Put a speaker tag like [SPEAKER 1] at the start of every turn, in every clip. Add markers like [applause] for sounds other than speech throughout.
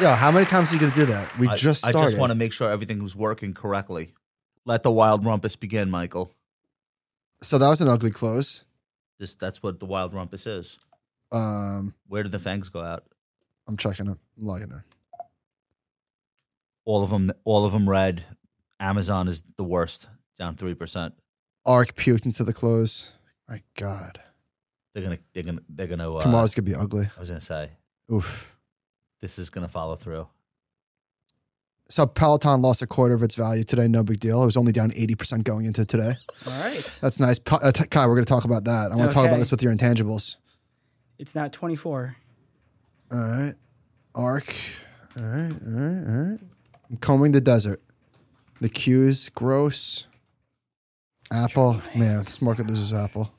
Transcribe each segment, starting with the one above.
[SPEAKER 1] Yo, how many times are you gonna do that? We
[SPEAKER 2] I,
[SPEAKER 1] just
[SPEAKER 2] I
[SPEAKER 1] started.
[SPEAKER 2] just want to make sure everything was working correctly. Let the wild rumpus begin, Michael.
[SPEAKER 1] so that was an ugly close.
[SPEAKER 2] This that's what the wild rumpus is.
[SPEAKER 1] Um,
[SPEAKER 2] Where did the fangs go out?
[SPEAKER 1] I'm checking them. I'm logging in.
[SPEAKER 2] All of them. All of them red. Amazon is the worst, down three percent.
[SPEAKER 1] Arc puked into the close. My God,
[SPEAKER 2] They're gonna. They're gonna. They're gonna. Uh,
[SPEAKER 1] tomorrow's gonna be ugly.
[SPEAKER 2] I was gonna say
[SPEAKER 1] Oof.
[SPEAKER 2] this is gonna follow through.
[SPEAKER 1] So Peloton lost a quarter of its value today. No big deal. It was only down 80% going into today.
[SPEAKER 3] All right.
[SPEAKER 1] That's nice. Pa- uh, T- Kai, we're going to talk about that. I want to talk about
[SPEAKER 3] Okay.
[SPEAKER 1] this with your intangibles.
[SPEAKER 3] It's not 24.
[SPEAKER 1] All right. Arc. All right. All right. All right. I'm combing the desert. The cues. Gross. Apple. Man, this market loses Apple.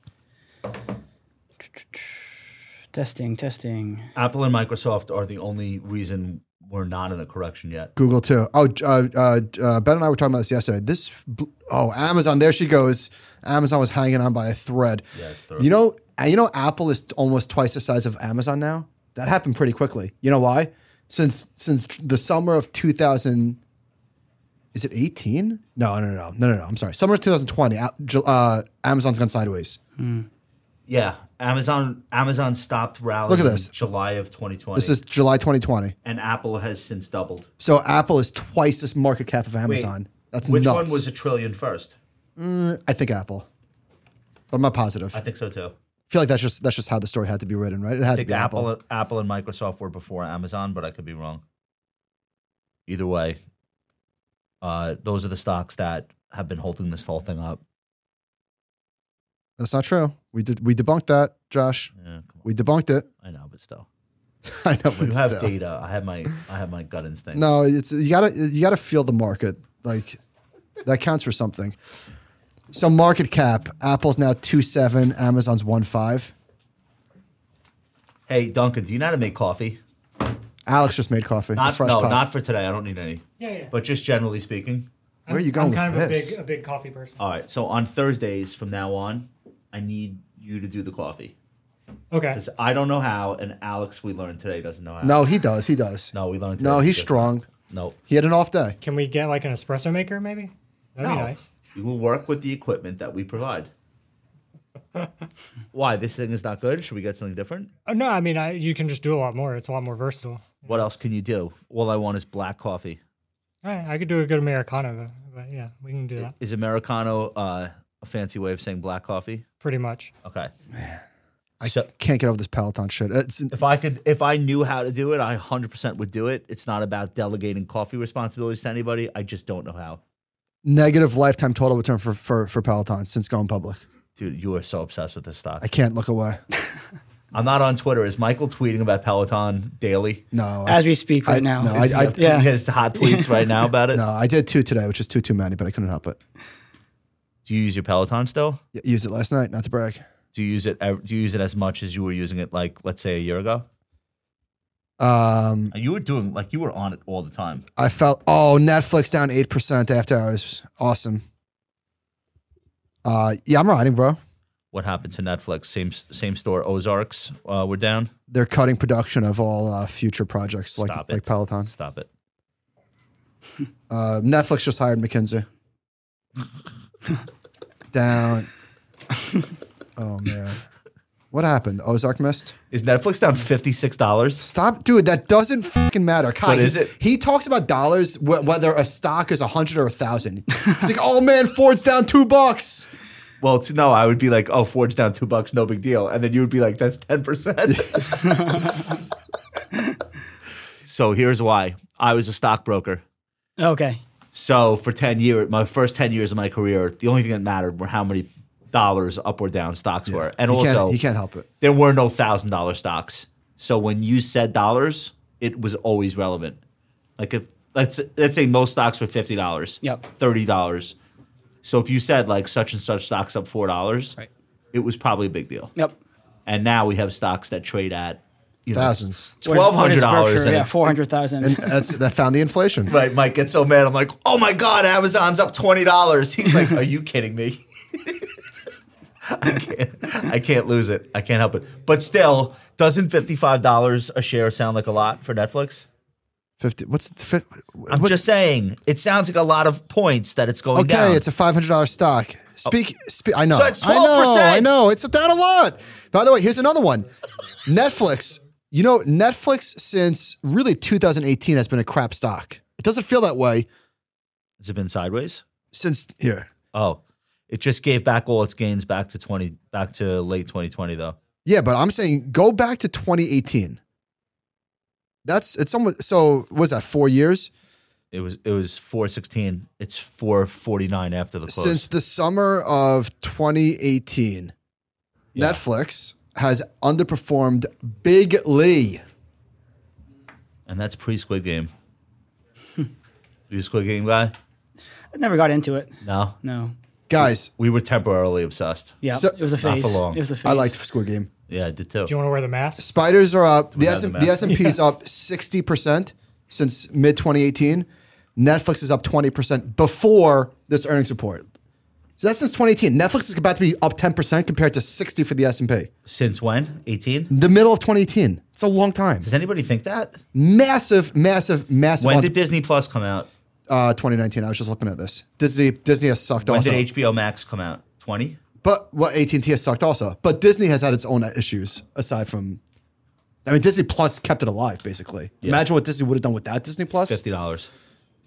[SPEAKER 3] Testing, testing.
[SPEAKER 2] Apple and Microsoft are the only reason we're not in a correction yet.
[SPEAKER 1] Google too. Oh, uh, uh, uh, Ben and I were talking about this yesterday. This, bl- oh, Amazon. There she goes. Amazon was hanging on by a thread.
[SPEAKER 2] Yeah, it's thorough.
[SPEAKER 1] You know, and you know, Apple is almost twice the size of Amazon now. That happened pretty quickly. You know why? Since since the summer of 2000, is it 18? No, no, no, no, no, no. no. I'm sorry. Summer of 2020, A- Ju- uh, Amazon's gone sideways.
[SPEAKER 2] Yeah, Amazon. Amazon stopped rallying.
[SPEAKER 1] Look at this.
[SPEAKER 2] In July of 2020.
[SPEAKER 1] This is July 2020.
[SPEAKER 2] and Apple has since doubled.
[SPEAKER 1] So Apple is twice this market cap of Amazon. That's
[SPEAKER 2] Which
[SPEAKER 1] nuts.
[SPEAKER 2] one was a trillion first?
[SPEAKER 1] I think Apple. But I'm not positive.
[SPEAKER 2] I think so too.
[SPEAKER 1] I feel like that's just that's just how the story had to be written, right? It had
[SPEAKER 2] I
[SPEAKER 1] to
[SPEAKER 2] think
[SPEAKER 1] be Apple.
[SPEAKER 2] Apple, Apple and Microsoft were before Amazon, but I could be wrong. Either way, uh, those are the stocks that have been holding this whole thing up.
[SPEAKER 1] That's not true. We did we debunked that, Josh.
[SPEAKER 2] Yeah, come on.
[SPEAKER 1] We debunked it. [laughs]
[SPEAKER 2] I know, but still,
[SPEAKER 1] I know.
[SPEAKER 2] you
[SPEAKER 1] but
[SPEAKER 2] have
[SPEAKER 1] still.
[SPEAKER 2] data. I have my I have my gut instinct.
[SPEAKER 1] No, it's you gotta you gotta feel the market. Like that counts for something. So market cap, Apple's now two seven, Amazon's one five.
[SPEAKER 2] Hey, Duncan, do you know how to make coffee?
[SPEAKER 1] Alex just made coffee.
[SPEAKER 2] Not
[SPEAKER 1] fresh
[SPEAKER 2] no,
[SPEAKER 1] pot.
[SPEAKER 2] not for today. I don't need any.
[SPEAKER 4] Yeah, yeah.
[SPEAKER 2] But just generally speaking.
[SPEAKER 1] Where are
[SPEAKER 4] I'm-
[SPEAKER 1] you going
[SPEAKER 4] I'm kind
[SPEAKER 1] with
[SPEAKER 4] of
[SPEAKER 1] this?
[SPEAKER 4] a big, a big coffee person.
[SPEAKER 2] All right. So on Thursdays from now on, I need you to do the coffee
[SPEAKER 4] Okay.
[SPEAKER 2] because I don't know how, and Alex, we learned today, doesn't know how.
[SPEAKER 1] no, he does. He does.
[SPEAKER 2] No, we learned.
[SPEAKER 1] No,
[SPEAKER 2] today
[SPEAKER 1] he's
[SPEAKER 2] doesn't.
[SPEAKER 1] strong.
[SPEAKER 2] No,
[SPEAKER 1] He had an off day.
[SPEAKER 4] Can we get like an espresso maker maybe? That'd
[SPEAKER 2] No.
[SPEAKER 4] be nice.
[SPEAKER 2] You will work with the equipment that we provide. [laughs] Why? This thing is not good? Should we get something different?
[SPEAKER 4] Oh, no, I mean, I, you can just do a lot more. It's a lot more versatile.
[SPEAKER 2] What else can you do? All I want is black coffee.
[SPEAKER 4] All right, I could do a good Americano, though. But yeah, we can do that
[SPEAKER 2] Is Americano uh, a fancy way of saying black coffee?
[SPEAKER 4] pretty much.
[SPEAKER 2] Okay. Man. So
[SPEAKER 1] Can't get over this Peloton shit. It's
[SPEAKER 2] if I could, if I knew how to do it, I 100% would do it. It's not about delegating coffee responsibilities to anybody. I just don't know how.
[SPEAKER 1] negative lifetime total return for, for, for Peloton since going public.
[SPEAKER 2] Dude, you are so obsessed with this stock.
[SPEAKER 1] I can't look away.
[SPEAKER 2] I'm not on Twitter. Is Michael tweeting about Peloton daily?
[SPEAKER 1] No, I,
[SPEAKER 3] As we speak right
[SPEAKER 1] I-
[SPEAKER 3] now.
[SPEAKER 1] no, I-
[SPEAKER 2] Does he have-
[SPEAKER 3] Yeah.
[SPEAKER 2] He has hot tweets right
[SPEAKER 1] [laughs]
[SPEAKER 2] now about it.
[SPEAKER 1] no, I did two today, which is two too many, but I couldn't help it.
[SPEAKER 2] Do you use your Peloton still?
[SPEAKER 1] Y- Used it last night, not to brag.
[SPEAKER 2] Do you use it? ev- Do you use it as much as you were using it, like let's say a year ago?
[SPEAKER 1] Um,
[SPEAKER 2] You were doing like you were on it all the time.
[SPEAKER 1] I felt oh Netflix down eight percent after hours. Awesome. Uh, yeah, I'm riding, bro.
[SPEAKER 2] What happened to Netflix? Same same store. Ozarks uh, were down.
[SPEAKER 1] They're cutting production of all uh, future projects like
[SPEAKER 2] Stop it.
[SPEAKER 1] like Peloton.
[SPEAKER 2] Stop it.
[SPEAKER 1] Uh, Netflix just hired
[SPEAKER 2] [laughs]
[SPEAKER 1] McKinsey. down. Oh man, what happened? Ozark missed.
[SPEAKER 2] Is Netflix down fifty six dollars?
[SPEAKER 1] Stop, dude. That doesn't fucking matter. Kai,
[SPEAKER 2] What is
[SPEAKER 1] he-
[SPEAKER 2] it?
[SPEAKER 1] He talks about dollars wh- whether a stock is a hundred or a thousand. He's like, oh man, Ford's down two bucks.
[SPEAKER 2] Well, t- no, I would be like, oh, Ford's down two bucks, no big deal, and then you would be like, that's ten percent. [laughs] so here's why. I was a stockbroker.
[SPEAKER 3] Okay.
[SPEAKER 2] So for ten years, my first ten years of my career, the only thing that mattered were how many dollars up or down stocks were, and
[SPEAKER 1] He
[SPEAKER 2] also
[SPEAKER 1] can't, he can't help it.
[SPEAKER 2] there were no thousand dollar stocks. So when you said dollars, it was always relevant. Like if let's let's say most stocks were fifty dollars,
[SPEAKER 3] Yep.
[SPEAKER 2] thirty dollars. So if you said like such and such stocks up four dollars,
[SPEAKER 3] Right.
[SPEAKER 2] it was probably a big deal.
[SPEAKER 3] Yep.
[SPEAKER 2] And now we have stocks that trade at you know,
[SPEAKER 1] Thousands.
[SPEAKER 2] twelve hundred dollars.
[SPEAKER 3] Yeah, four hundred thousand.
[SPEAKER 1] That's that found the inflation.
[SPEAKER 2] Right, Mike gets so mad. I'm like, oh my god, Amazon's up twenty dollars. He's like, are you kidding me? [laughs] I can't, I can't lose it. I can't help it. But still, doesn't fifty five dollars a share sound like a lot for Netflix?
[SPEAKER 1] Fifty. What's the fi-
[SPEAKER 2] I'm
[SPEAKER 1] what-
[SPEAKER 2] just saying, it sounds like a lot of points that it's going
[SPEAKER 1] okay?
[SPEAKER 2] down.
[SPEAKER 1] It's a five hundred dollar stock. Speak. Speak. I know.
[SPEAKER 2] So it's
[SPEAKER 1] I know.
[SPEAKER 2] 12%.
[SPEAKER 1] I know. It's down a lot. By the way, here's another one. Netflix. You know, Netflix since really 2018 has been a crap stock. It doesn't feel that way
[SPEAKER 2] Has it been sideways?
[SPEAKER 1] since here.
[SPEAKER 2] Oh, it just gave back all its gains back to twenty, back to late 2020 though.
[SPEAKER 1] Yeah, but I'm saying go back to 2018. That's it's almost so. Was that four years
[SPEAKER 2] It was it was 416. It's 449 after the close.
[SPEAKER 1] since the summer of 2018?
[SPEAKER 2] Yeah.
[SPEAKER 1] Netflix has underperformed bigly.
[SPEAKER 2] and that's pre Squid Game. [laughs] you a Squid Game guy?
[SPEAKER 3] I never got into it.
[SPEAKER 2] No,
[SPEAKER 3] No.
[SPEAKER 1] Guys,
[SPEAKER 2] we were temporarily obsessed.
[SPEAKER 3] Yeah,
[SPEAKER 1] So-
[SPEAKER 3] it was a
[SPEAKER 2] Not for
[SPEAKER 3] phase.
[SPEAKER 2] long.
[SPEAKER 3] It was a phase.
[SPEAKER 1] I liked Squid Game.
[SPEAKER 2] Yeah, I did too.
[SPEAKER 4] Do you want to wear the mask?
[SPEAKER 1] Spiders are up. The
[SPEAKER 2] Without
[SPEAKER 1] S
[SPEAKER 2] the
[SPEAKER 1] the
[SPEAKER 2] mask.
[SPEAKER 1] S and P is
[SPEAKER 2] [laughs]
[SPEAKER 1] up 60 percent since mid 2018. Netflix is up 20 percent before this earnings report. So that's since 2018. Netflix is about to be up 10 percent compared to 60 for the S and P.
[SPEAKER 2] Since when? 18?
[SPEAKER 1] The middle of 2018. It's a long time.
[SPEAKER 2] Does anybody think that?
[SPEAKER 1] Massive, massive, massive.
[SPEAKER 2] When
[SPEAKER 1] on-
[SPEAKER 2] did Disney Plus come out?
[SPEAKER 1] uh, 2019? I was just looking at this. Disney Disney has sucked
[SPEAKER 2] When
[SPEAKER 1] also.
[SPEAKER 2] did HBO Max come out? 20?
[SPEAKER 1] But what AT and T has sucked also. But Disney has had its own issues aside from. I mean, Disney Plus kept it alive. Basically, imagine what Disney would have done without Disney Plus.
[SPEAKER 2] $50.
[SPEAKER 1] Fifty dollars.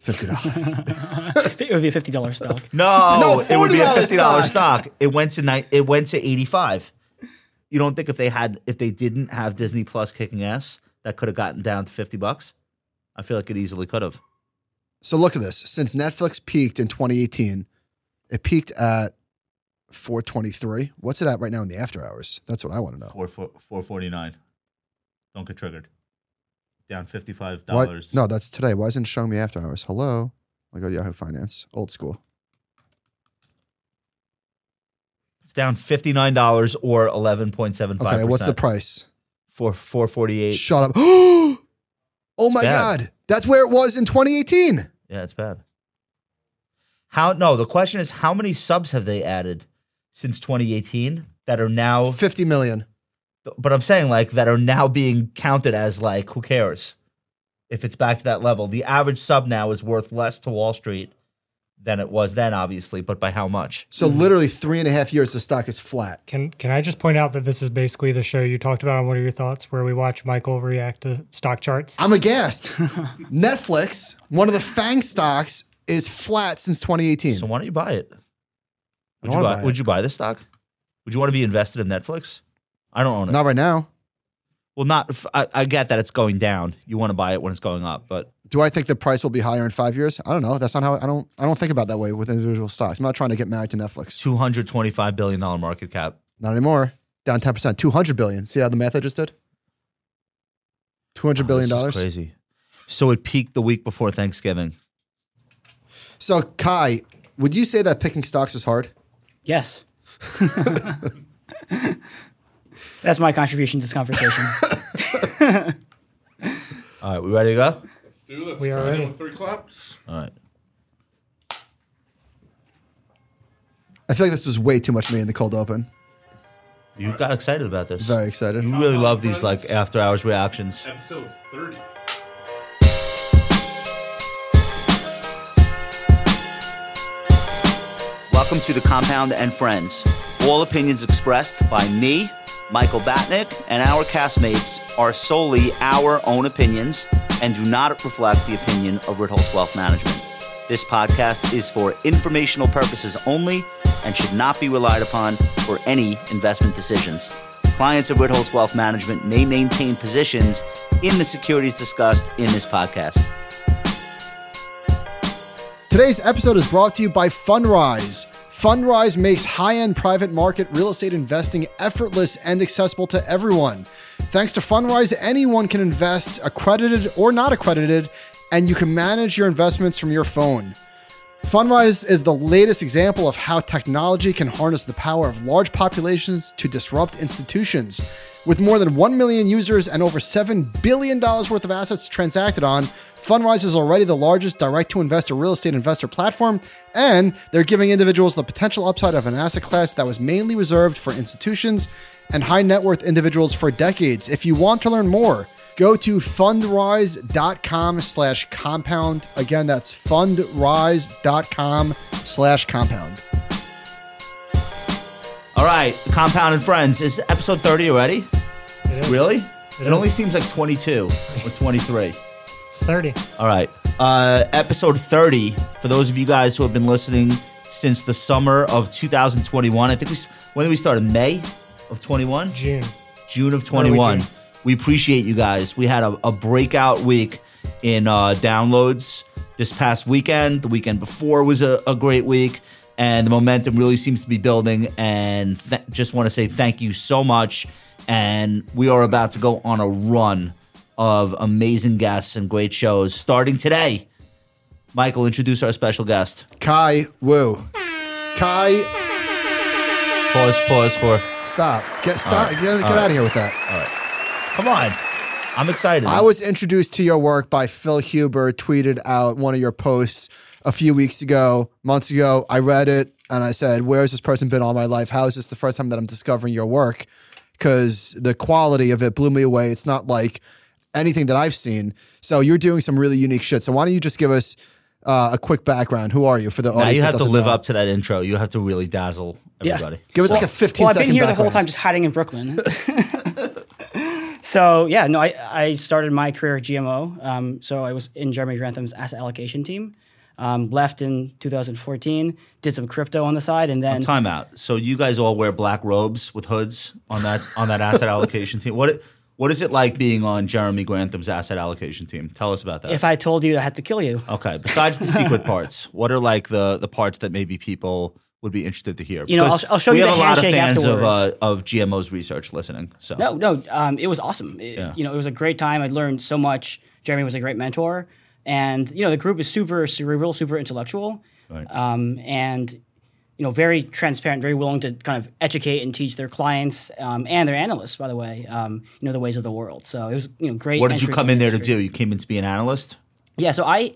[SPEAKER 1] [laughs]
[SPEAKER 3] [laughs] It would be a fifty dollars stock.
[SPEAKER 2] No,
[SPEAKER 1] No,
[SPEAKER 2] it would be a
[SPEAKER 1] $40
[SPEAKER 2] fifty dollars
[SPEAKER 1] stock.
[SPEAKER 2] stock. It went to ni- it went to eighty five. You don't think if they had if they didn't have Disney Plus kicking ass, that could have gotten down to fifty bucks? I feel like it easily could have.
[SPEAKER 1] so look at this. Since Netflix peaked in 2018, it peaked at 423. What's it at right now in the after hours? That's what I want to know.
[SPEAKER 2] Four four forty nine. Don't get triggered. Down fifty five
[SPEAKER 1] Why- no, that's today. Why isn't it showing me after hours? Hello. I go to Yahoo Finance, old school.
[SPEAKER 2] It's down fifty nine dollars or eleven point seven
[SPEAKER 1] Okay,
[SPEAKER 2] five.
[SPEAKER 1] what's the price?
[SPEAKER 2] Four four forty eight.
[SPEAKER 1] Shut up. [gasps] oh my
[SPEAKER 2] bad.
[SPEAKER 1] God. That's where it was in 2018.
[SPEAKER 2] Yeah, it's bad. How no, the question is how many subs have they added since twenty eighteen that are now
[SPEAKER 1] 50 million.
[SPEAKER 2] but I'm saying like that are now being counted as like who cares if it's back to that level. The average sub now is worth less to Wall Street than it was then, obviously, but by how much?
[SPEAKER 1] So literally three and a half years, the stock is flat.
[SPEAKER 4] Can Can I just point out that this is basically the show you talked about on What Are Your Thoughts, where we watch Michael react to stock charts?
[SPEAKER 2] Ah,
[SPEAKER 1] I'm
[SPEAKER 2] [laughs]
[SPEAKER 1] aghast. Netflix, one of the FANG stocks, is flat since 2018.
[SPEAKER 2] So why don't you buy it? Would you
[SPEAKER 1] wanna
[SPEAKER 2] buy,
[SPEAKER 1] buy it.
[SPEAKER 2] Would you buy this stock? Would you want to be invested in Netflix? I don't own it.
[SPEAKER 1] Not right now.
[SPEAKER 2] Well, not. if- I, I get that it's going down. You want to buy it when it's going up, but
[SPEAKER 1] Do I think the price will be higher in five years? I don't know. That's not how I don't. I don't think about that way with individual stocks. I'm not trying to get married to Netflix.
[SPEAKER 2] two hundred twenty-five billion dollar market cap.
[SPEAKER 1] Not anymore. Down ten percent. Two hundred billion. See how the math I just did. Two hundred billion
[SPEAKER 2] This is
[SPEAKER 1] dollars.
[SPEAKER 2] Crazy. So it peaked the week before Thanksgiving.
[SPEAKER 1] So Kai, would you say that picking stocks is hard?
[SPEAKER 2] [laughs]
[SPEAKER 3] Yes. [laughs] That's my contribution to this conversation.
[SPEAKER 2] All right, we ready to go?
[SPEAKER 5] Let's do this.
[SPEAKER 4] We are
[SPEAKER 5] Can I do
[SPEAKER 4] ready.
[SPEAKER 5] with Three claps.
[SPEAKER 2] All right.
[SPEAKER 1] I feel like this was way too much me in the cold open.
[SPEAKER 2] You got excited about this.
[SPEAKER 1] Very excited.
[SPEAKER 2] You really
[SPEAKER 5] Uh,
[SPEAKER 2] love these
[SPEAKER 5] friends.
[SPEAKER 2] like after hours reactions.
[SPEAKER 5] Episode 30.
[SPEAKER 2] Welcome to the Compound and Friends. All opinions expressed by me, Michael Batnick, and our castmates are solely our own opinions and do not reflect the opinion of Ritholtz Wealth Management. This podcast is for informational purposes only and should not be relied upon for any investment decisions. Clients of Ritholtz Wealth Management may maintain positions in the securities discussed in this podcast.
[SPEAKER 1] Today's episode is brought to you by Fundrise. Fundrise makes high end private market real estate investing effortless and accessible to everyone. Thanks to Fundrise, anyone can invest, accredited or not accredited, and you can manage your investments from your phone. Fundrise is the latest example of how technology can harness the power of large populations to disrupt institutions. With more than 1 million users and over $7 billion worth of assets transacted on, Fundrise is already the largest direct to investor real estate investor platform, and they're giving individuals the potential upside of an asset class that was mainly reserved for institutions and high net worth individuals for decades. If you want to learn more,
[SPEAKER 6] Go to fundrise.com slash compound. Again, that's fundrise.com slash compound.
[SPEAKER 2] All right, Compound and Friends is episode 30 already?
[SPEAKER 4] It is.
[SPEAKER 2] Really? It,
[SPEAKER 4] It
[SPEAKER 2] only
[SPEAKER 4] is.
[SPEAKER 2] seems like 22 or 23.
[SPEAKER 4] It's 30.
[SPEAKER 2] All right. Uh, episode 30, for those of you guys who have been listening since the summer of 2021, I think we, s- when did we started? May of 21?
[SPEAKER 4] June.
[SPEAKER 2] June of 21.
[SPEAKER 4] June.
[SPEAKER 2] We appreciate you guys. We had a, a breakout week in uh, downloads this past weekend. The weekend before was a, a great week, and the momentum really seems to be building. And th- just want to say thank you so much. And we are about to go on a run of amazing guests and great shows starting today. Michael, introduce our special guest.
[SPEAKER 1] Kai Wu. Kai,
[SPEAKER 2] Pause, pause for.
[SPEAKER 1] stop. Get stop.
[SPEAKER 2] right.
[SPEAKER 1] Get, get
[SPEAKER 2] All
[SPEAKER 1] out
[SPEAKER 2] right.
[SPEAKER 1] of here with that.
[SPEAKER 2] Come on. I'm excited.
[SPEAKER 1] I was introduced to your work by Phil Huber. Tweeted out one of your posts a few weeks ago, months ago. I read it and I said, "Where's this person been all my life? How is this the first time that I'm discovering your work?" Because the quality of it blew me away. It's not like anything that I've seen. So you're doing some really unique shit. So why don't you just give us uh, a quick background? Who are you for the audience?
[SPEAKER 2] Now you
[SPEAKER 1] that
[SPEAKER 2] have to
[SPEAKER 1] doesn't
[SPEAKER 2] live
[SPEAKER 1] know?
[SPEAKER 2] up to that intro. You have to really dazzle
[SPEAKER 3] Yeah.
[SPEAKER 2] everybody.
[SPEAKER 1] Give us like a 15
[SPEAKER 3] Well, I've
[SPEAKER 1] second
[SPEAKER 3] been here the whole
[SPEAKER 1] background.
[SPEAKER 3] time, just hiding in Brooklyn. [laughs] so yeah, no, I, I started my career at GMO. Um, so I was in Jeremy Grantham's asset allocation team. Um, left in 2014, did some crypto on the side, and then
[SPEAKER 2] Timeout. So you guys all wear black robes with hoods on that on that
[SPEAKER 3] [laughs]
[SPEAKER 2] asset allocation team. What what is it like being on Jeremy Grantham's asset allocation team? Tell us about that.
[SPEAKER 3] if I told you I had to kill you,
[SPEAKER 2] okay. Besides the secret parts, what are like the the parts that maybe people would be interested to hear?
[SPEAKER 3] You know,
[SPEAKER 2] Because
[SPEAKER 3] I'll- I'll show
[SPEAKER 2] we
[SPEAKER 3] you
[SPEAKER 2] have
[SPEAKER 3] the
[SPEAKER 2] a lot of
[SPEAKER 3] handshake
[SPEAKER 2] fans
[SPEAKER 3] afterwards.
[SPEAKER 2] of uh, of GMO's research listening. So
[SPEAKER 3] No, no, um, it was awesome. It-
[SPEAKER 2] Yeah.
[SPEAKER 3] You know, it was a great time. I learned so much. Jeremy was a great mentor, and you know, the group is super cerebral, super intellectual,
[SPEAKER 2] Right.
[SPEAKER 3] um, and you know, very transparent, very willing to kind of educate and teach their clients um, and their analysts. By the way, um, you know, the ways of the world. So it was you know great.
[SPEAKER 2] what did you
[SPEAKER 3] entry
[SPEAKER 2] come
[SPEAKER 3] the
[SPEAKER 2] in there to
[SPEAKER 3] industry.
[SPEAKER 2] do? You came in to be an analyst.
[SPEAKER 3] Yeah, so I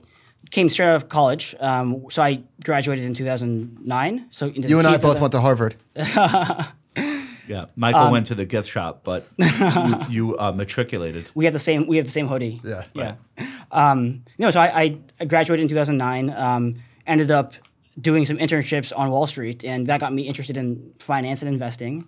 [SPEAKER 3] came straight out of college. Um, so I graduated in 2009. So into
[SPEAKER 1] You
[SPEAKER 3] the
[SPEAKER 1] and I
[SPEAKER 3] teeth of
[SPEAKER 1] both
[SPEAKER 3] the-
[SPEAKER 1] went to Harvard.
[SPEAKER 2] Yeah, Michael
[SPEAKER 3] Um,
[SPEAKER 2] went to the gift shop, but
[SPEAKER 3] [laughs]
[SPEAKER 2] you, you uh, matriculated.
[SPEAKER 3] we had the same we had the same hoodie.
[SPEAKER 1] Yeah.
[SPEAKER 3] yeah. Um, no, so I, I- I graduated in 2009. Um, ended up doing some internships on Wall Street, and that got me interested in finance and investing.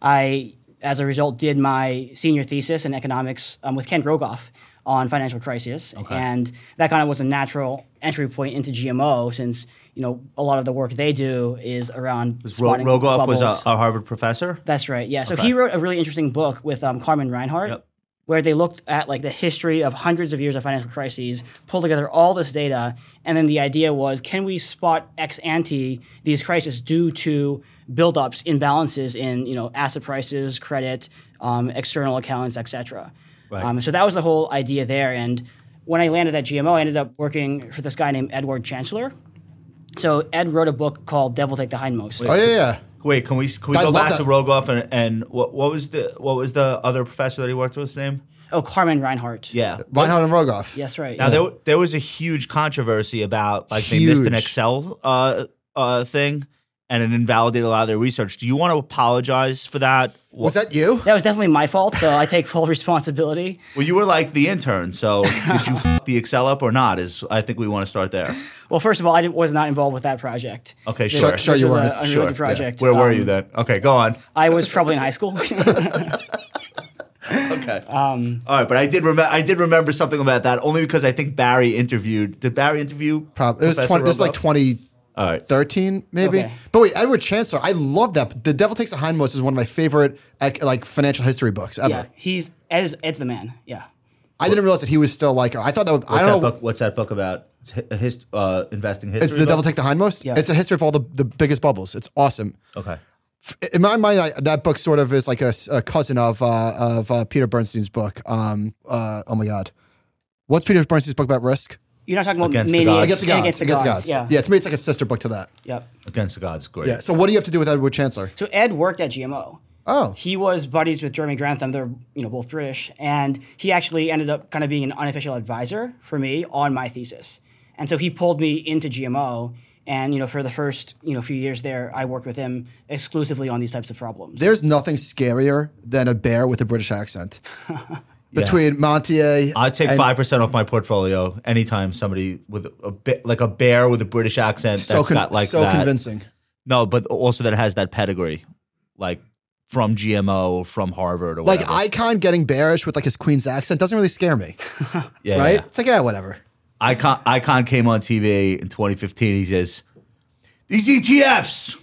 [SPEAKER 3] I, as a result, did my senior thesis in economics um, with Ken Rogoff on financial crisis, and that kind of was a natural entry point into GMO since you know a lot of the work they do is around.
[SPEAKER 2] Ro-
[SPEAKER 3] spotting
[SPEAKER 2] Rogoff was a,
[SPEAKER 3] bubbles.
[SPEAKER 2] a Harvard professor.
[SPEAKER 3] That's right. Yeah. So he wrote a really interesting book with um, Carmen Reinhardt,
[SPEAKER 2] Yep.
[SPEAKER 3] where they looked at like the history of hundreds of years of financial crises, pulled together all this data, and then the idea was, can we spot ex ante these crises due to buildups, imbalances in you know asset prices, credit, um, external accounts, etc.
[SPEAKER 2] Right.
[SPEAKER 3] Um, so that was the whole idea there. And when I landed at GMO, I ended up working for this guy named Edward Chancellor. So Ed wrote a book called "Devil Take the Hindmost."
[SPEAKER 1] Oh yeah, yeah.
[SPEAKER 2] Wait, can we can we
[SPEAKER 1] I
[SPEAKER 2] go
[SPEAKER 1] love
[SPEAKER 2] back
[SPEAKER 1] that.
[SPEAKER 2] to Rogoff and, and what what was the what was the other professor that he worked with? His name?
[SPEAKER 3] Oh, Carmen Reinhardt.
[SPEAKER 2] Yeah.
[SPEAKER 1] Reinhardt and Rogoff.
[SPEAKER 3] Yes, right.
[SPEAKER 2] Now there w- there was a huge controversy about like they missed an
[SPEAKER 1] Huge.
[SPEAKER 2] Excel uh, uh, thing and it invalidated a lot of their research. Do you want to apologize for that?
[SPEAKER 1] Was that you?
[SPEAKER 3] That was definitely my fault, so I take full responsibility.
[SPEAKER 2] well, you were like the
[SPEAKER 1] [laughs]
[SPEAKER 2] intern, so did you f- the Excel up or not? Is I think we want to start there.
[SPEAKER 3] Well, first of all, I di- was not involved with that project.
[SPEAKER 2] Okay,
[SPEAKER 3] This-
[SPEAKER 2] sure.
[SPEAKER 3] this
[SPEAKER 1] Sure you
[SPEAKER 3] was
[SPEAKER 1] weren't.
[SPEAKER 2] Sure,
[SPEAKER 3] a unrelated
[SPEAKER 2] yeah.
[SPEAKER 3] project.
[SPEAKER 2] Where were
[SPEAKER 3] Um,
[SPEAKER 2] you then? Okay, go on.
[SPEAKER 3] I was probably in
[SPEAKER 2] [laughs]
[SPEAKER 3] high school.
[SPEAKER 2] Okay.
[SPEAKER 1] Um,
[SPEAKER 2] All right, but I did remember. I did remember something about that only because I think Barry interviewed. Did Barry interview?
[SPEAKER 1] Probably. It was
[SPEAKER 2] Professor
[SPEAKER 1] twenty. This is like
[SPEAKER 2] Rogoff?
[SPEAKER 1] twenty.
[SPEAKER 2] All right.
[SPEAKER 1] 13 maybe
[SPEAKER 3] Okay.
[SPEAKER 1] but wait edward chancellor i love that the devil takes a hindmost is one of my favorite ec- like financial history books ever
[SPEAKER 3] yeah, he's Ed's, Ed's the man. Yeah.
[SPEAKER 1] i didn't realize that he was still like i thought that would, i
[SPEAKER 2] What's
[SPEAKER 1] don't
[SPEAKER 2] that
[SPEAKER 1] know
[SPEAKER 2] book? What's that book about? It's hi- a hist- uh, investing history.
[SPEAKER 1] it's the devil
[SPEAKER 2] book?
[SPEAKER 1] take the hindmost
[SPEAKER 3] Yeah.
[SPEAKER 1] it's a history of all the, the biggest bubbles it's awesome
[SPEAKER 2] Okay.
[SPEAKER 1] F- in my mind I, that book sort of is like a, s- a cousin of uh, of uh, peter bernstein's book um uh, oh my god what's peter bernstein's book about risk
[SPEAKER 3] You're not talking about
[SPEAKER 2] Against the
[SPEAKER 3] maniacs
[SPEAKER 2] gods.
[SPEAKER 1] against the gods
[SPEAKER 3] Against the gods. Yeah.
[SPEAKER 1] yeah to me it's like a sister book to that
[SPEAKER 3] Yep.
[SPEAKER 2] Against the Gods, great.
[SPEAKER 1] yeah so what do you have to do with edward chancellor
[SPEAKER 3] So Ed worked at GMO.
[SPEAKER 1] oh
[SPEAKER 3] He was buddies with Jeremy Grantham. They're you know both British, and he actually ended up kind of being an unofficial advisor for me on my thesis. And so he pulled me into GMO, and you know for the first you know few years there, I worked with him exclusively on these types of problems.
[SPEAKER 2] [laughs]
[SPEAKER 1] there's nothing scarier than a bear with a british accent between Montier.
[SPEAKER 2] I'd take
[SPEAKER 1] and
[SPEAKER 2] five percent off my portfolio anytime somebody with a bit like a bear with a British accent
[SPEAKER 1] So,
[SPEAKER 2] that's
[SPEAKER 1] con-
[SPEAKER 2] got like
[SPEAKER 1] so
[SPEAKER 2] that.
[SPEAKER 1] convincing.
[SPEAKER 2] No, but also that has that pedigree, like from GMO or from Harvard or
[SPEAKER 1] Like
[SPEAKER 2] whatever.
[SPEAKER 1] Icon getting bearish with like his Queen's accent doesn't really scare me,
[SPEAKER 2] yeah,
[SPEAKER 1] right?
[SPEAKER 2] yeah.
[SPEAKER 1] It's like yeah, whatever.
[SPEAKER 2] Icon Icon came on TV in 2015. He says, "These ETFs,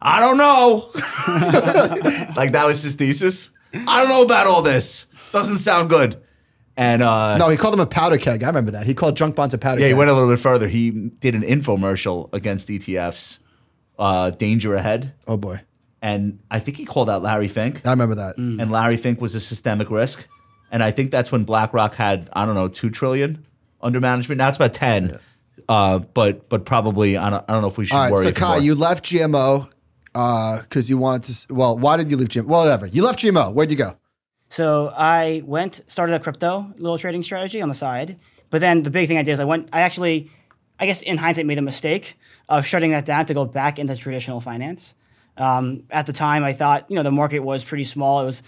[SPEAKER 2] I don't know." [laughs] like that was his thesis. I don't know about all this. Doesn't sound good. And uh,
[SPEAKER 1] No, he called him a powder keg. I remember that. He called junk bonds a powder
[SPEAKER 2] yeah,
[SPEAKER 1] keg.
[SPEAKER 2] he went a little bit further. He did an infomercial against ETFs, uh, Danger Ahead,
[SPEAKER 1] oh boy,
[SPEAKER 2] and I think he called out Larry Fink.
[SPEAKER 1] I remember that.
[SPEAKER 2] and Larry Fink was a systemic risk. And I think that's when BlackRock had I don't know two trillion under management. Now it's about ten, uh, but but probably I don't, I don't know if we should
[SPEAKER 1] All right,
[SPEAKER 2] worry.
[SPEAKER 1] so
[SPEAKER 2] if
[SPEAKER 1] Kai,
[SPEAKER 2] we're-
[SPEAKER 1] you left GMO because uh, you wanted to. s- Well, why did you leave GMO? Well, whatever. You left GMO. Where'd you go?
[SPEAKER 3] So I went, started a crypto little trading strategy on the side. But then the big thing I did is I went, I actually, I guess in hindsight, made a mistake of shutting that down to go back into traditional finance. Um, at the time, I thought, you know, the market was pretty small. It was,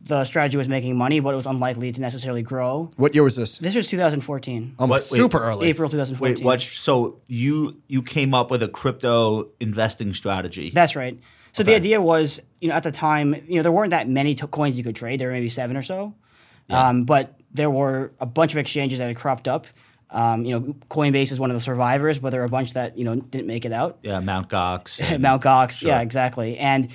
[SPEAKER 3] the strategy was making money, but it was unlikely to necessarily grow.
[SPEAKER 1] What year was this?
[SPEAKER 3] This was 2014,
[SPEAKER 1] Um,
[SPEAKER 2] What- wait.
[SPEAKER 1] super early.
[SPEAKER 3] April 2014.
[SPEAKER 2] wait. What? So you you came up with a crypto investing strategy?
[SPEAKER 3] That's right. So the idea was, you know, at the time, you know, there weren't that many to coins you could trade. There were maybe seven or so, um, but there were a bunch of exchanges that had cropped up. Um, you know, Coinbase is one of the survivors, but there were a bunch that you know didn't make it out.
[SPEAKER 2] yeah, Mount
[SPEAKER 3] [laughs]
[SPEAKER 2] Gox. and-
[SPEAKER 3] Mount Gox, yeah, exactly. And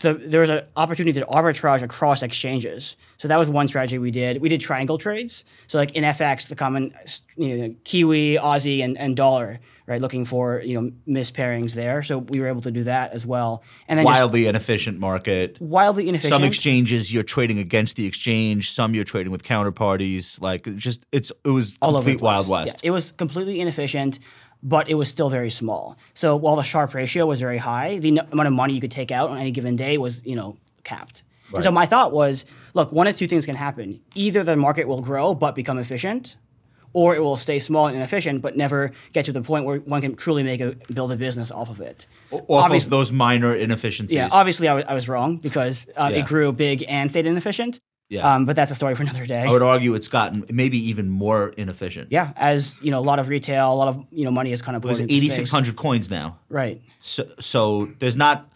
[SPEAKER 3] the, there was an opportunity to arbitrage across exchanges. So that was one strategy we did. We did triangle trades. So like in FX, the common you know, Kiwi, Aussie, and, and dollar, right? Looking for you know mispairings there. So we were able to do that as well. And then just
[SPEAKER 2] wildly inefficient market.
[SPEAKER 3] wildly inefficient.
[SPEAKER 2] Some exchanges you're trading against the exchange. Some you're trading with counterparties. Like it just it's it was
[SPEAKER 3] all over the
[SPEAKER 2] complete wild
[SPEAKER 3] place.
[SPEAKER 2] west.
[SPEAKER 3] Yeah, it was completely inefficient, but it was still very small. So while the sharp ratio was very high, the n- amount of money you could take out on any given day was you know capped. And so my thought was, look, one of two things can happen: either the market will grow but become efficient, or it will stay small and inefficient but never get to the point where one can truly make a build a business off of it.
[SPEAKER 2] Off
[SPEAKER 3] Obvious-
[SPEAKER 2] of those minor inefficiencies.
[SPEAKER 3] yeah, obviously I was, I was wrong because uh,
[SPEAKER 2] Yeah.
[SPEAKER 3] it grew big and stayed inefficient.
[SPEAKER 2] Yeah.
[SPEAKER 3] Um, but that's a story for another day.
[SPEAKER 2] I would argue it's gotten maybe even more inefficient.
[SPEAKER 3] Yeah, as you know, a lot of retail, a lot of you know money is kind of
[SPEAKER 2] There's
[SPEAKER 3] poured into space.
[SPEAKER 2] 8600 coins now
[SPEAKER 3] Right,
[SPEAKER 2] so, so there's not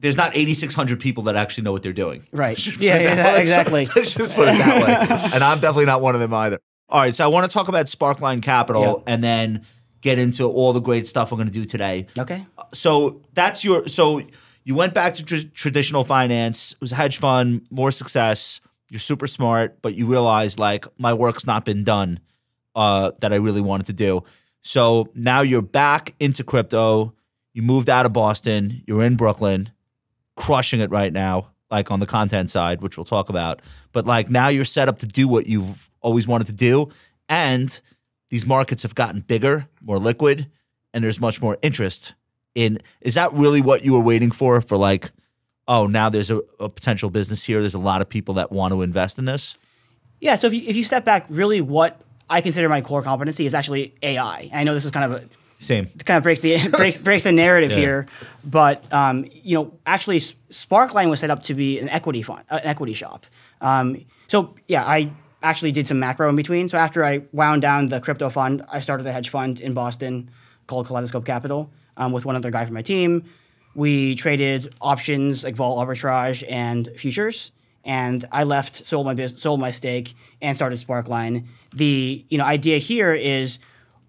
[SPEAKER 2] there's not 8600 people that actually know what they're doing
[SPEAKER 3] right. yeah, yeah, exactly.
[SPEAKER 2] [laughs] let's just put it that way and i'm definitely not one of them either all right so i want to talk about sparkline capital
[SPEAKER 3] Yep.
[SPEAKER 2] and then get into all the great stuff we're going to do today
[SPEAKER 3] Okay.
[SPEAKER 2] so that's your so you went back to tr- traditional finance it was a hedge fund more success you're super smart but you realize like my work's not been done uh, that i really wanted to do so now you're back into crypto you moved out of boston you're in brooklyn crushing it right now like on the content side which we'll talk about but like now you're set up to do what you've always wanted to do and these markets have gotten bigger more liquid and there's much more interest in is that really what you were waiting for for like oh now there's a, a potential business here there's a lot of people that want to invest in this
[SPEAKER 3] Yeah. So if you, if you step back, really, what I consider my core competency is actually AI. I know this is kind of a
[SPEAKER 2] same
[SPEAKER 3] it kind of breaks the [laughs] breaks breaks the narrative here, but um, you know, actually, S- Sparkline was set up to be an equity fund, uh, an equity shop. Um, so yeah, I actually did some macro in between. So after I wound down the crypto fund, I started a hedge fund in Boston called Kaleidoscope Capital um, with one other guy from my team. We traded options like vol arbitrage and futures. And I left, sold my business, sold my stake, and started Sparkline. The you know idea here is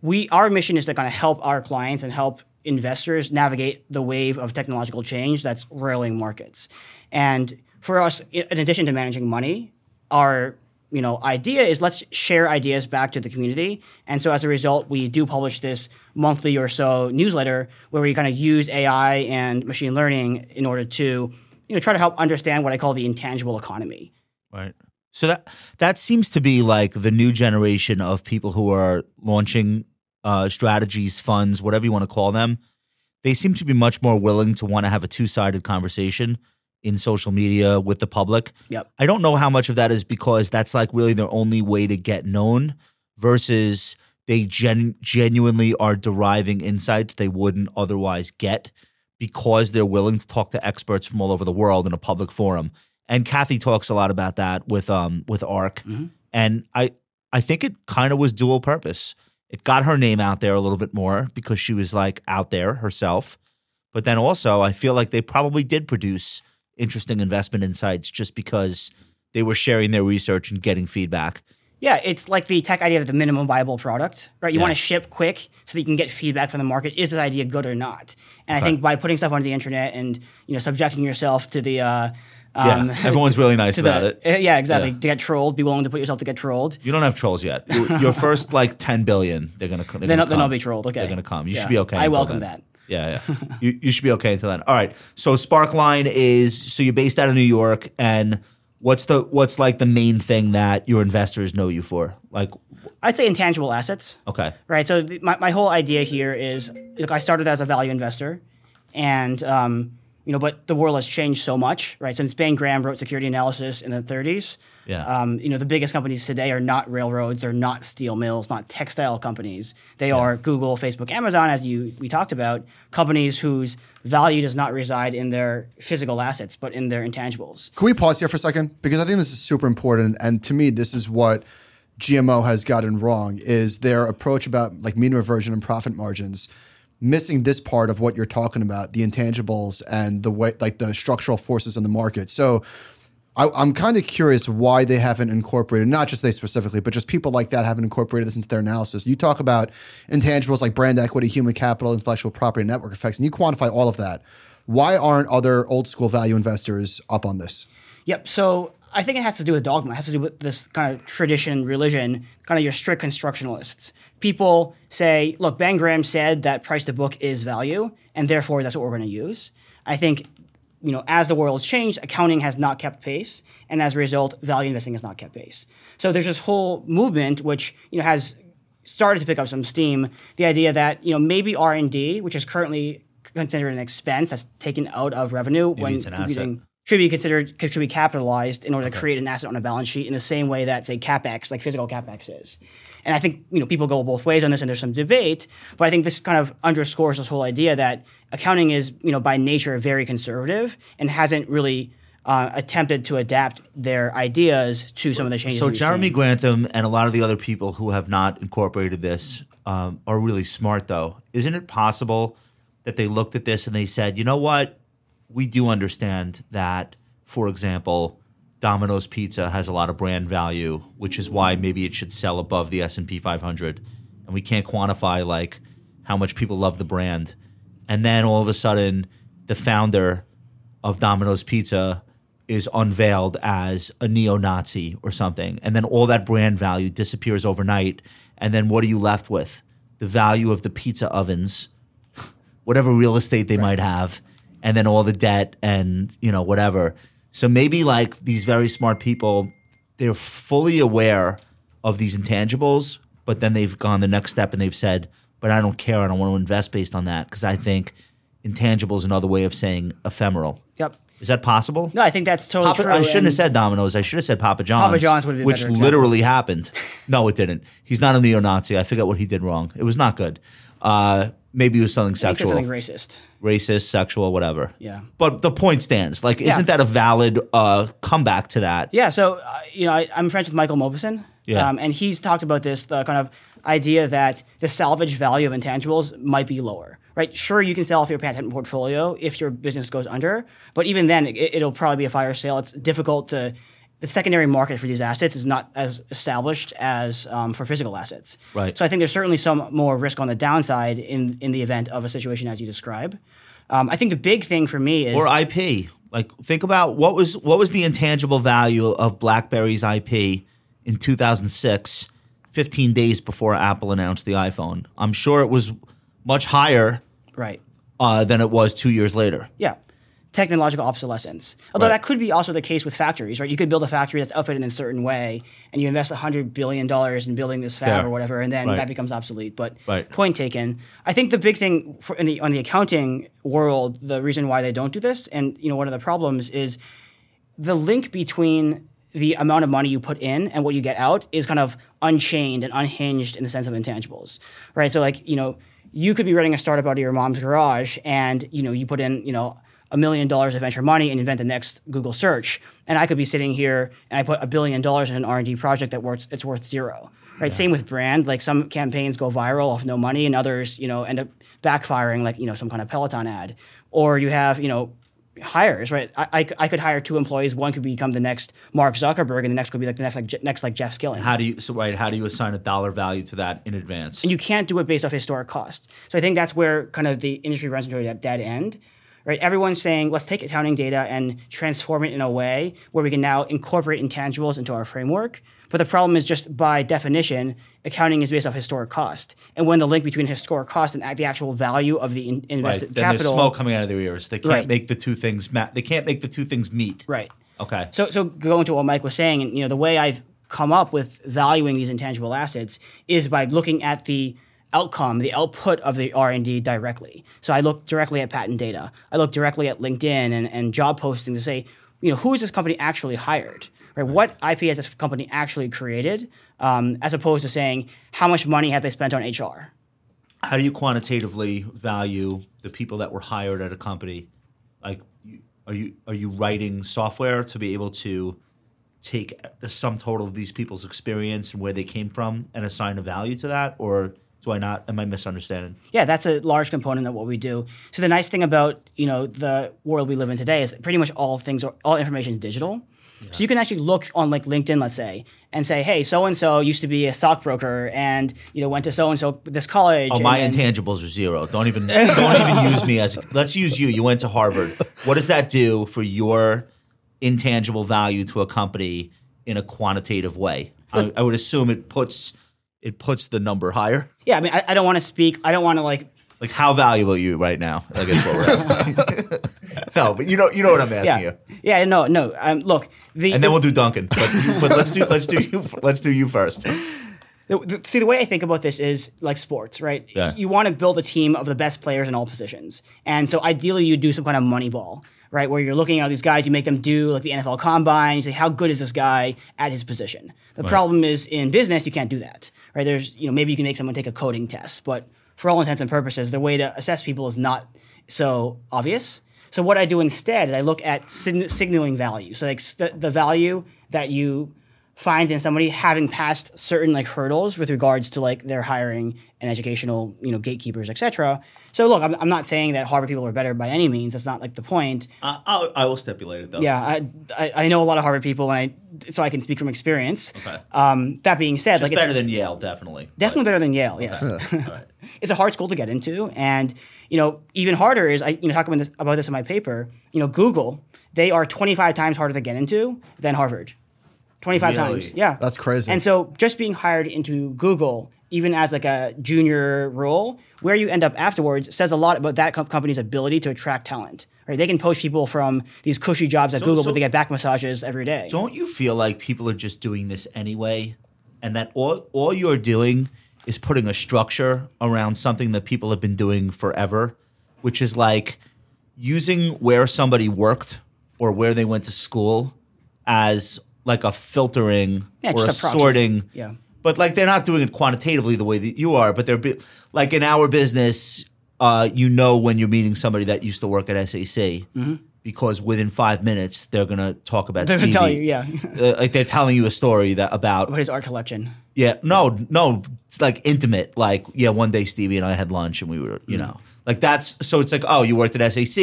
[SPEAKER 3] we our mission is to kind of help our clients and help investors navigate the wave of technological change that's roiling markets. And for us, i- in addition to managing money, our you know idea is let's share ideas back to the community. And so as a result, we do publish this monthly or so newsletter where we kind of use AI and machine learning in order to you know try to help understand what I call the intangible economy.
[SPEAKER 2] right so that that seems to be like the new generation of people who are launching uh, strategies funds whatever you want to call them they seem to be much more willing to want to have a two-sided conversation in social media with the public
[SPEAKER 3] Yep.
[SPEAKER 2] I don't know how much of that is because that's like really their only way to get known versus they gen- genuinely are deriving insights they wouldn't otherwise get because they're willing to talk to experts
[SPEAKER 3] Mm-hmm.
[SPEAKER 2] from all over the world in a public forum. And Kathy talks a lot about that with um with ARC. and I I think it kind of was dual purpose. It got her name out there a little bit more because she was like out there herself, but then also I feel like they probably did produce interesting investment insights just because they were sharing their research and getting feedback.
[SPEAKER 3] Yeah, it's like the tech idea of the minimum viable product, right? You want to ship quick so that you can get feedback from the market. Is this idea good or not? And I think by putting stuff onto the internet and you know subjecting yourself to the uh,
[SPEAKER 2] Yeah,
[SPEAKER 3] [laughs] um,
[SPEAKER 2] everyone's really nice
[SPEAKER 3] to
[SPEAKER 2] about
[SPEAKER 3] the,
[SPEAKER 2] it.
[SPEAKER 3] uh, yeah, exactly. To get trolled, be willing to put yourself to get trolled.
[SPEAKER 2] You don't have trolls yet. Your- Your first like ten billion, they're gonna co- they're
[SPEAKER 3] Then
[SPEAKER 2] gonna
[SPEAKER 3] I'll-
[SPEAKER 2] come.
[SPEAKER 3] then I'll be trolled. Okay,
[SPEAKER 2] They're gonna come. You
[SPEAKER 3] Yeah.
[SPEAKER 2] should be okay.
[SPEAKER 3] I
[SPEAKER 2] until
[SPEAKER 3] welcome
[SPEAKER 2] then.
[SPEAKER 3] that.
[SPEAKER 2] Yeah, yeah. [laughs] you you should be okay until then. All right. So Sparkline is so you're based out of New York, and what's the what's like the main thing that your investors know you for? Like,
[SPEAKER 3] I'd say intangible assets.
[SPEAKER 2] okay,
[SPEAKER 3] right? So th- my, my whole idea here is look, I started as a value investor, and um, you know, but the world has changed so much, right? Since Bain Graham wrote Security Analysis in the 30s,
[SPEAKER 2] Yeah.
[SPEAKER 3] um, you know, the biggest companies today are not railroads, they're not steel mills, not textile companies. They are Google, Facebook, Amazon, as you we talked about, companies whose value does not reside in their physical assets, but in their intangibles.
[SPEAKER 1] Can we pause here for a second? Because I think this is super important, and to me, this is what GMO has gotten wrong: is their approach about like mean reversion and profit margins, missing this part of what you're talking about, the intangibles and the way, like the structural forces in the market. So. I, I'm kind of curious why they haven't incorporated, not just they specifically, but just people like that haven't incorporated this into their analysis. You talk about intangibles like brand equity, human capital, intellectual property, and network effects, and you quantify all of that. Why aren't other old school value investors up on this?
[SPEAKER 3] Yep. So I think it has to do with dogma. It has to do with this kind of tradition, religion, kind of your strict constructionalists. People say, look, Ben Graham said that price to book is value, and therefore that's what we're going to use. I think, you know, as the world's changed, accounting has not kept pace, and as a result, value investing has not kept pace. So there's this whole movement which, you know, has started to pick up some steam. The idea that you know maybe R and D, which is currently considered an expenence that's taken out of revenue when
[SPEAKER 2] it's an asset.
[SPEAKER 3] computing, should be considered should be capitalized in order to create an asset on a balance sheet in the same way that say capex, like physical capex, is. And I think you know people go both ways on this, and there's some debate. But I think this kind of underscores this whole idea that accounting is you know by nature very conservative and hasn't really. Uh, attempted to adapt their ideas to some of the changes.
[SPEAKER 2] so
[SPEAKER 3] we've
[SPEAKER 2] Jeremy
[SPEAKER 3] seen.
[SPEAKER 2] Grantham and a lot of the other people who have not incorporated this um, are really smart, though. Isn't it possible that they looked at this and they said, you know what? We do understand that, for example, Domino's Pizza has a lot of brand value, which is why maybe it should sell above the S and P 500, and we can't quantify like how much people love the brand. And then all of a sudden, the founder of Domino's Pizza is unveiled as a neo-Nazi or something, and then all that brand value disappears overnight. And then what are you left with? The value of the pizza ovens, whatever real estate they might have, and then all the debt and you know whatever. So maybe like these very smart people, they're fully aware of these intangibles, but then they've gone the next step and they've said, "But I don't care. I don't want to invest based on that because I think intangible is another way of saying ephemeral."
[SPEAKER 3] Yep.
[SPEAKER 2] Is that possible?
[SPEAKER 3] No, I think that's totally
[SPEAKER 2] Papa,
[SPEAKER 3] true.
[SPEAKER 2] I shouldn't
[SPEAKER 3] and-
[SPEAKER 2] have said Domino's. I should have said Papa John's.
[SPEAKER 3] Papa John's would be a
[SPEAKER 2] which
[SPEAKER 3] better example.
[SPEAKER 2] literally happened. [laughs] No, it didn't. He's not a neo-Nazi. I forget what he did wrong. It was not good. Uh, maybe he was something
[SPEAKER 3] I think
[SPEAKER 2] sexual,
[SPEAKER 3] something racist.
[SPEAKER 2] racist, sexual, whatever.
[SPEAKER 3] Yeah.
[SPEAKER 2] But the point stands. Like, isn't that a valid uh, comeback to that?
[SPEAKER 3] Yeah, so uh, you know, I, I'm friends with Michael Mobison,
[SPEAKER 2] Yeah.
[SPEAKER 3] um, and he's talked about this the kind of idea that the salvage value of intangibles might be lower, right? Sure, you can sell off your patent portfolio if your business goes under, but even then, it, it'll probably be a fire sale. It's difficult to the secondary market for these assets is not as established as um, for physical assets.
[SPEAKER 2] Right.
[SPEAKER 3] So I think there's certainly some more risk on the downside in in the event of a situation as you describe. Um, I think the big thing for me is
[SPEAKER 2] Or IP. Like, think about what was what was the intangible value of BlackBerry's IP in 2006, 15 days before Apple announced the iPhone. I'm sure it was much higher
[SPEAKER 3] right.
[SPEAKER 2] uh, than it was two years later.
[SPEAKER 3] Yeah. Technological obsolescence. Although
[SPEAKER 2] Right.
[SPEAKER 3] that could be also the case with factories, right? You could build a factory that's outfitted in a certain way, and you invest hundred billion dollars in building this fab
[SPEAKER 2] Fair.
[SPEAKER 3] or whatever, and then
[SPEAKER 2] Right.
[SPEAKER 3] that becomes obsolete. But
[SPEAKER 2] Right.
[SPEAKER 3] point taken. I think the big thing for in the on the accounting world, the reason why they don't do this, and you know, one of the problems is the link between the amount of money you put in and what you get out is kind of unchained and unhinged in the sense of intangibles, right? So like you know, you could be running a startup out of your mom's garage, and you know you put in you know a million dollars of venture money and invent the next Google search. And I could be sitting here and I put a billion dollars in an R and D project that worth it's worth zero. Right. Same with brand. Like some campaigns go viral off no money, and others, you know, end up backfiring, like you know, some kind of Peloton ad. Or you have, you know, hires, right? I, I, I could hire two employees. One could become the next Mark Zuckerberg, and the next could be like the next like Je- next like Jeff Skilling.
[SPEAKER 2] How do you so right? How do you assign a dollar value to that in advance?
[SPEAKER 3] you can't do it based off historic costs. So I think that's where kind of the industry runs into a dead- dead end, right? Everyone's saying, let's take accounting data and transform it in a way where we can now incorporate intangibles into our framework. But the problem is just by definition, accounting is based off historic cost. And when the link between historic cost and act- the actual value of the in-
[SPEAKER 2] right.
[SPEAKER 3] invested
[SPEAKER 2] Then there's
[SPEAKER 3] capital,
[SPEAKER 2] smoke coming out of their ears. They can't
[SPEAKER 3] Right.
[SPEAKER 2] make the two things ma- They can't make the two things meet.
[SPEAKER 3] right?
[SPEAKER 2] Okay.
[SPEAKER 3] So, so going to what Mike was saying, and you know, the way I've come up with valuing these intangible assets is by looking at the outcome, the output of the R and D directly. So I look directly at patent data. I look directly at LinkedIn and, and job postings to say, you know, who is this company actually hired? Right? What IP has this company actually created? Um, as opposed to saying how much money have they spent on HR?
[SPEAKER 2] how do you quantitatively value the people that were hired at a company? Like, you- are you are you writing software to be able to take the sum total of these people's experience and where they came from and assign a value to that, or do I not? Am I misunderstanding?
[SPEAKER 3] yeah, that's a large component of what we do. So the nice thing about you know the world we live in today is that pretty much all things are all information is digital. So you can actually look on like LinkedIn, let's say, and say, hey, so and so used to be a stockbroker and you know went to so and so this college.
[SPEAKER 2] Oh,
[SPEAKER 3] and
[SPEAKER 2] my
[SPEAKER 3] then-
[SPEAKER 2] intangibles are zero. Don't even don't [laughs] even use me as. Let's use you. You went to Harvard. What does that do for your intangible value to a company in a quantitative way? I, I would assume it puts it puts the number higher.
[SPEAKER 3] Yeah, I mean, I, I don't want to speak. I don't want to like.
[SPEAKER 2] Like how valuable are you right now? I guess what we're asking. [laughs] no, but you know you know what I'm
[SPEAKER 3] Yeah,
[SPEAKER 2] asking you.
[SPEAKER 3] yeah, no, no. Um, look, the,
[SPEAKER 2] And then we'll do Duncan. But, you, but let's do let's do you let's do you first.
[SPEAKER 3] The- the- See, the way I think about this is like sports, right?
[SPEAKER 2] Yeah.
[SPEAKER 3] You want to build a team of the best players in all positions. And so ideally, you do some kind of money ball, right? Where you're looking at all these guys, you make them do like the NFL combine, you say, how good is this guy at his position? The problem is in business, you can't do that, right? There's, you know, maybe you can make someone take a coding test, but for all intents and purposes, the way to assess people is not so obvious. So what I do instead is I look at sign- signaling value. So like s- the, the value that you find in somebody having passed certain like hurdles with regards to like their hiring and educational you know gatekeepers etc so look I'm, I'm not saying that harvard people are better by any means that's not like the point
[SPEAKER 2] I, I'll, I will stipulate it though.
[SPEAKER 3] yeah I, I i know a lot of harvard people and i so i can speak from experience um that being said
[SPEAKER 2] It's
[SPEAKER 3] like
[SPEAKER 2] better than Yale, definitely.
[SPEAKER 3] definitely better than yale
[SPEAKER 2] [laughs]
[SPEAKER 3] yes
[SPEAKER 2] All right.
[SPEAKER 3] it's a hard school to get into and you know even harder is i you know talk about this about this in my paper you know google they are 25 times harder to get into than harvard 25
[SPEAKER 2] Really?
[SPEAKER 3] times yeah
[SPEAKER 1] That's crazy.
[SPEAKER 3] and so just being hired into google even as like a junior role where you end up afterwards says a lot about that com- company's ability to attract talent right they can poach people from these cushy jobs at google
[SPEAKER 2] so-
[SPEAKER 3] but they get back massages every day [laughs]
[SPEAKER 2] Don't you feel like people are just doing this anyway, and that all all you're doing is putting a structure around something that people have been doing forever, which is like using where somebody worked or where they went to school as like a filtering
[SPEAKER 3] Yeah,
[SPEAKER 2] or a,
[SPEAKER 3] just a proxy.
[SPEAKER 2] sorting.
[SPEAKER 3] Yeah.
[SPEAKER 2] But like they're not doing it quantitatively the way that you are, but they're be- like in our business, uh, you know when you're meeting somebody that used to work at SAC because within five minutes they're gonna talk about
[SPEAKER 3] Mm-hmm. They're gonna
[SPEAKER 2] Stevie.
[SPEAKER 3] tell you, yeah. [laughs]
[SPEAKER 2] Uh, like they're telling you a story that about
[SPEAKER 3] but his art collection
[SPEAKER 2] yeah, no, no, it's like intimate. Like, yeah, one day Stevie and I had lunch and we were, you know, like that's so it's like, oh, you worked at SAC.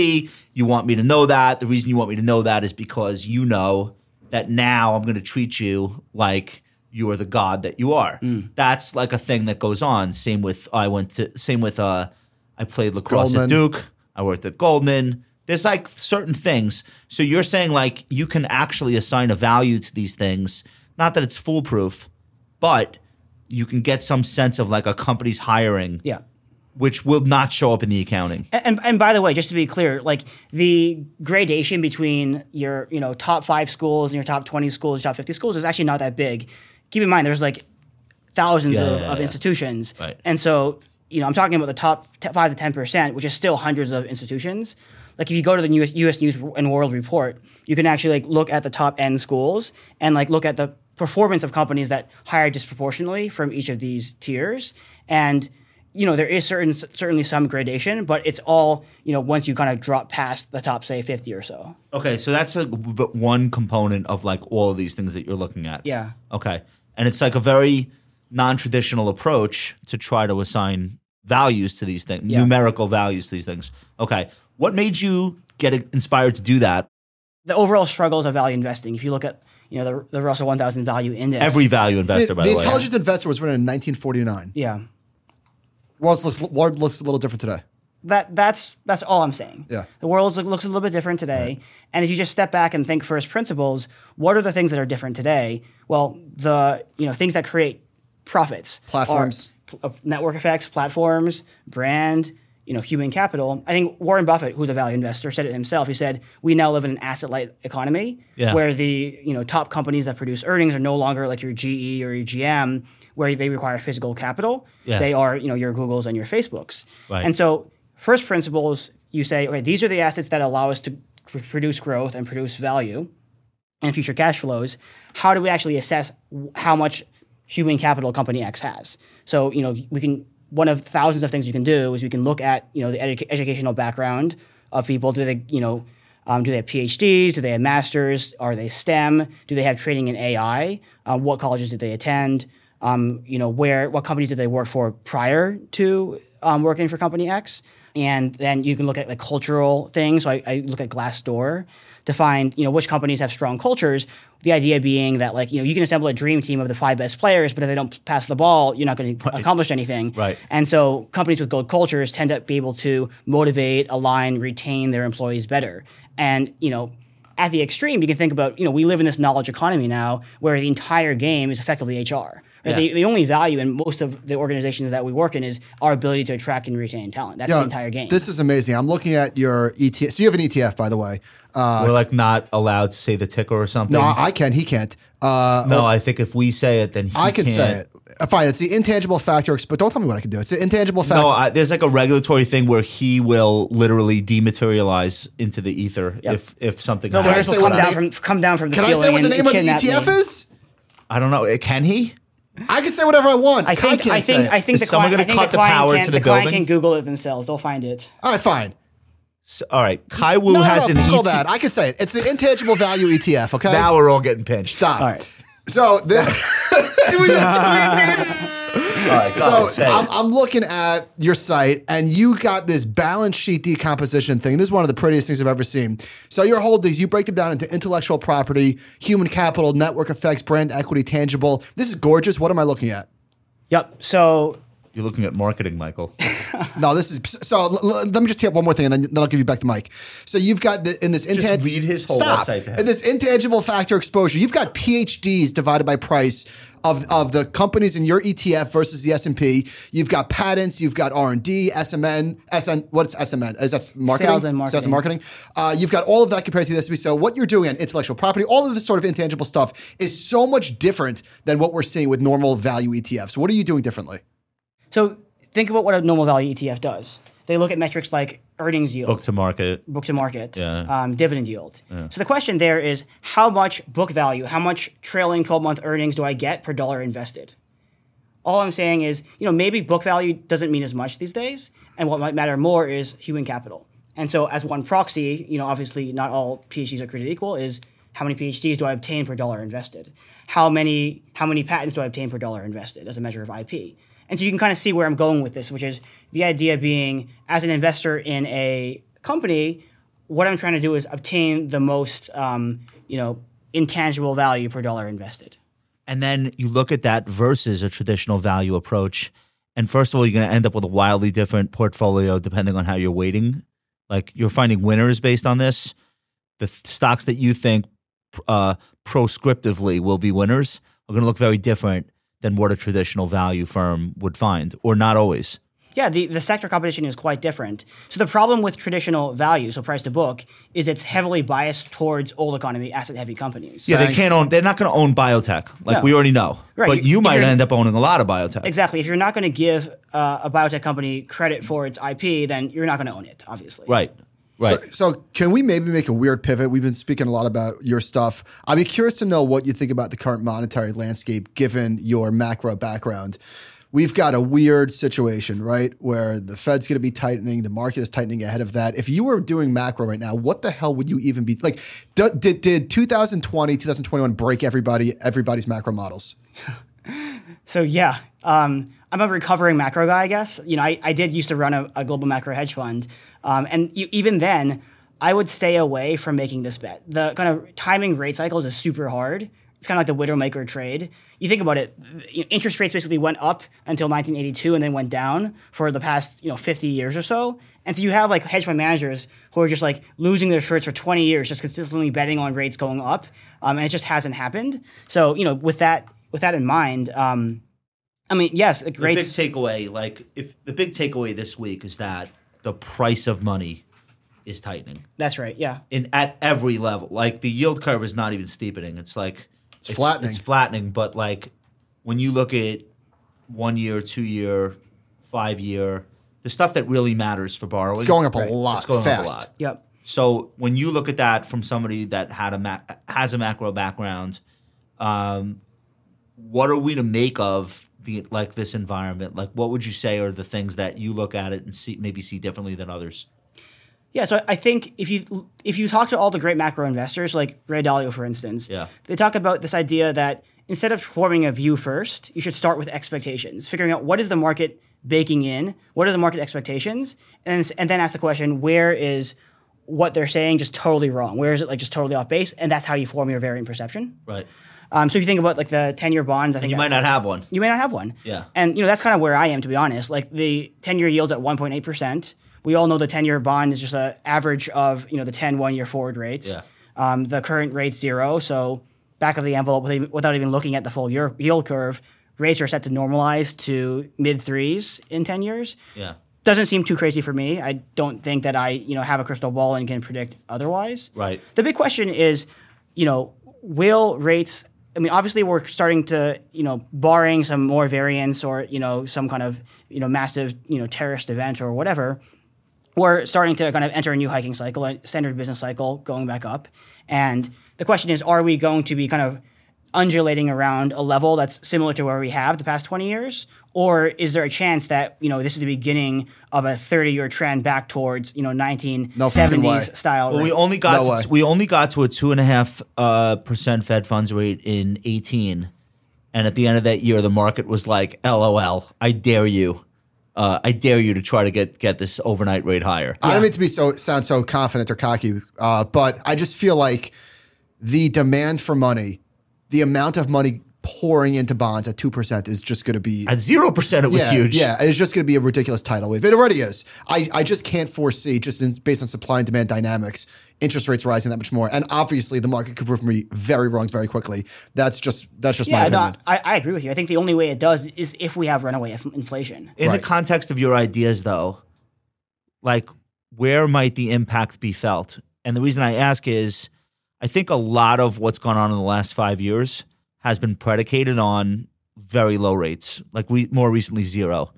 [SPEAKER 2] You want me to know that. The reason you want me to know that is because you know that now I'm going to treat you like you are the god that you are. That's like a thing that goes on. Same with, I went to, same with, uh, I played lacrosse
[SPEAKER 1] Goldman.
[SPEAKER 2] at Duke. I worked at Goldman. There's like certain things. So you're saying like you can actually assign a value to these things. Not that it's foolproof, but you can get some sense of like a company's hiring,
[SPEAKER 3] yeah Eh.
[SPEAKER 2] which will not show up in the accounting.
[SPEAKER 3] And, and by the way, just to be clear, like the gradation between your you know top five schools and your top twenty schools, your top fifty schools is actually not that big. Keep in mind, there's like thousands
[SPEAKER 2] Yeah,
[SPEAKER 3] of,
[SPEAKER 2] yeah,
[SPEAKER 3] of
[SPEAKER 2] yeah.
[SPEAKER 3] institutions,
[SPEAKER 2] Right.
[SPEAKER 3] and so you know I'm talking about the top t- five to ten percent, which is still hundreds of institutions. Like if you go to the US, US News and World Report, you can actually like look at the top end schools and like look at the performance of companies that hire disproportionately from each of these tiers and you know there is certain certainly some gradation, but it's all you know once you kind of drop past the top say fifty or so.
[SPEAKER 2] Okay, so that's a, v- one component of like all of these things that you're looking at.
[SPEAKER 3] Yeah.
[SPEAKER 2] Okay, and it's like a very non-traditional approach to try to assign values to these things,
[SPEAKER 3] Yeah.
[SPEAKER 2] numerical values to these things. Okay, what made you get inspired to do that?
[SPEAKER 3] The overall struggles of value investing. If you look at you know the the Russell one thousand value index,
[SPEAKER 2] Every value investor,
[SPEAKER 1] The,
[SPEAKER 2] by
[SPEAKER 1] the
[SPEAKER 2] the way.
[SPEAKER 1] Intelligent Investor was written in 1949.
[SPEAKER 3] yeah
[SPEAKER 1] World looks world looks a little different today.
[SPEAKER 3] that that's that's all I'm saying.
[SPEAKER 1] Yeah.
[SPEAKER 3] the world look, looks a little bit different today, and if you just step back and think first principles, what are the things that are different today? Well, the you know things that create profits, are
[SPEAKER 1] Platforms.
[SPEAKER 3] pl- uh, network effects, platforms, brand, you know, human capital. I think Warren Buffett, who's a value investor, said it himself. He said, "We now live in an asset-light economy
[SPEAKER 2] Yeah.
[SPEAKER 3] where the you know top companies that produce earnings are no longer like your GE or your GM, where they require physical capital.
[SPEAKER 2] Yeah.
[SPEAKER 3] They are you know your Googles and your Facebooks.
[SPEAKER 2] Right.
[SPEAKER 3] And so, first principles, you say, okay, these are the assets that allow us to pr- produce growth and produce value and future cash flows, how do we actually assess w- how much human capital company X has? So, you know, we can one of thousands of things we can do is we can look at you know the edu- educational background of people. Do they you know um, do they have PhDs? Do they have masters? Are they STEM? Do they have training in AI? Um, what colleges did they attend? Um, you know where what companies did they work for prior to um, working for company X? And then you can look at like cultural things. So I, I look at Glassdoor to find you know which companies have strong cultures. The idea being that like you know you can assemble a dream team of the five best players, but if they don't pass the ball, you're not going to accomplish anything.
[SPEAKER 2] Right.
[SPEAKER 3] And so companies with good cultures tend to be able to motivate, align, retain their employees better. And you know at the extreme, you can think about you know we live in this knowledge economy now where the entire game is effectively HR. Right? The, the only value in most of the organizations that we work in is our ability to attract and retain talent. That's the
[SPEAKER 1] Yeah,
[SPEAKER 3] entire game.
[SPEAKER 1] This is amazing. I'm looking at your ETF. So you have an ETF, by the way. Uh,
[SPEAKER 2] We're like not allowed to say the ticker or something.
[SPEAKER 1] no, I I can. He can't. Uh,
[SPEAKER 2] No, I think if we say it, then he
[SPEAKER 1] I can
[SPEAKER 2] can't.
[SPEAKER 1] say it. Uh, Fine. It's the intangible factor, ex- but don't tell me what I can do. It's the intangible factor.
[SPEAKER 2] No, I, there's like a regulatory thing where he will literally dematerialize into the ether if if something.
[SPEAKER 3] The
[SPEAKER 1] I
[SPEAKER 2] happens.
[SPEAKER 3] lawyers
[SPEAKER 1] say
[SPEAKER 3] will come
[SPEAKER 1] what
[SPEAKER 3] down
[SPEAKER 1] the-
[SPEAKER 3] from come down from the
[SPEAKER 1] can I
[SPEAKER 3] ceiling.
[SPEAKER 1] say what the
[SPEAKER 3] and-
[SPEAKER 1] name
[SPEAKER 3] and
[SPEAKER 1] of the
[SPEAKER 3] kidnap
[SPEAKER 1] ETF
[SPEAKER 3] me.
[SPEAKER 1] is?
[SPEAKER 2] I don't know. Uh, Can he?
[SPEAKER 1] I can say whatever I want.
[SPEAKER 3] I think
[SPEAKER 1] can't
[SPEAKER 3] I think
[SPEAKER 1] say it.
[SPEAKER 3] I think
[SPEAKER 2] Is
[SPEAKER 3] the
[SPEAKER 2] someone
[SPEAKER 3] client,
[SPEAKER 2] gonna
[SPEAKER 3] I think
[SPEAKER 2] cut the
[SPEAKER 3] the client
[SPEAKER 2] power
[SPEAKER 3] can,
[SPEAKER 2] to the
[SPEAKER 3] client
[SPEAKER 2] building?
[SPEAKER 3] can Google it themselves. They'll find it.
[SPEAKER 1] All right, fine.
[SPEAKER 2] So, all right, Kai Wu
[SPEAKER 1] no,
[SPEAKER 2] has
[SPEAKER 1] no,
[SPEAKER 2] an E
[SPEAKER 1] fuck all
[SPEAKER 2] ETF.
[SPEAKER 1] that. I can say it. It's the intangible value ETF. Okay.
[SPEAKER 2] Now we're all getting pinched.
[SPEAKER 1] stop.
[SPEAKER 3] All right.
[SPEAKER 1] So the, [laughs] see
[SPEAKER 2] [laughs]
[SPEAKER 1] what you- see what you did?
[SPEAKER 2] All right, go
[SPEAKER 1] So um,
[SPEAKER 2] ahead, say
[SPEAKER 1] I'm,
[SPEAKER 2] it.
[SPEAKER 1] I'm looking at your site, and you got this balance sheet decomposition thing. This is one of the prettiest things I've ever seen. So your holdings, you break them down into intellectual property, human capital, network effects, brand equity, tangible. This is gorgeous. What am I looking at?
[SPEAKER 3] Yep. So
[SPEAKER 2] You're looking at marketing, Michael.
[SPEAKER 1] No, this is so. l- l- let me just tee up one more thing, and then, then I'll give you back the mic. So you've got the, in this intangible.
[SPEAKER 2] read his whole
[SPEAKER 1] Stop.
[SPEAKER 2] website to him.
[SPEAKER 1] In this intangible factor exposure, you've got PhDs divided by price of of the companies in your ETF versus the S and P. You've got patents. You've got R and D, SMN, SN. What's SMN? Is that marketing?
[SPEAKER 3] Sales and
[SPEAKER 1] Sales and marketing. Uh, you've got all of that compared to the S and P. So what you're doing on intellectual property, all of this sort of intangible stuff, is so much different than what we're seeing with normal value ETFs. What are you doing differently?
[SPEAKER 3] so think about what a normal value ETF does. They look at metrics like earnings yield,
[SPEAKER 2] Book to market.
[SPEAKER 3] book to market,
[SPEAKER 2] Yeah.
[SPEAKER 3] um, dividend yield. So the question there is how much book value, how much trailing 12 month earnings do I get per dollar invested? All I'm saying is, you know, maybe book value doesn't mean as much these days, and what might matter more is human capital. And so, as one proxy, you know, obviously not all PhDs are created equal. Is how many PhDs do I obtain per dollar invested? How many how many patents do I obtain per dollar invested as a measure of IP? And so you can kind of see where I'm going with this, which is the idea being as an investor in a company, what I'm trying to do is obtain the most, um, you know, intangible value per dollar invested.
[SPEAKER 2] And then you look at that versus a traditional value approach. And first of all, you're going to end up with a wildly different portfolio depending on how you're weighting. Like you're finding winners based on this. The th- stocks that you think uh, proscriptively will be winners are going to look very different than what a traditional value firm would find, or not always.
[SPEAKER 3] Yeah, the, the sector competition is quite different. So the problem with traditional value, so price to book, is it's heavily biased towards old economy asset heavy companies.
[SPEAKER 2] Yeah, they can't own. They're not going to own biotech, like
[SPEAKER 3] No.
[SPEAKER 2] we already know.
[SPEAKER 3] Right,
[SPEAKER 2] But
[SPEAKER 3] you-
[SPEAKER 2] you
[SPEAKER 3] if
[SPEAKER 2] might
[SPEAKER 3] you're-
[SPEAKER 2] end up owning a lot of biotech.
[SPEAKER 3] Exactly. If you're not going to give uh, a biotech company credit for its IP, then you're not going to own it, obviously.
[SPEAKER 2] Right. Right.
[SPEAKER 1] So, so can we maybe make a weird pivot? We've been speaking a lot about your stuff. I'd be curious to know what you think about the current monetary landscape, given your macro background. we've got a weird situation, right? Where the Fed's going to be tightening, the market is tightening ahead of that. If you were doing macro right now, what the hell would you even be like? d- Did did 2020, 2021 break everybody everybody's macro models?
[SPEAKER 3] So yeah, um, I'm a recovering macro guy, I guess. You know, I, I did used to run a, a global macro hedge fund, um, and you, even then, I would stay away from making this bet. The kind of timing rate cycles is super hard. It's kind of like the widowmaker trade. You think about it, th- you know, interest rates basically went up until 1982 and then went down for the past you know 50 years or so. And so you have like hedge fund managers who are just like losing their shirts for 20 years, just consistently betting on rates going up, um, and it just hasn't happened. So you know, with that with that in mind, um, I mean, yes, it
[SPEAKER 2] The
[SPEAKER 3] great.
[SPEAKER 2] big takeaway, like if the big takeaway this week is that the price of money is tightening
[SPEAKER 3] that's right. Yeah,
[SPEAKER 2] in at every level. Like the yield curve is not even steepening. It's like it's,
[SPEAKER 1] flattening.
[SPEAKER 2] It's flattening, but like when you look at one year, two year, five year, the stuff that really matters for borrowing,
[SPEAKER 1] It's going up a lot fast.
[SPEAKER 3] yep,
[SPEAKER 2] So when you look at that from somebody that had a ma- has a macro background, um, what are we to make of the like this environment? Like, what would you say are the things that you look at it and see maybe see differently than others?
[SPEAKER 3] yeah. So I think if you if you talk to all the great macro investors, like Ray Dalio, for instance,
[SPEAKER 2] Yeah.
[SPEAKER 3] they talk about this idea that instead of forming a view first, you should start with expectations, figuring out what is the market baking in, what are the market expectations, and and then ask the question, where is what they're saying just totally wrong? Where is it like just totally off base? And that's how you form your variant perception.
[SPEAKER 2] Right.
[SPEAKER 3] Um, so if you think about like the ten-year bonds. I think
[SPEAKER 2] You might not have one.
[SPEAKER 3] you may not have one.
[SPEAKER 2] Yeah.
[SPEAKER 3] And you know that's kind of where I am to be honest. Like the 10-year yields at 1.8%. We all know the 10-year bond is just an average of, you know, the 10 one-year forward rates.
[SPEAKER 2] Yeah.
[SPEAKER 3] Um, the current rate's zero, so back of the envelope without even- without even looking at the full year, yield curve, rates are set to normalize to mid 3s in 10 years.
[SPEAKER 2] Yeah.
[SPEAKER 3] Doesn't seem too crazy for me. I don't think that I, you know, have a crystal ball and can predict otherwise.
[SPEAKER 2] Right.
[SPEAKER 3] The big question is, you know, will rates? I mean, obviously, we're starting to, you know, barring some more variants or you know some kind of you know massive you know terrorist event or whatever, we're starting to kind of enter a new hiking cycle, a standard business cycle going back up. And the question is, are we going to be kind of undulating around a level that's similar to where we have the past 20 years? Or is there a chance that, you know, this is the beginning of a 30 year trend back towards, you know, 1970s
[SPEAKER 1] fucking way.
[SPEAKER 3] style?
[SPEAKER 2] Well, we
[SPEAKER 3] rates?
[SPEAKER 2] only got
[SPEAKER 1] No way.
[SPEAKER 2] to, we only got to a two and a half uh, percent Fed funds rate in eighteen, and at the end of that year, the market was like, "LOL, I dare you, uh, I dare you to try to get get this overnight rate higher."
[SPEAKER 1] I don't mean to be so sound so confident or cocky, uh, but I just feel like the demand for money, the amount of money pouring into bonds at two percent is just going to be
[SPEAKER 2] At zero percent, it was
[SPEAKER 1] yeah,
[SPEAKER 2] huge.
[SPEAKER 1] Yeah, it's just going to be a ridiculous tidal wave. It already is. I, I just can't foresee, just in, based on supply and demand dynamics, interest rates rising that much more. And obviously, the market could prove me very wrong very quickly. That's just that's just my
[SPEAKER 3] Yeah, no,
[SPEAKER 1] opinion.
[SPEAKER 3] I, I agree with you. I think the only way it does is if we have runaway inf- inflation.
[SPEAKER 2] In
[SPEAKER 1] Right.
[SPEAKER 2] the context of your ideas, though, like where might the impact be felt? And the reason I ask is I think a lot of what's gone on in the last five years has been predicated on very low rates, like we more recently zero.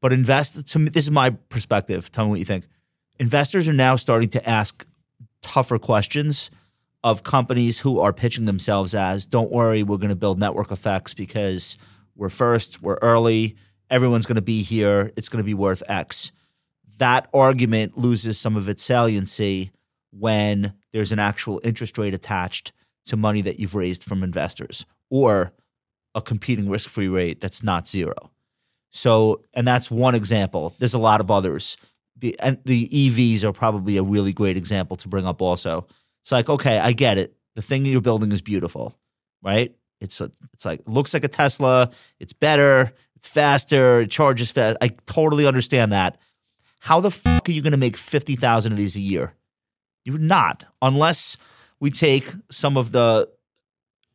[SPEAKER 2] But invest to me, this is my perspective. Tell me what you think. Investors are now starting to ask tougher questions of companies who are pitching themselves as don't worry, we're going to build network effects because we're first, we're early, everyone's going to be here, it's going to be worth X. That argument loses some of its saliency when there's an actual interest rate attached to money that you've raised from investors or a competing risk free rate that's not zero. So, and that's one example. There's a lot of others. The and the EVs are probably a really great example to bring up. Also, it's like okay, I get it. The thing that you're building is beautiful, right? It's a, it's like looks like a Tesla. It's better. It's faster. It charges fast. I totally understand that. How the fuck are you going to make fifty thousand of these a year? You're not, unless we take some of the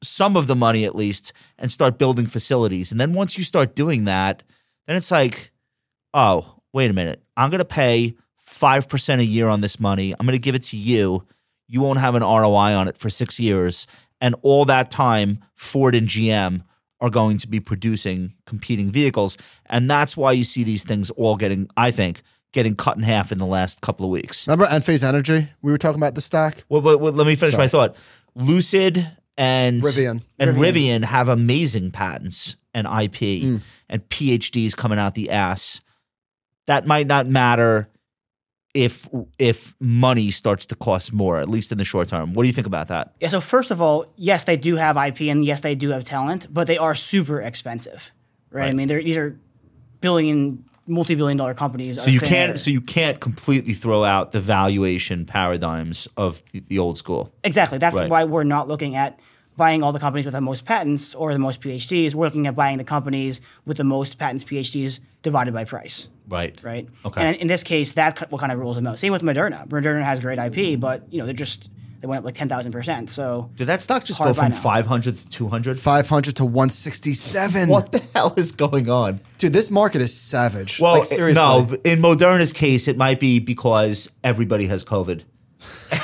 [SPEAKER 2] some of the money at least and start building facilities. And then once you start doing that, then it's like, oh, wait a minute. I'm going to pay 5% a year on this money. I'm going to give it to you. You won't have an ROI on it for six years. And all that time, Ford and GM are going to be producing competing vehicles. And that's why you see these things all getting, I think, getting cut in half in the last couple of weeks.
[SPEAKER 1] Remember Enphase Energy? We were talking about the stock.
[SPEAKER 2] Well, well, well, let me finish my thought. Lucid and
[SPEAKER 1] Rivian.
[SPEAKER 2] and Rivian. have amazing patents, and IP and PhDs coming out the ass. That might not matter if if money starts to cost more, at least in the short term. What do you think about that?
[SPEAKER 3] Yeah, so first of all, yes, they do have IP and yes, they do have talent, but they are super expensive, right? I mean, they're, these are billion, multi-billion dollar companies.
[SPEAKER 2] So you can't so you can't completely throw out the valuation paradigms of the, the old school.
[SPEAKER 3] exactly. That's
[SPEAKER 2] Right.
[SPEAKER 3] why we're not looking at buying all the companies with the most patents or the most PhDs. We're looking at buying the companies with the most patents, PhDs divided by price.
[SPEAKER 2] Right.
[SPEAKER 3] right?
[SPEAKER 2] Okay.
[SPEAKER 3] And in this case, that's what kind of rules them out. Same with Moderna. Moderna has great
[SPEAKER 2] Mm-hmm.
[SPEAKER 3] IP, but you know they're just they went up like ten thousand
[SPEAKER 2] [laughs]
[SPEAKER 3] percent. So
[SPEAKER 2] Did that stock just
[SPEAKER 3] Hard
[SPEAKER 2] go
[SPEAKER 3] by
[SPEAKER 2] from
[SPEAKER 3] now.
[SPEAKER 2] 500 to 200?
[SPEAKER 1] 500 to 167.
[SPEAKER 2] What the hell is going on?
[SPEAKER 1] Dude, this market is savage.
[SPEAKER 2] Well,
[SPEAKER 1] like, seriously.
[SPEAKER 2] no. but In Moderna's case, it might be because everybody has COVID.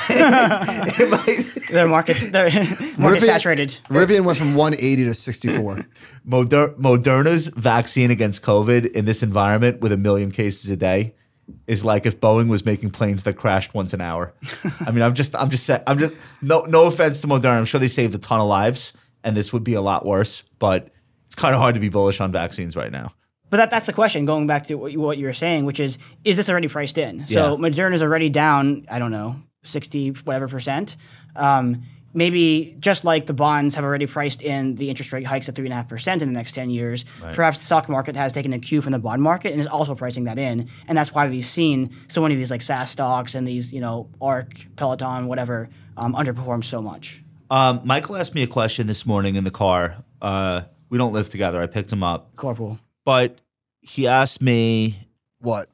[SPEAKER 2] It might-
[SPEAKER 3] their [laughs] markets they're market saturated.
[SPEAKER 1] Rivian went from [laughs] 180 to 64.
[SPEAKER 2] Moder- Moderna's vaccine against COVID in this environment with a million cases a day is like if Boeing was making planes that crashed once
[SPEAKER 1] [laughs]
[SPEAKER 2] an hour. I mean, I'm just, I'm just, sa- I'm just. No, no offense to Moderna. I'm sure they saved a ton of lives, and this would be a lot worse. But it's kind of hard to be bullish on vaccines right now.
[SPEAKER 3] But that, that's the question. Going back to what you, what you were saying, which is, is this already priced in? So
[SPEAKER 2] Yeah.
[SPEAKER 3] Moderna's already down. I don't know, sixty whatever percent. Um, maybe just like the bonds have already priced in the interest rate hikes at three and a half percent in the next ten years. Perhaps the stock market has taken a cue from the bond market and is also pricing that in, and that's why we've seen so many of these like SaaS stocks and these you know Arc, Peloton, whatever, um, underperform so much.
[SPEAKER 2] Um, Michael asked me a question this morning in the car. Uh, we don't live together. I picked him up,
[SPEAKER 3] Corporal.
[SPEAKER 2] but he asked me.
[SPEAKER 1] what?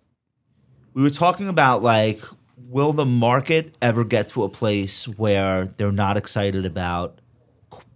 [SPEAKER 2] We were talking about like, will the market ever get to a place where they're not excited about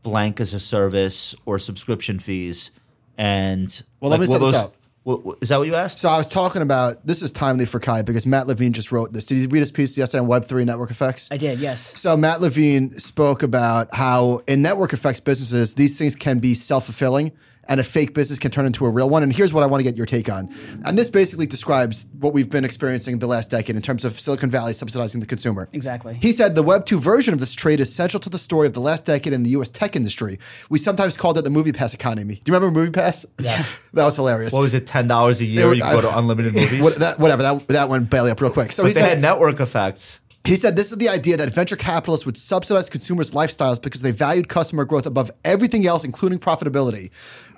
[SPEAKER 2] blank as a service or subscription fees? And
[SPEAKER 1] Well, let me
[SPEAKER 2] will
[SPEAKER 1] set this
[SPEAKER 2] those-
[SPEAKER 1] up.
[SPEAKER 2] will- will- is that what you asked?
[SPEAKER 1] So I was talking about this is timely for Kai because Matt Levine just wrote this. Did you read his piece yesterday on Web3 network effects?
[SPEAKER 3] I did. Yes.
[SPEAKER 1] So Matt Levine spoke about how in network effects businesses, these things can be self-fulfilling and a fake business can turn into a real one. And here's what I want to get your take on. And this basically describes what we've been experiencing the last decade in terms of Silicon Valley subsidizing the consumer.
[SPEAKER 3] Exactly.
[SPEAKER 1] He said the Web 2 version of this trade is central to the story of the last decade in the US tech industry. We sometimes called it the movie pass economy. Do you remember movie pass? Yes. [laughs] that was hilarious.
[SPEAKER 2] What was it? Ten dollars a year?
[SPEAKER 1] were-
[SPEAKER 2] you could go to unlimited
[SPEAKER 1] [laughs]
[SPEAKER 2] movies.
[SPEAKER 1] What- that- whatever that that went belly up real quick. So he
[SPEAKER 2] they
[SPEAKER 1] said
[SPEAKER 2] had network effects.
[SPEAKER 1] he said this is the idea that venture capitalists would subsidize consumers' lifestyles because they valued customer growth above everything else, including profitability.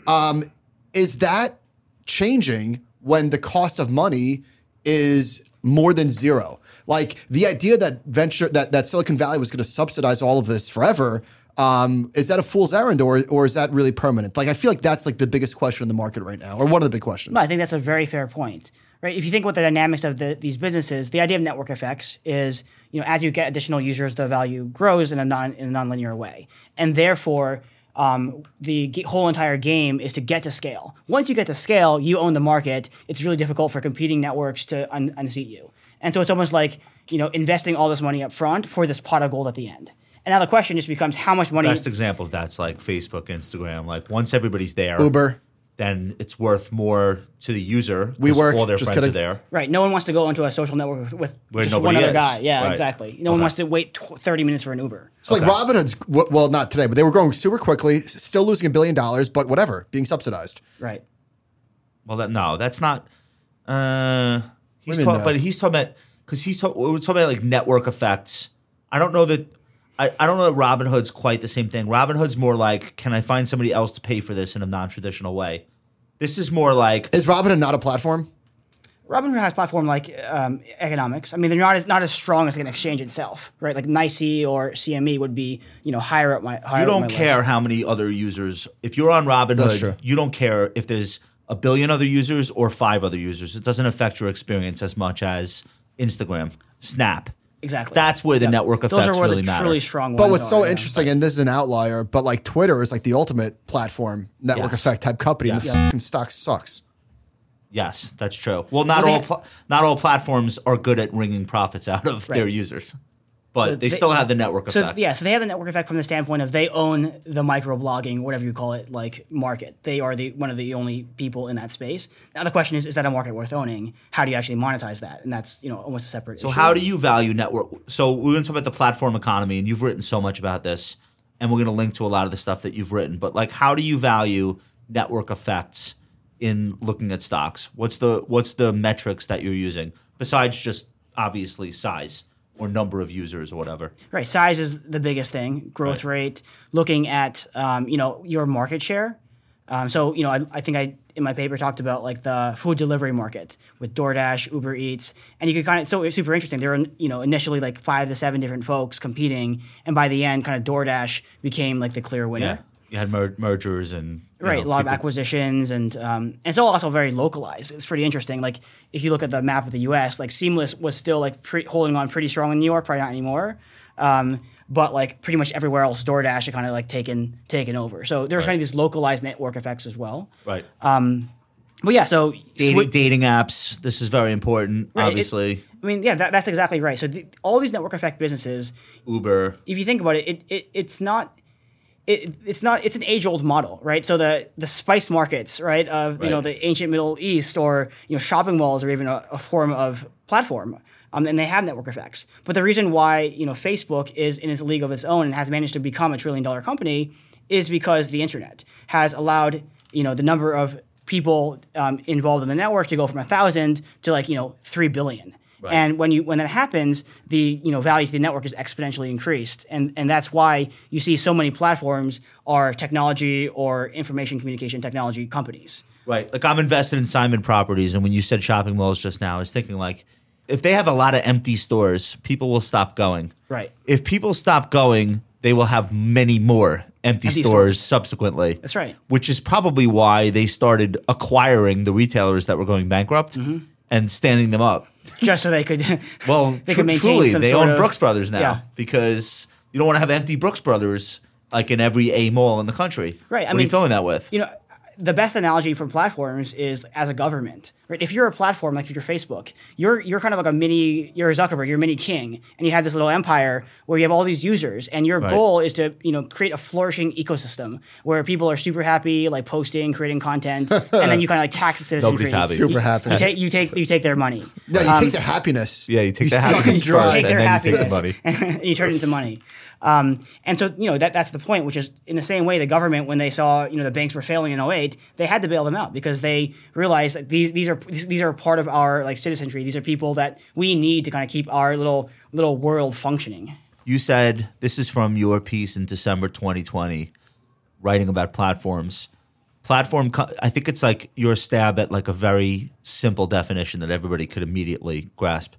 [SPEAKER 1] Um, is that changing when the cost of money is more than zero? Like the idea that venture that, that Silicon Valley was going to subsidize all of this forever. Um, is that a fool's errand or or is that really permanent? Like I feel like that's like the biggest question in the market right now, or one of the big questions.
[SPEAKER 3] No, I think that's a very fair point. Right? If you think about the dynamics of the, these businesses, the idea of network effects is, you know, as you get additional users, the value grows in a non in a nonlinear way, and therefore. Um, the g- whole entire game is to get to scale. Once you get to scale, you own the market. It's really difficult for competing networks to un- unseat you. And so it's almost like you know investing all this money up front for this pot of gold at the end. And now the question just becomes how much money
[SPEAKER 2] best example of that's like Facebook, Instagram. Like once everybody's there,
[SPEAKER 1] Uber.
[SPEAKER 2] then it's worth more to the user. 'cause
[SPEAKER 1] WeWork,
[SPEAKER 2] all their
[SPEAKER 1] just
[SPEAKER 2] friends
[SPEAKER 1] kidding.
[SPEAKER 2] are there.
[SPEAKER 3] Right. No one wants to go into a social network with, with
[SPEAKER 2] Where
[SPEAKER 3] just
[SPEAKER 2] nobody
[SPEAKER 3] one other
[SPEAKER 2] is.
[SPEAKER 3] guy. Yeah,
[SPEAKER 2] Right.
[SPEAKER 3] exactly. No one wants to wait tw- 30 minutes for an Uber.
[SPEAKER 1] So like Robinhood's w- well, not today, but they were growing super quickly, s- still losing a billion dollars, but whatever, being subsidized.
[SPEAKER 3] Right.
[SPEAKER 2] Well, that no, that's not. Uh, he's
[SPEAKER 1] do you mean
[SPEAKER 2] talking,
[SPEAKER 1] no?
[SPEAKER 2] but he's talking about because he's talk, we're talking about like network effects. I don't know that. I, I don't know that Robinhood's quite the same thing. Robinhood's more like, can I find somebody else to pay for this in a non-traditional way? This is more like
[SPEAKER 1] Is Robinhood not a platform?
[SPEAKER 3] Robinhood has platform like um, economics. I mean, they're not as not as strong as like an exchange itself, right? Like NYSE E or CME would be, you know, higher up my. Higher
[SPEAKER 2] you
[SPEAKER 3] up my
[SPEAKER 2] don't
[SPEAKER 3] list.
[SPEAKER 2] care how many other users. If you're on
[SPEAKER 1] That's true.
[SPEAKER 2] Robinhood, you don't care if there's a billion other users or five other users. It doesn't affect your experience as much as Instagram, Snap.
[SPEAKER 3] Exactly.
[SPEAKER 2] That's where the network
[SPEAKER 3] Those
[SPEAKER 2] effects
[SPEAKER 3] are where
[SPEAKER 2] really
[SPEAKER 3] the
[SPEAKER 2] matter.
[SPEAKER 3] truly strong.
[SPEAKER 1] But
[SPEAKER 3] ones
[SPEAKER 1] what's so
[SPEAKER 3] are, yeah.
[SPEAKER 1] interesting, and this is an outlier, but like Twitter is like the ultimate platform network
[SPEAKER 2] Yes.
[SPEAKER 1] effect type company, and the
[SPEAKER 2] Yes.
[SPEAKER 1] fucking stock sucks.
[SPEAKER 2] Yes, that's true. Well, not
[SPEAKER 3] Well,
[SPEAKER 2] all
[SPEAKER 3] they-
[SPEAKER 2] pla- not all platforms are good at wringing profits out of their users, but they,
[SPEAKER 3] they-
[SPEAKER 2] still have the network
[SPEAKER 3] So
[SPEAKER 2] effect.
[SPEAKER 3] yeah, so they have the network effect from the standpoint of they own the microblogging, whatever you call it, like market. They are the one of the only people in that space. Now the question is, is that a market worth owning? How do you actually monetize that? And that's you know almost a separate.
[SPEAKER 2] So how do you value network? So we're going to talk about the platform economy, and you've written so much about this, and we're going to link to a lot of the stuff that you've written. But like, how do you value network effects in looking at stocks? What's the what's the metrics that you're using besides just obviously size or number of users or whatever?
[SPEAKER 3] Right, size is the biggest thing. Growth rate, looking at um, you know your market share. Um, so you know, I, I think I in my paper talked about like the food delivery market with DoorDash, Uber Eats, and you could kind of so it's super interesting. There were you know initially like five to seven different folks competing, and by the end, kind of DoorDash became like the clear winner.
[SPEAKER 2] Yeah, you had mer- mergers and you
[SPEAKER 3] Right,
[SPEAKER 2] know,
[SPEAKER 3] a lot of
[SPEAKER 2] people-
[SPEAKER 3] acquisitions, and um, and it's all also very localized. It's pretty interesting. Like if you look at the map of the U.S., like Seamless was still like pre- holding on pretty strong in New York, probably not anymore. Um, but like pretty much everywhere else, DoorDash had kind of like taken taken over. So there's kind of these localized network effects as well.
[SPEAKER 2] right
[SPEAKER 3] But yeah, so
[SPEAKER 2] dating,
[SPEAKER 3] swi-
[SPEAKER 2] dating apps. This is very important,
[SPEAKER 3] it-
[SPEAKER 2] obviously.
[SPEAKER 3] I mean, yeah, that, that's exactly right. So the, all these network effect businesses,
[SPEAKER 2] Uber.
[SPEAKER 3] if you think about it, it, it it's not. It, it's not. It's an age-old model, right? So the the spice markets, right, of you know
[SPEAKER 2] Right.
[SPEAKER 3] the ancient Middle East, or you know shopping malls, are even a, a form of platform, um, and they have network effects. But the reason why you know Facebook is in its league of its own and has managed to become a trillion-dollar company is because the internet has allowed you know the number of people um, involved in the network to go from a thousand to like you know three billion. And when you when that happens, the you know value to the network is exponentially increased, and and that's why you see so many platforms are technology or information communication technology companies.
[SPEAKER 2] Right. Like I'm invested in Simon Properties, and when you said shopping malls just now, I was thinking like, if they have a lot of empty stores, people will stop going.
[SPEAKER 3] Right.
[SPEAKER 2] If people stop going, they will have many more empty,
[SPEAKER 3] Empty
[SPEAKER 2] stores,
[SPEAKER 3] stores.
[SPEAKER 2] subsequently. That's
[SPEAKER 3] right.
[SPEAKER 2] Which is probably why they started acquiring the retailers that were going bankrupt
[SPEAKER 3] Mm-hmm.
[SPEAKER 2] and standing them up.
[SPEAKER 3] Just so they could [laughs]
[SPEAKER 2] Well, tru-
[SPEAKER 3] they could maintain
[SPEAKER 2] truly,
[SPEAKER 3] some
[SPEAKER 2] they
[SPEAKER 3] sort
[SPEAKER 2] own
[SPEAKER 3] of-
[SPEAKER 2] Brooks Brothers now
[SPEAKER 3] Yeah.
[SPEAKER 2] because you don't want to have empty Brooks Brothers like in every A mall in the country.
[SPEAKER 3] Right, I
[SPEAKER 2] what are
[SPEAKER 3] mean-
[SPEAKER 2] you filling that with?
[SPEAKER 3] you know the best analogy from platforms is as a government right if you're a platform like if you're facebook you're you're kind of like a mini you're a zuckerberg you're a mini king and you have this little empire where you have all these users and your goal is to you know create a flourishing ecosystem where people are super happy like posting creating
[SPEAKER 2] [laughs]
[SPEAKER 3] content and then you kind of like tax the citizenry
[SPEAKER 2] Nobody's happy.
[SPEAKER 1] Super
[SPEAKER 3] you,
[SPEAKER 1] happy.
[SPEAKER 3] you take you take you take their
[SPEAKER 2] [laughs]
[SPEAKER 3] money
[SPEAKER 1] No, you take their happiness.
[SPEAKER 2] Um, yeah, you take their
[SPEAKER 1] suck and
[SPEAKER 2] happiness
[SPEAKER 1] dry.
[SPEAKER 2] first,
[SPEAKER 3] take
[SPEAKER 2] and
[SPEAKER 3] their
[SPEAKER 2] then you take the
[SPEAKER 3] happiness
[SPEAKER 2] money.
[SPEAKER 3] [laughs] and you turn it into money. Um, and so, you know, that, that's the point, which is in the same way the government, when they saw, you know, the banks were failing in 08, they had to bail them out because they realized that these, these are these, these are part of our like citizenry. These are people that we need to kind of keep our little little world functioning.
[SPEAKER 2] You said this is from your piece in December 2020, writing about platforms. Platform, co- I think it's like your stab at like a very simple definition that everybody could immediately grasp.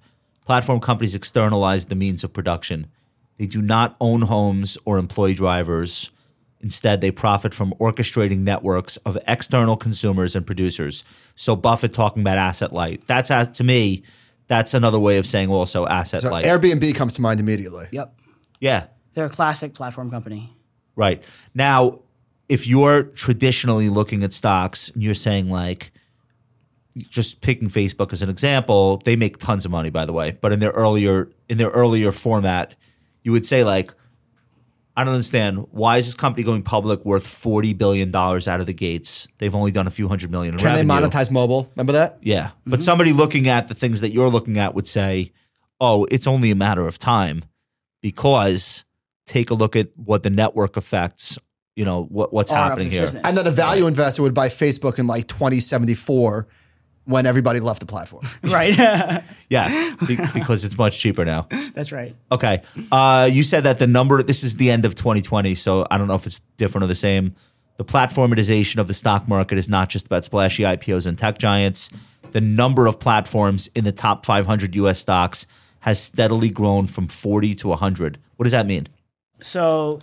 [SPEAKER 2] Platform companies externalize the means of production. They do not own homes or employ drivers. Instead, they profit from orchestrating networks of external consumers and producers. So Buffett talking about asset light. That's a- to me, that's another way of saying also asset
[SPEAKER 1] So
[SPEAKER 2] light.
[SPEAKER 1] Airbnb comes to mind immediately.
[SPEAKER 3] Yep.
[SPEAKER 2] yeah.
[SPEAKER 3] They're a classic platform company.
[SPEAKER 2] Right. Now, if you're traditionally looking at stocks and you're saying like just picking Facebook as an example, they make tons of money by the way, but in their earlier in their earlier format, you would say like I don't understand why is this company going public worth 40 billion dollars out of the gates? They've only done a few hundred million in
[SPEAKER 1] Can
[SPEAKER 2] revenue.
[SPEAKER 1] they monetize mobile? Remember that?
[SPEAKER 2] Yeah.
[SPEAKER 3] Mm-hmm.
[SPEAKER 2] But somebody looking at the things that you're looking at would say, oh, it's only a matter of time because take a look at what the network effects, you know, what, what's
[SPEAKER 3] Are of
[SPEAKER 2] happening
[SPEAKER 3] this
[SPEAKER 2] here.
[SPEAKER 3] business.
[SPEAKER 1] And then a value investor would buy Facebook in like 2074 when everybody left the platform.
[SPEAKER 3] Right. [laughs]
[SPEAKER 2] Yes, be- because it's much cheaper now.
[SPEAKER 3] that's right.
[SPEAKER 2] Okay. Uh, you said that the number, this is the end of 2020, so I don't know if it's different or the same. The platformatization of the stock market is not just about splashy IPOs and tech giants. The number of platforms in the top 500 US stocks has steadily grown from 40 to 100. What does that mean?
[SPEAKER 3] So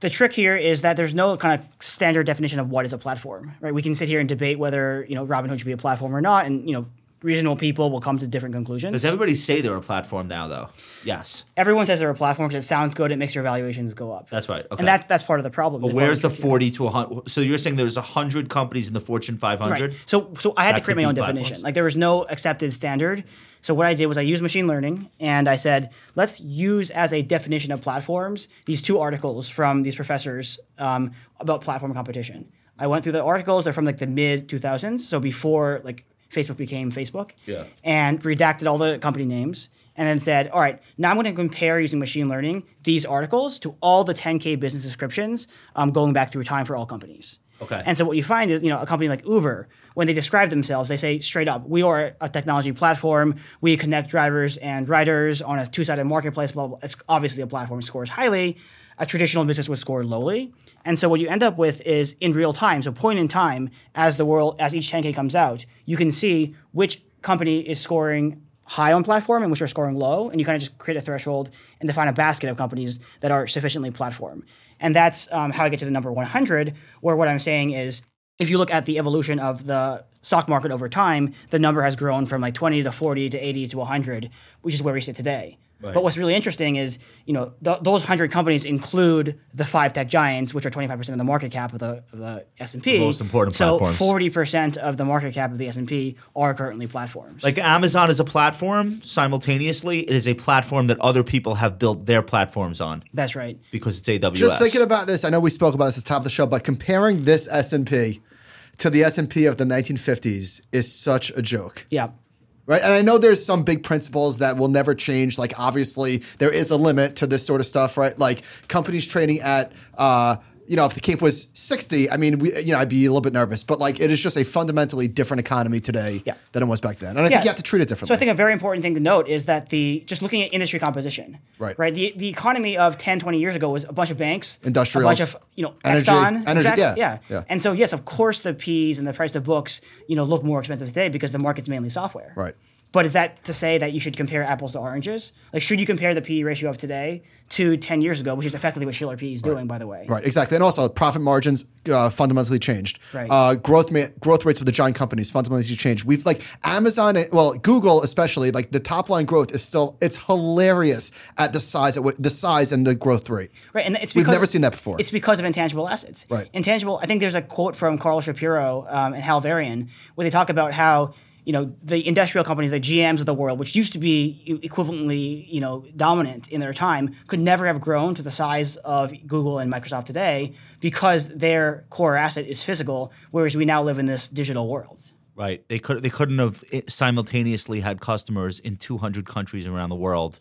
[SPEAKER 3] the trick here is that there's no kind of standard definition of what is a platform, right? We can sit here and debate whether you know Robinhood should be a platform or not, and you know reasonable people will come to different conclusions.
[SPEAKER 2] Does everybody say they're a platform now, though? Yes.
[SPEAKER 3] Everyone says they're a platform because it sounds good, it makes your valuations go up.
[SPEAKER 2] That's right. Okay.
[SPEAKER 3] and that's that's part of the problem.
[SPEAKER 2] But
[SPEAKER 3] part of
[SPEAKER 2] where's the
[SPEAKER 3] trick here.
[SPEAKER 2] 40 to 100? So you're saying there's 100 companies in the Fortune 500?
[SPEAKER 3] Right. So so I had
[SPEAKER 2] That
[SPEAKER 3] to create
[SPEAKER 2] could
[SPEAKER 3] my
[SPEAKER 2] be
[SPEAKER 3] own
[SPEAKER 2] platforms.
[SPEAKER 3] definition. Like there was no accepted standard. So what I did was I used machine learning and I said, let's use as a definition of platforms these two articles from these professors um, about platform competition. I went through the articles. They're from like the mid 2000s, so before like Facebook became Facebook.
[SPEAKER 2] Yeah.
[SPEAKER 3] And redacted all the company names and then said, all right, now I'm going to compare using machine learning these articles to all the 10K business descriptions um, going back through time for all companies.
[SPEAKER 2] Okay.
[SPEAKER 3] And so what you find is, you know, a company like Uber, when they describe themselves, they say straight up, we are a technology platform. We connect drivers and riders on a two-sided marketplace. Blah, blah, blah. It's obviously a platform scores highly. A traditional business would score lowly. And so what you end up with is in real time, so point in time, as the world, as each 10K comes out, you can see which company is scoring high on platform and which are scoring low, and you kind of just create a threshold and define a basket of companies that are sufficiently platform. And that's um, how I get to the number 100, where what I'm saying is if you look at the evolution of the stock market over time, the number has grown from like 20 to 40 to 80 to 100, which is where we sit today. But what's really interesting is, you know, th- those 100 companies include the five tech giants, which are 25% of the market cap of the, of the S&P.
[SPEAKER 2] most important
[SPEAKER 3] so
[SPEAKER 2] platforms.
[SPEAKER 3] 40% of the market cap of the S&P are currently platforms.
[SPEAKER 2] Like Amazon is a platform. Simultaneously, it is a platform that other people have built their platforms on
[SPEAKER 3] That's right.
[SPEAKER 2] because it's AWS.
[SPEAKER 1] Just thinking about this, I know we spoke about this at the top of the show, but comparing this S and P to the S and P of the 1950s is such a joke.
[SPEAKER 3] Yeah.
[SPEAKER 1] right? And I know there's some big principles that will never change. Like obviously, there is a limit to this sort of stuff, right? Like companies trading at, uh, you know, if the Cape was 60, I mean, we, you know, I'd be a little bit nervous. But like, it is just a fundamentally different economy today
[SPEAKER 3] Yeah.
[SPEAKER 1] than it was back then, and I think you have to treat it differently.
[SPEAKER 3] So I think a very important thing to note is that the just looking at industry composition,
[SPEAKER 1] Right.
[SPEAKER 3] Right. The the economy of 10, 20 years ago was a bunch of banks,
[SPEAKER 1] Industrials,
[SPEAKER 3] a bunch of you know
[SPEAKER 1] energy-
[SPEAKER 3] Exxon,
[SPEAKER 1] energy, yeah, yeah.
[SPEAKER 3] And so yes, of course the P's and the price of books you know look more expensive today because the market's mainly software,
[SPEAKER 1] Right.
[SPEAKER 3] But is that to say that you should compare apples to oranges? Like, should you compare the P E ratio of today to 10 years ago, which is effectively what Schiller P E is doing, by the way?
[SPEAKER 1] Right, exactly, and also profit margins uh, fundamentally changed.
[SPEAKER 3] Right.
[SPEAKER 1] Uh, growth ma- growth rates of the giant companies fundamentally changed. We've like Amazon, well, Google especially, like the top line growth is still it's hilarious at the size at what the size and the growth rate.
[SPEAKER 3] Right, and it's
[SPEAKER 1] We've
[SPEAKER 3] because
[SPEAKER 1] never seen that before.
[SPEAKER 3] It's because of intangible assets.
[SPEAKER 1] Right.
[SPEAKER 3] intangible. I think there's a quote from Carl Shapiro um, and Hal Varian where they talk about how you know the industrial companies, the GMs of the world, which used to be e- equivalently you know dominant in their time, could never have grown to the size of Google and Microsoft today because their core asset is physical, whereas we now live in this digital world.
[SPEAKER 2] Right. They could they couldn't have eh, simultaneously had customers in 200 countries around the world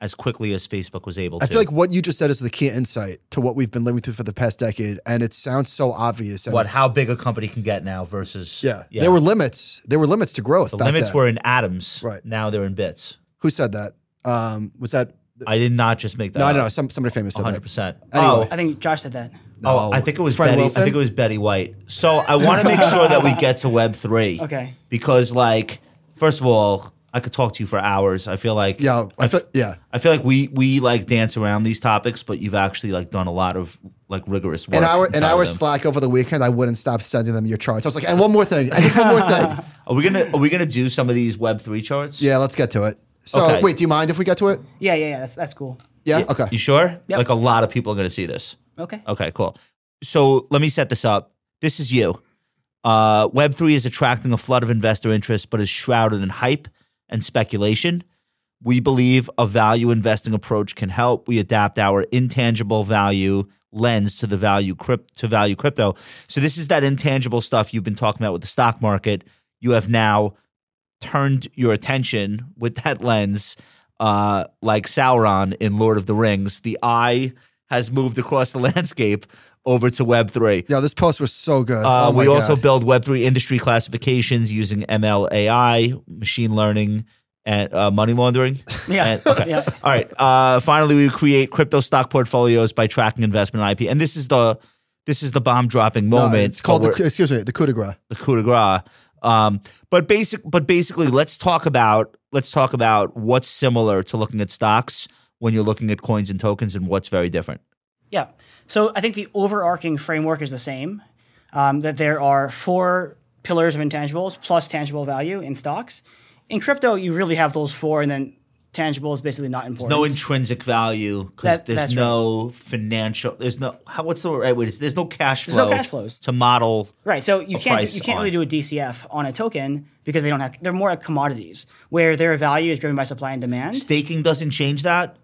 [SPEAKER 2] as quickly as Facebook was able
[SPEAKER 1] I
[SPEAKER 2] to.
[SPEAKER 1] feel like what you just said is the key insight to what we've been living through for the past decade, and it sounds so obvious. and
[SPEAKER 2] what
[SPEAKER 1] it's-
[SPEAKER 2] how big a company can get now versus
[SPEAKER 1] Yeah. there were limits. There were limits to growth.
[SPEAKER 2] the
[SPEAKER 1] back
[SPEAKER 2] limits
[SPEAKER 1] then.
[SPEAKER 2] were in atoms.
[SPEAKER 1] Right.
[SPEAKER 2] Now they're in bits.
[SPEAKER 1] Who said that? Um, was that?
[SPEAKER 2] I did not just make that.
[SPEAKER 1] no,
[SPEAKER 2] up.
[SPEAKER 1] no, no. Some somebody famous said
[SPEAKER 2] 100.
[SPEAKER 1] that.
[SPEAKER 2] percent
[SPEAKER 1] Anyway.
[SPEAKER 3] I think Josh said that.
[SPEAKER 2] Oh, I think it was
[SPEAKER 1] Fred
[SPEAKER 2] Betty.
[SPEAKER 1] Wilson?
[SPEAKER 2] I think it was Betty White. So I
[SPEAKER 1] [laughs]
[SPEAKER 2] want to make sure that we get to Web three.
[SPEAKER 3] Okay.
[SPEAKER 2] Because like, first of all, I could talk to you for hours. I feel like
[SPEAKER 1] Yeah, I feel, yeah.
[SPEAKER 2] I feel like we we like dance around these topics, but you've actually like done a lot of like rigorous work.
[SPEAKER 1] In our in
[SPEAKER 2] inside of
[SPEAKER 1] our
[SPEAKER 2] them.
[SPEAKER 1] Slack over the weekend, I wouldn't stop sending them your charts. I was like, and one more thing, and just one
[SPEAKER 2] [laughs]
[SPEAKER 1] more thing.
[SPEAKER 2] Are we gonna are we gonna do some of these Web three charts?
[SPEAKER 1] Yeah, let's get to it. So,
[SPEAKER 2] Okay.
[SPEAKER 1] wait, do you mind if we get to it?
[SPEAKER 3] Yeah, yeah, yeah. That's that's cool.
[SPEAKER 1] Yeah. Okay.
[SPEAKER 2] You sure?
[SPEAKER 3] Yep.
[SPEAKER 2] Like a lot of people are gonna see this.
[SPEAKER 3] Okay.
[SPEAKER 2] Okay, cool. So let me set this up. This is you. Uh, Web3 is attracting a flood of investor interest, but is shrouded in hype and speculation. We believe a value investing approach can help. We adapt our intangible value lens to the value crypt- to value crypto. So this is that intangible stuff you've been talking about with the stock market. You have now turned your attention with that lens, uh, like Sauron in Lord of the Rings. The eye has moved across the [laughs] landscape over to Web three.
[SPEAKER 1] Yo, this post was so good.
[SPEAKER 2] Uh,
[SPEAKER 1] oh my
[SPEAKER 2] we also
[SPEAKER 1] God.
[SPEAKER 2] build Web3 industry classifications using ML, AI, machine learning, and uh, money
[SPEAKER 1] [laughs]
[SPEAKER 2] laundering.
[SPEAKER 3] Yeah.
[SPEAKER 2] And- okay.
[SPEAKER 3] [laughs] Yeah.
[SPEAKER 2] All right. Uh, finally, we create crypto stock portfolios by tracking investment and IP. And this is the this is the bomb dropping
[SPEAKER 1] No,
[SPEAKER 2] moment.
[SPEAKER 1] Uh, it's called
[SPEAKER 2] but
[SPEAKER 1] the
[SPEAKER 2] we're-
[SPEAKER 1] excuse me the coup de grace.
[SPEAKER 2] the coup de grace. Um, but basic, but basically, let's talk about let's talk about what's similar to looking at stocks when you're looking at coins and tokens, and what's very different.
[SPEAKER 3] Yeah. So I think the overarching framework is the same um, that there are four pillars of intangibles plus tangible value in stocks. In crypto, you really have those four, and then tangible is basically not important.
[SPEAKER 2] no intrinsic value because
[SPEAKER 3] That-
[SPEAKER 2] there's
[SPEAKER 3] that's
[SPEAKER 2] no financial. There's no how. What's the right way? to- There's no cash
[SPEAKER 3] no
[SPEAKER 2] flow.
[SPEAKER 3] cash flows.
[SPEAKER 2] to model.
[SPEAKER 3] Right. So you
[SPEAKER 2] a
[SPEAKER 3] can't
[SPEAKER 2] price
[SPEAKER 3] you can't
[SPEAKER 2] on.
[SPEAKER 3] really do a DCF on a token because they don't have they're more like commodities where their value is driven by supply and demand.
[SPEAKER 2] Staking doesn't change that.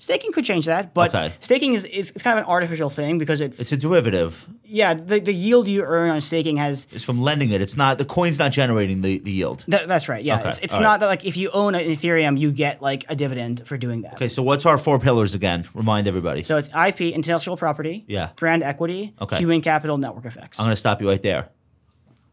[SPEAKER 3] Staking could change that, but
[SPEAKER 2] Okay.
[SPEAKER 3] staking is it's, it's kind of an artificial thing because it's,
[SPEAKER 2] It's a derivative.
[SPEAKER 3] yeah the, the yield you earn on staking has
[SPEAKER 2] It's from lending it. It's not the coin's not generating the, the yield.
[SPEAKER 3] that, that's right yeah
[SPEAKER 2] Okay,
[SPEAKER 3] it's, it's
[SPEAKER 2] all
[SPEAKER 3] not
[SPEAKER 2] right.
[SPEAKER 3] that like if you own an Ethereum you get like a dividend for doing that
[SPEAKER 2] Okay, so what's our four pillars again? Remind everybody.
[SPEAKER 3] so it's IP intellectual property
[SPEAKER 2] Yeah.
[SPEAKER 3] brand equity
[SPEAKER 2] Okay.
[SPEAKER 3] human capital network effects
[SPEAKER 2] I'm going to stop you right there.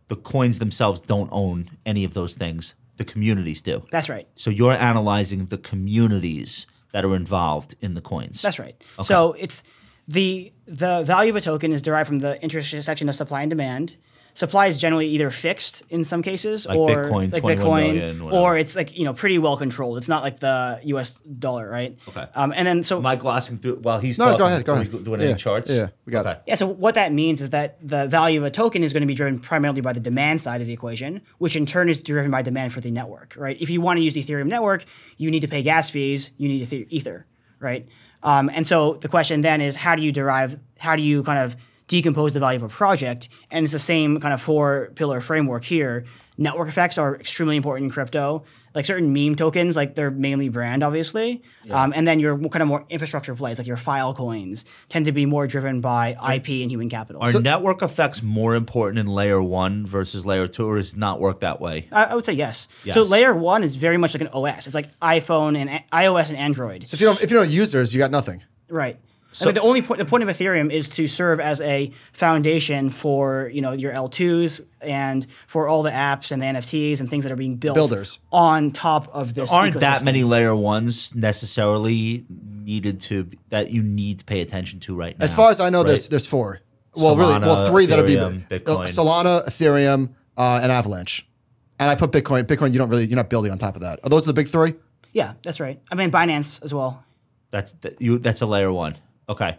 [SPEAKER 2] The coins themselves don't own any of those things. The communities do.
[SPEAKER 3] that's right
[SPEAKER 2] So you're analyzing the communities that are involved in the coins.
[SPEAKER 3] That's right. So it's the the value of a token is derived from the intersection of supply and demand. Supply is generally either fixed in some cases,
[SPEAKER 2] Like
[SPEAKER 3] or
[SPEAKER 2] Bitcoin,
[SPEAKER 3] like
[SPEAKER 2] 21
[SPEAKER 3] Bitcoin,
[SPEAKER 2] million, whatever.
[SPEAKER 3] or it's like you know pretty well controlled. It's not like the U.S. dollar, right?
[SPEAKER 2] Okay.
[SPEAKER 3] Um, and then so
[SPEAKER 2] Am I glossing through while he's
[SPEAKER 1] No, no, go
[SPEAKER 2] talking?
[SPEAKER 1] ahead, go
[SPEAKER 2] Are
[SPEAKER 1] ahead.
[SPEAKER 2] we doing any
[SPEAKER 1] Yeah,
[SPEAKER 2] charts?
[SPEAKER 1] yeah, we got it.
[SPEAKER 2] Okay.
[SPEAKER 3] yeah, so what that means is that the value of a token is going to be driven primarily by the demand side of the equation, which in turn is driven by demand for the network, right? If you want to use the Ethereum network, you need to pay gas fees, you need Ether, ether right? Um, and so the question then is, how do you derive, how do you kind of decompose the value of a project? And it's the same kind of four pillar framework here. Network effects are extremely important in crypto. Like certain meme tokens, like they're mainly brand, obviously. Um, and then your kind of more infrastructure plays, like your file coins, tend to be more driven by IP and human capital.
[SPEAKER 2] Are network effects more important in layer one versus layer two, or is it not work that way?
[SPEAKER 3] I, I would say yes. So
[SPEAKER 2] Yes.
[SPEAKER 3] layer one is very much like an OS. It's like iPhone and a- iOS and Android.
[SPEAKER 1] So if you don't if you don't use theirs, you got nothing.
[SPEAKER 3] Right. So the only point, the point of Ethereum is to serve as a foundation for you know your L2s and for all the apps and the NFTs and things that are being built
[SPEAKER 1] Builders.
[SPEAKER 3] on top of this.
[SPEAKER 2] Aren't that
[SPEAKER 3] ecosystem.
[SPEAKER 2] many layer ones necessarily needed to that you need to pay attention to right now?
[SPEAKER 1] As far as I know, there's
[SPEAKER 2] right?
[SPEAKER 1] there's four. Well, really,
[SPEAKER 2] Solana,
[SPEAKER 1] well, three that'll be
[SPEAKER 2] Ethereum,
[SPEAKER 1] big.
[SPEAKER 2] Bitcoin.
[SPEAKER 1] Uh, Solana, Ethereum, uh, and Avalanche. And I put Bitcoin. Bitcoin, you don't really, you're not building on top of that. Are those the big three?
[SPEAKER 3] Yeah, that's right. I mean Binance as well.
[SPEAKER 2] that's that you. That's a layer one. Okay.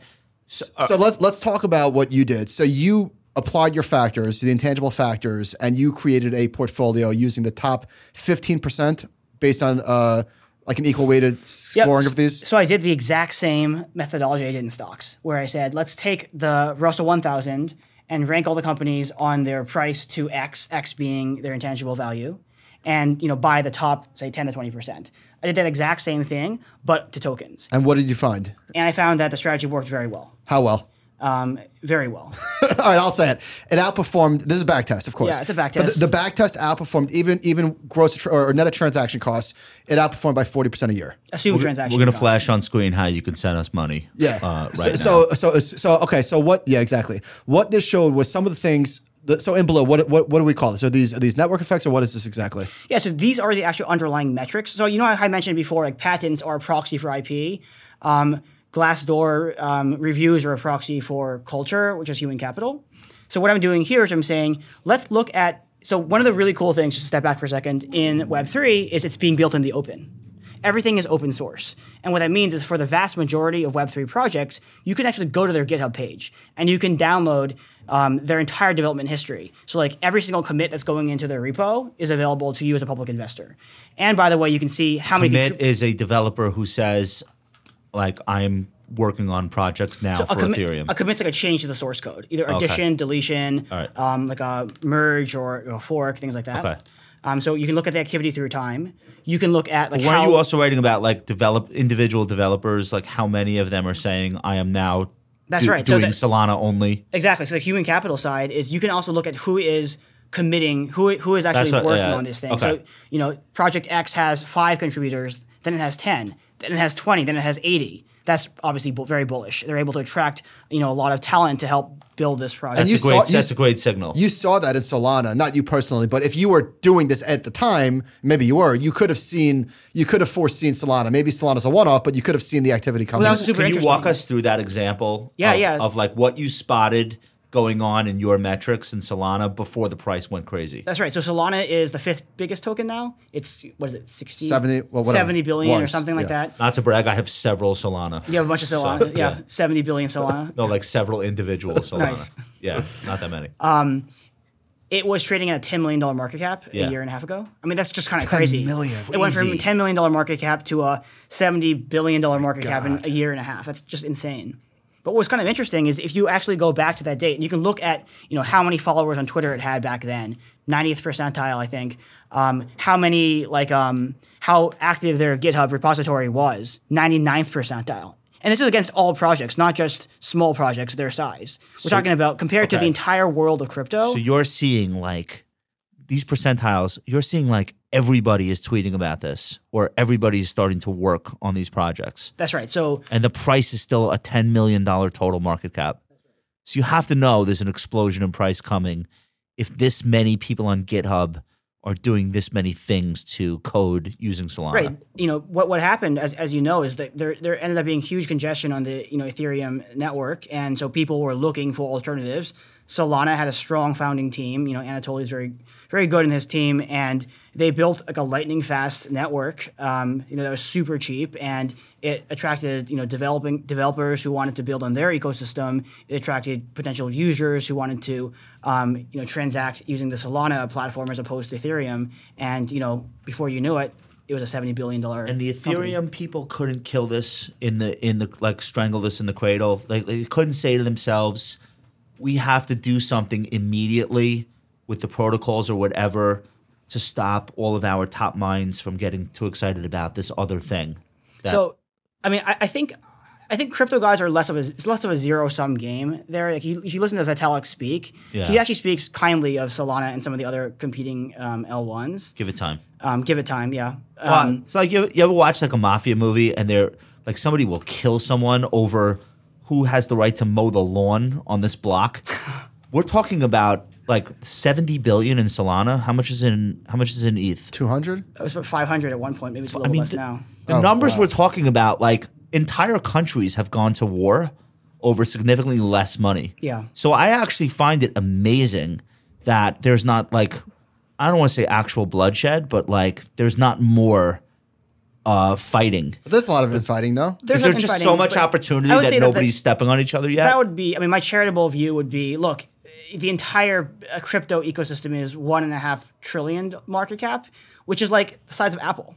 [SPEAKER 3] Uh,
[SPEAKER 1] so let's let's talk about what you did. So you applied your factors, the intangible factors, and you created a portfolio using the top fifteen percent based on uh, like an equal weighted
[SPEAKER 3] Yep.
[SPEAKER 1] scoring of these.
[SPEAKER 3] So I did the exact same methodology I did in stocks, where I said, let's take the Russell 1000 and rank all the companies on their price to X, X being their intangible value, and you know buy the top, say, 10 to 20%. I did that exact same thing, but to tokens.
[SPEAKER 1] And what did you find?
[SPEAKER 3] And I found that the strategy worked very well.
[SPEAKER 1] How well? [laughs]
[SPEAKER 3] Um,
[SPEAKER 2] [laughs]
[SPEAKER 3] very well.
[SPEAKER 1] All right, I'll say it. It outperformed. This is a back test, of course.
[SPEAKER 3] Yeah, it's a back
[SPEAKER 1] But
[SPEAKER 3] test.
[SPEAKER 1] the, the back test outperformed even even gross tr- or net of transaction costs. It outperformed by forty percent a year.
[SPEAKER 3] Assume
[SPEAKER 2] We're
[SPEAKER 3] transaction.
[SPEAKER 2] gonna
[SPEAKER 3] costs.
[SPEAKER 2] flash on screen how you can send us money.
[SPEAKER 1] Yeah.
[SPEAKER 2] Uh, right
[SPEAKER 1] so,
[SPEAKER 2] now.
[SPEAKER 1] so so so okay. So what? Yeah, exactly. What this showed was some of the things. That, so in below, what, what what do we call this? Are these are these network effects, or what is this exactly?
[SPEAKER 3] Yeah, so these are the actual underlying metrics. So you know how I mentioned before, like patents are a proxy for IP. Um, Glassdoor um, reviews are a proxy for culture, which is human capital. So what I'm doing here is I'm saying, let's look at. So one of the really cool things, just to step back for a second, in Web3 is it's being built in the open everything is open source. And what that means is for the vast majority of Web3 projects, you can actually go to their GitHub page and you can download um, their entire development history. So, like every single commit that's going into their repo is available to you as a public investor. And by the way, you can see how many.
[SPEAKER 2] commit
[SPEAKER 3] contri-
[SPEAKER 2] is a developer who says, like, I'm working on projects now for
[SPEAKER 3] a, commi-
[SPEAKER 2] Ethereum.
[SPEAKER 3] a commit's like a change to the source code, either
[SPEAKER 2] Okay.
[SPEAKER 3] addition, deletion,
[SPEAKER 2] right.
[SPEAKER 3] um, like a merge or, or fork, things like that.
[SPEAKER 2] Okay.
[SPEAKER 3] Um, so you can look at the activity through time. You can look at like
[SPEAKER 2] Weren't
[SPEAKER 3] how
[SPEAKER 2] you also writing about like develop individual developers, like how many of them are saying I am now
[SPEAKER 3] That's
[SPEAKER 2] do-
[SPEAKER 3] right. So
[SPEAKER 2] doing
[SPEAKER 3] that-
[SPEAKER 2] Solana only?
[SPEAKER 3] Exactly. So the human capital side is you can also look at who is committing, who who is actually
[SPEAKER 2] That's what-
[SPEAKER 3] working
[SPEAKER 2] yeah,
[SPEAKER 3] on this thing.
[SPEAKER 2] okay.
[SPEAKER 3] So you know, Project X has five contributors, then it has ten, then it has twenty, then it has eighty. That's obviously bu- very bullish. They're able to attract you know a lot of talent to help build this project.
[SPEAKER 1] And
[SPEAKER 2] That's
[SPEAKER 1] you
[SPEAKER 2] a great,
[SPEAKER 1] saw- you-
[SPEAKER 2] that's a great signal.
[SPEAKER 1] You saw that in Solana, not you personally, but if you were doing this at the time, maybe you were, you could have seen, you could have foreseen Solana. Maybe Solana's a one off, but you could have seen the activity coming.
[SPEAKER 3] that was super
[SPEAKER 2] Can you
[SPEAKER 3] interesting.
[SPEAKER 2] walk us through that example?
[SPEAKER 3] Yeah,
[SPEAKER 2] of,
[SPEAKER 3] yeah.
[SPEAKER 2] Of like what you spotted going on in your metrics in Solana before the price went crazy.
[SPEAKER 3] That's right. So Solana is the fifth biggest token now. It's what is it, 60,
[SPEAKER 1] 70 well, whatever.
[SPEAKER 3] 70 billion or
[SPEAKER 1] Was,
[SPEAKER 3] something like
[SPEAKER 1] yeah.
[SPEAKER 3] that.
[SPEAKER 2] Not to brag, I have several Solana.
[SPEAKER 3] You have a bunch of Solana. yeah,
[SPEAKER 2] yeah.
[SPEAKER 3] seventy billion Solana.
[SPEAKER 2] No, like several individual Solana.
[SPEAKER 3] Nice. Uh,
[SPEAKER 2] Yeah, not that many.
[SPEAKER 3] it was trading at a ten million dollar market cap
[SPEAKER 2] Yeah.
[SPEAKER 3] a year and a half ago. I mean, that's just kind of crazy.
[SPEAKER 1] million.
[SPEAKER 3] It went from ten million dollar market cap to a seventy billion dollar market cap in a year and a half. That's just insane. But what's kind of interesting is if you actually go back to that date and you can look at you know how many followers on Twitter it had back then, 90th percentile, I think. Um, how many like um, how active their GitHub repository was, 99th percentile. And this is against all projects, not just small projects their size. We're talking about compared to
[SPEAKER 2] okay.
[SPEAKER 3] the entire world of crypto.
[SPEAKER 2] So you're seeing like these percentiles, you're seeing like everybody is tweeting about this or everybody is starting to work on these projects.
[SPEAKER 3] That's right. So
[SPEAKER 2] And the price is still a $10 million total market cap. So you have to know there's an explosion in price coming if this many people on GitHub are doing this many things to code using Solana.
[SPEAKER 3] Right. You know what what happened, as as you know, is that there there ended up being huge congestion on the you know Ethereum network, and so people were looking for alternatives. Solana had a strong founding team. You know, Anatoly's very very good in his team, and they built like a lightning fast network. Um, you know, that was super cheap, and it attracted you know developing developers who wanted to build on their ecosystem. It attracted potential users who wanted to um, you know transact using the Solana platform as opposed to Ethereum. And you know, before you knew it, it was a seventy billion dollar.
[SPEAKER 2] And the Ethereum people couldn't kill this in the in the like strangle this in the cradle. Like they couldn't say to themselves, "We have to do something immediately with the protocols or whatever to stop all of our top minds from getting too excited about this other thing." That,
[SPEAKER 3] So, I mean, I, I think I think crypto guys are less of a it's less of a zero sum game. There, like you, if you listen to Vitalik speak,
[SPEAKER 2] Yeah.
[SPEAKER 3] he actually speaks kindly of Solana and some of the other competing um, L1s.
[SPEAKER 2] give it time.
[SPEAKER 3] Um, give it time, yeah.
[SPEAKER 2] Well,
[SPEAKER 3] Um,
[SPEAKER 2] it's like you, you ever watch like a mafia movie and they're like somebody will kill someone over who has the right to mow the lawn on this block. We're talking about like seventy billion in Solana. How much is in how much is in E ETH?
[SPEAKER 1] Two hundred.
[SPEAKER 3] it was about five hundred at one point. Maybe it's a little
[SPEAKER 2] mean,
[SPEAKER 3] less
[SPEAKER 2] the-
[SPEAKER 3] now.
[SPEAKER 2] The numbers we're talking about, like entire countries have gone to war over significantly less money.
[SPEAKER 3] Yeah.
[SPEAKER 2] So I actually find it amazing that there's not like I don't want to say actual bloodshed, but like there's not more uh fighting.
[SPEAKER 1] But there's a lot of infighting though.
[SPEAKER 3] There's
[SPEAKER 2] Is there
[SPEAKER 3] some
[SPEAKER 2] just so
[SPEAKER 3] infighting,
[SPEAKER 2] much
[SPEAKER 3] but
[SPEAKER 2] opportunity
[SPEAKER 3] I would
[SPEAKER 2] that
[SPEAKER 3] say the-
[SPEAKER 2] nobody's stepping on each other yet?
[SPEAKER 3] That would be. I mean, my charitable view would be: look, the entire uh, crypto ecosystem is one and a half trillion market cap, which is like the size of Apple,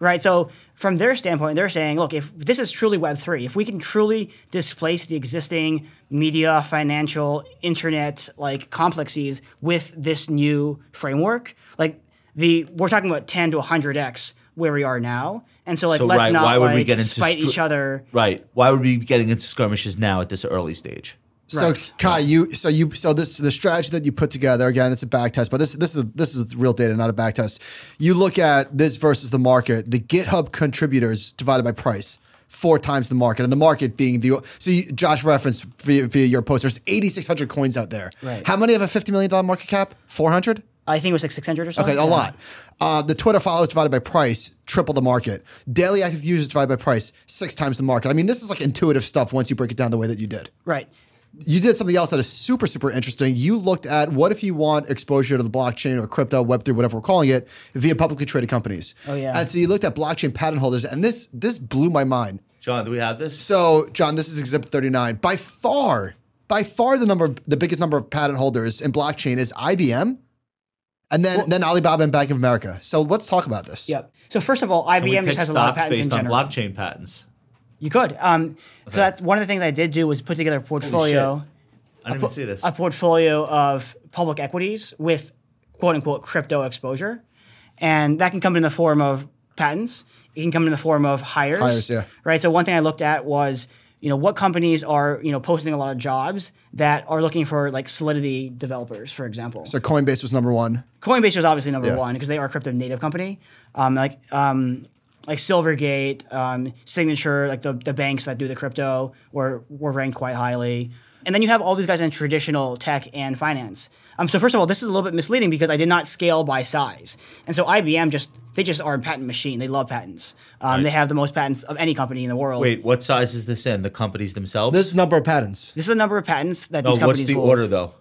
[SPEAKER 3] right? So from their standpoint, they're saying, look, if this is truly Web three, if we can truly displace the existing media, financial, internet like complexes with this new framework, like the we're talking about ten to hundred x where we are now, and so like
[SPEAKER 2] So,
[SPEAKER 3] let's
[SPEAKER 2] right,
[SPEAKER 3] not
[SPEAKER 2] why would we
[SPEAKER 3] like,
[SPEAKER 2] get into
[SPEAKER 3] spite
[SPEAKER 2] stru-
[SPEAKER 3] each other.
[SPEAKER 2] right. Why would we be getting into skirmishes now at this early stage?
[SPEAKER 1] So
[SPEAKER 3] Right.
[SPEAKER 1] Kai, you so you so this the strategy that you put together again. It's a back test, but this this is this is real data, not a back test. You look at this versus the market. The GitHub contributors divided by price. Four times the market, and the market being the so you, Josh referenced via, via your post. There's 8,600 coins out there.
[SPEAKER 3] Right.
[SPEAKER 1] How many have a 50 million dollar market cap? 400.
[SPEAKER 3] I think it was like six hundred or something.
[SPEAKER 1] Okay, a
[SPEAKER 3] Yeah.
[SPEAKER 1] lot. Uh, the Twitter followers divided by price, triple the market. Daily active users divided by price, six times the market. I mean, this is like intuitive stuff once you break it down the way that you did.
[SPEAKER 3] Right.
[SPEAKER 1] You did something else that is super, super interesting. You looked at what if you want exposure to the blockchain or crypto, Web3, whatever we're calling it, via publicly traded companies. Oh,
[SPEAKER 3] yeah.
[SPEAKER 1] And so you looked at blockchain patent holders, and this this blew my mind.
[SPEAKER 2] John, do we have this?
[SPEAKER 1] So, John, this is Exhibit 39. By far, by far, the number, the biggest number of patent holders in blockchain is IBM, and then then Alibaba and Bank of America. So let's talk about this.
[SPEAKER 3] Yep. So first of all,
[SPEAKER 2] Can we
[SPEAKER 3] IBM
[SPEAKER 2] pick
[SPEAKER 3] just has a lot of
[SPEAKER 2] stocks
[SPEAKER 3] patents in
[SPEAKER 2] based on
[SPEAKER 3] general.
[SPEAKER 2] blockchain patents.
[SPEAKER 3] You could. Um, So that's one of the things I did do was put together a portfolio,
[SPEAKER 2] I didn't even see this.
[SPEAKER 3] a portfolio of public equities with quote unquote crypto exposure, and that can come in the form of patents. It can come in the form of hires.
[SPEAKER 1] Hires, yeah.
[SPEAKER 3] Right. So one thing I looked at was you know what companies are you know posting a lot of jobs that are looking for like solidity developers, for example.
[SPEAKER 1] So Coinbase was number one.
[SPEAKER 3] Coinbase was obviously number
[SPEAKER 1] Yeah.
[SPEAKER 3] one because they are a crypto native company. Um, like um, like Silvergate, um, Signature, like the, the banks that do the crypto were were ranked quite highly. And then you have all these guys in traditional tech and finance. Um, so first of all, this is a little bit misleading because I did not scale by size. And so IBM just they just are a patent machine. They love patents. Um, They have the most patents of any company in the world.
[SPEAKER 2] Wait, what size is this in? The companies themselves?
[SPEAKER 1] This is number of patents.
[SPEAKER 3] This is the number of patents that
[SPEAKER 2] no,
[SPEAKER 3] these
[SPEAKER 2] what's
[SPEAKER 3] companies
[SPEAKER 2] the
[SPEAKER 3] hold.
[SPEAKER 2] order though?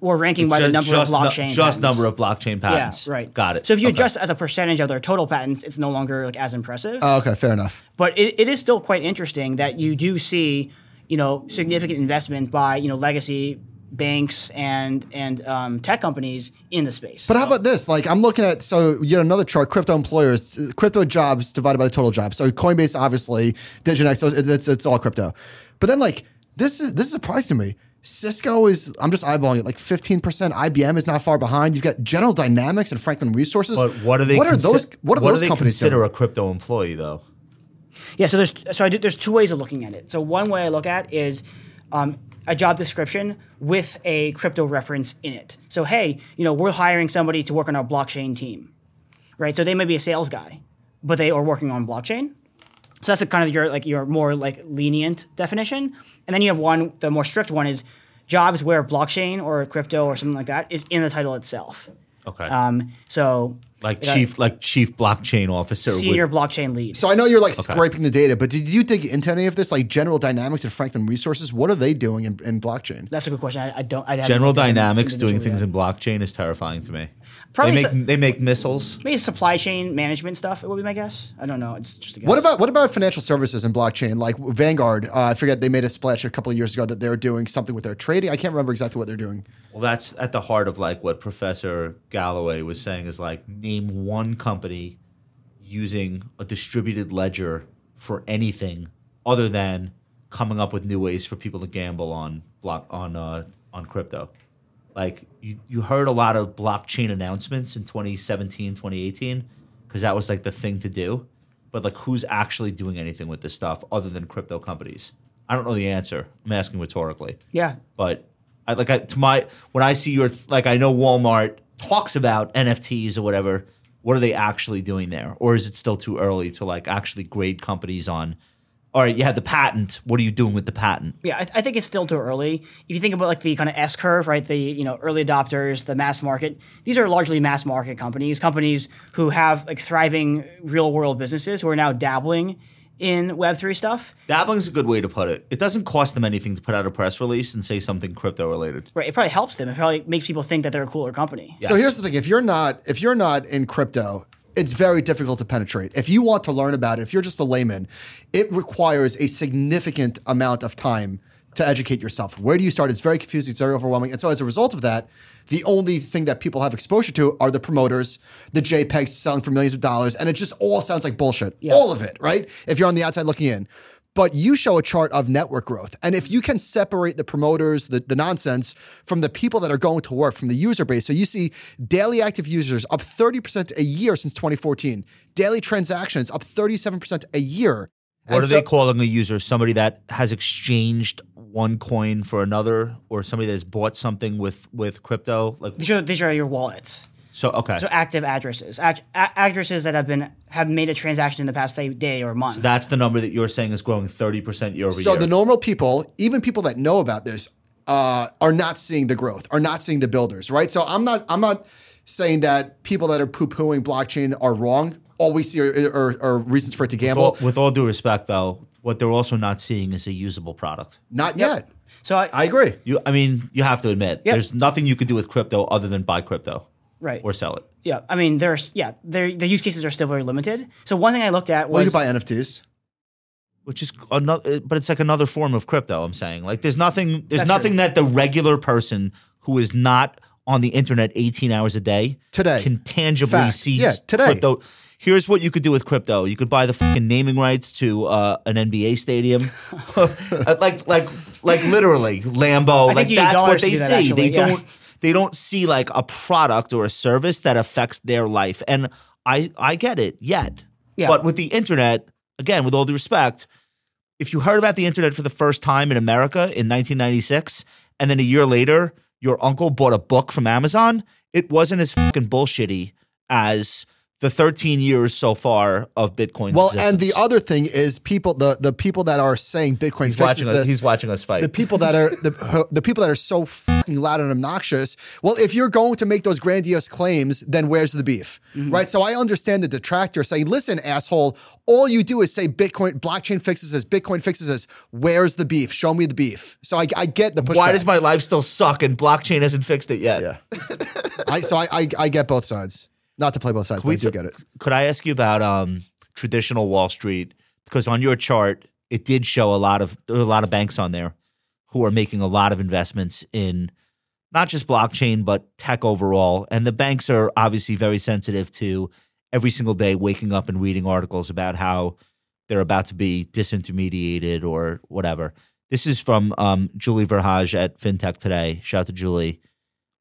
[SPEAKER 3] We're ranking by the number of
[SPEAKER 2] nu-
[SPEAKER 3] blockchain.
[SPEAKER 2] just
[SPEAKER 3] patents.
[SPEAKER 2] number of blockchain
[SPEAKER 3] Yeah,
[SPEAKER 2] patents.
[SPEAKER 3] right.
[SPEAKER 2] Got it.
[SPEAKER 3] So if you
[SPEAKER 2] Okay.
[SPEAKER 3] adjust as a percentage of their total patents, it's no longer like as impressive. Uh,
[SPEAKER 1] Oh, okay, fair enough.
[SPEAKER 3] but it, it is still quite interesting that you do see, you know, significant investment by you know legacy banks and and um, tech companies in the space.
[SPEAKER 1] But how about this? Like, I'm looking at so yet another chart: crypto employers, crypto jobs divided by the total jobs. So Coinbase, obviously, Diginex, so it's it's all crypto. But then like This is this is surprising to me. Cisco is I'm just eyeballing it like 15%. IBM is not far behind. You've got General Dynamics and Franklin Resources.
[SPEAKER 2] But what are they?
[SPEAKER 1] What are
[SPEAKER 2] consi-
[SPEAKER 1] those? What are
[SPEAKER 2] what
[SPEAKER 1] those
[SPEAKER 2] do they
[SPEAKER 1] companies
[SPEAKER 2] consider
[SPEAKER 1] doing?
[SPEAKER 2] a crypto employee though?
[SPEAKER 3] Yeah, so there's so I do, there's two ways of looking at it. So one way I look at is um, a job description with a crypto reference in it. So hey, you know, we're hiring somebody to work on our blockchain team, right? So they may be a sales guy, but they are working on blockchain. So that's a kind of your like your more like lenient definition, and then you have one the more strict one is jobs where blockchain or crypto or something like that is in the title itself.
[SPEAKER 2] Okay,
[SPEAKER 3] Um, so
[SPEAKER 2] like chief, like chief blockchain officer. would-
[SPEAKER 3] senior blockchain lead.
[SPEAKER 1] So I know you're like scraping the data, but did you dig into any of this? Like General Dynamics and Franklin Resources, what are they doing in, in blockchain?
[SPEAKER 3] that's a good question. I, I don't. I haven't
[SPEAKER 2] General
[SPEAKER 3] looked at it
[SPEAKER 2] Dynamics doing
[SPEAKER 3] individually
[SPEAKER 2] things
[SPEAKER 3] yet.
[SPEAKER 2] in blockchain is terrifying to me.
[SPEAKER 3] Probably
[SPEAKER 2] they make
[SPEAKER 3] so-
[SPEAKER 2] they make missiles.
[SPEAKER 3] Maybe supply chain management stuff. It would be my guess. I don't know. It's just a guess.
[SPEAKER 1] What about what about financial services and blockchain? Like Vanguard, uh, I forget they made a splash a couple of years ago that they were doing something with their trading. I can't remember exactly what they're doing.
[SPEAKER 2] Well, that's at the heart of like what Professor Galloway was saying is like name one company using a distributed ledger for anything other than coming up with new ways for people to gamble on block on uh, on crypto. Like you, you heard a lot of blockchain announcements in 2017, 2018 because that was like the thing to do. But like who's actually doing anything with this stuff other than crypto companies? I don't know the answer. I'm asking rhetorically
[SPEAKER 3] Yeah.
[SPEAKER 2] but I, like I, to my when I see your like I know Walmart talks about NFTs or whatever. What are they actually doing there, or is it still too early to like actually grade companies on? All right, you have the patent. What are you doing with the patent?
[SPEAKER 3] Yeah, I, I think it's still too early. If you think about like the kind of S curve, right? The you know early adopters, the mass market. These are largely mass market companies, companies who have like thriving real world businesses who are now dabbling in Web three stuff.
[SPEAKER 2] Dabbling's a good way to put it. It doesn't cost them anything to put out a press release and say something crypto related.
[SPEAKER 3] Right. It probably helps them. It probably makes people think that they're a cooler company.
[SPEAKER 1] So here's the thing: if you're not if you're not in crypto, it's very difficult to penetrate. If you want to learn about it, if you're just a layman, it requires a significant amount of time to educate yourself. Where do you start? It's very confusing. It's very overwhelming. And so as a result of that, the only thing that people have exposure to are the promoters, the JPEGs selling for millions of dollars, and it just all sounds like bullshit. All of it, right? If you're on the outside looking in but you show a chart of network growth. And if you can separate the promoters, the, the nonsense from the people that are going to work, from the user base, so you see daily active users up 30% a year since 2014, daily transactions up 37% a year.
[SPEAKER 2] What
[SPEAKER 1] And
[SPEAKER 2] are
[SPEAKER 1] so-
[SPEAKER 2] they calling a user? Somebody that has exchanged one coin for another, or somebody that has bought something with with crypto? Like
[SPEAKER 3] These are these are your wallets.
[SPEAKER 2] so, okay.
[SPEAKER 3] So active addresses, Ad- a- addresses that have been have made a transaction in the past say day or month.
[SPEAKER 2] That's the number that you're saying is growing 30% year over
[SPEAKER 1] So
[SPEAKER 2] year.
[SPEAKER 1] the normal people, even people that know about this, uh, are not seeing the growth, are not seeing the builders, right? So I'm not, I'm not saying that people that are poo-pooing blockchain are wrong. All we see are, are, are reasons for it to gamble.
[SPEAKER 2] Well, with all due respect, though, what they're also not seeing is a usable product.
[SPEAKER 1] Not yet.
[SPEAKER 3] So I,
[SPEAKER 1] I agree.
[SPEAKER 2] You, I mean, you have to admit, there's nothing you could do with crypto other than buy crypto
[SPEAKER 3] right.
[SPEAKER 2] or sell it.
[SPEAKER 3] Yeah, I mean, there's yeah, their the use cases are still very limited. So one thing I looked at
[SPEAKER 1] Well,
[SPEAKER 3] was
[SPEAKER 1] you buy NFTs.
[SPEAKER 2] Which is another, uh, but it's like another form of crypto. I'm saying, like, there's nothing, there's
[SPEAKER 3] That's
[SPEAKER 2] nothing
[SPEAKER 3] true.
[SPEAKER 2] that the regular person who is not on the internet 18 hours a day
[SPEAKER 1] Today.
[SPEAKER 2] can tangibly
[SPEAKER 1] Fact.
[SPEAKER 2] see
[SPEAKER 1] Yeah, today.
[SPEAKER 2] crypto. Here's what you could do with crypto: you could buy the fucking naming rights to uh, an NBA [laughs] stadium, Uh, like like like literally Lambo.
[SPEAKER 3] I think
[SPEAKER 2] like
[SPEAKER 3] you need
[SPEAKER 2] that's what
[SPEAKER 3] dollars to
[SPEAKER 2] they
[SPEAKER 3] do that,
[SPEAKER 2] see.
[SPEAKER 3] actually,
[SPEAKER 2] they
[SPEAKER 3] yeah.
[SPEAKER 2] don't they don't see like a product or a service that affects their life. And I I get it yet,
[SPEAKER 3] Yeah.
[SPEAKER 2] but with the internet, again, with all due respect, if you heard about the internet for the first time in America in 1996, and then a year later your uncle bought a book from Amazon, it wasn't as fucking bullshitty as the 13 years so far of Bitcoin's
[SPEAKER 1] Well,
[SPEAKER 2] existence.
[SPEAKER 1] and the other thing is people the the people that are saying Bitcoin
[SPEAKER 2] he's watching
[SPEAKER 1] fixes
[SPEAKER 2] us,
[SPEAKER 1] this.
[SPEAKER 2] he's watching us fight.
[SPEAKER 1] the people that are the, the people that are so fucking loud and obnoxious. Well, if you're going to make those grandiose claims, then where's the beef,
[SPEAKER 2] Mm-hmm.
[SPEAKER 1] right? So I understand the detractor saying, "Listen, asshole, all you do is say Bitcoin, blockchain fixes this, Bitcoin fixes this. Where's the beef? Show me the beef." So I, I get the pushback.
[SPEAKER 2] Why does my life still suck and blockchain hasn't fixed it yet?
[SPEAKER 1] yeah? I, so I, I I get both sides. Not to play both sides, but I do get it.
[SPEAKER 2] Could I ask you about um, traditional Wall Street? Because on your chart, it did show a lot of there are a lot of banks on there who are making a lot of investments in not just blockchain but tech overall. And the banks are obviously very sensitive to every single day waking up and reading articles about how they're about to be disintermediated or whatever. This is from um, Julie Verhage at FinTech Today. Shout out to Julie.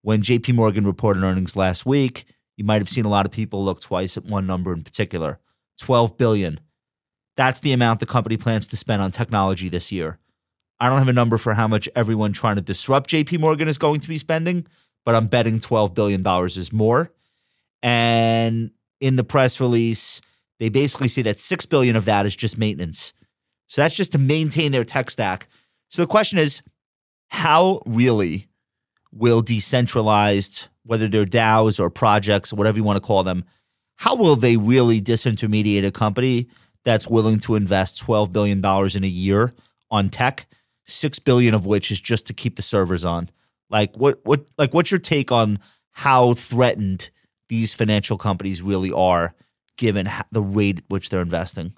[SPEAKER 2] When JP Morgan reported earnings last week, you might have seen a lot of people look twice at one number in particular 12 billion. That's the amount the company plans to spend on technology this year. I don't have a number for how much everyone trying to disrupt JP Morgan is going to be spending, but I'm betting $12 billion is more. And in the press release, they basically say that 6 billion of that is just maintenance. So that's just to maintain their tech stack. So the question is how really will decentralized, whether they're DAOs or projects, whatever you want to call them, how will they really disintermediate a company that's willing to invest $12 billion in a year on tech, $6 billion of which is just to keep the servers on? Like what what like what's your take on how threatened these financial companies really are given ho- the rate at which they're investing?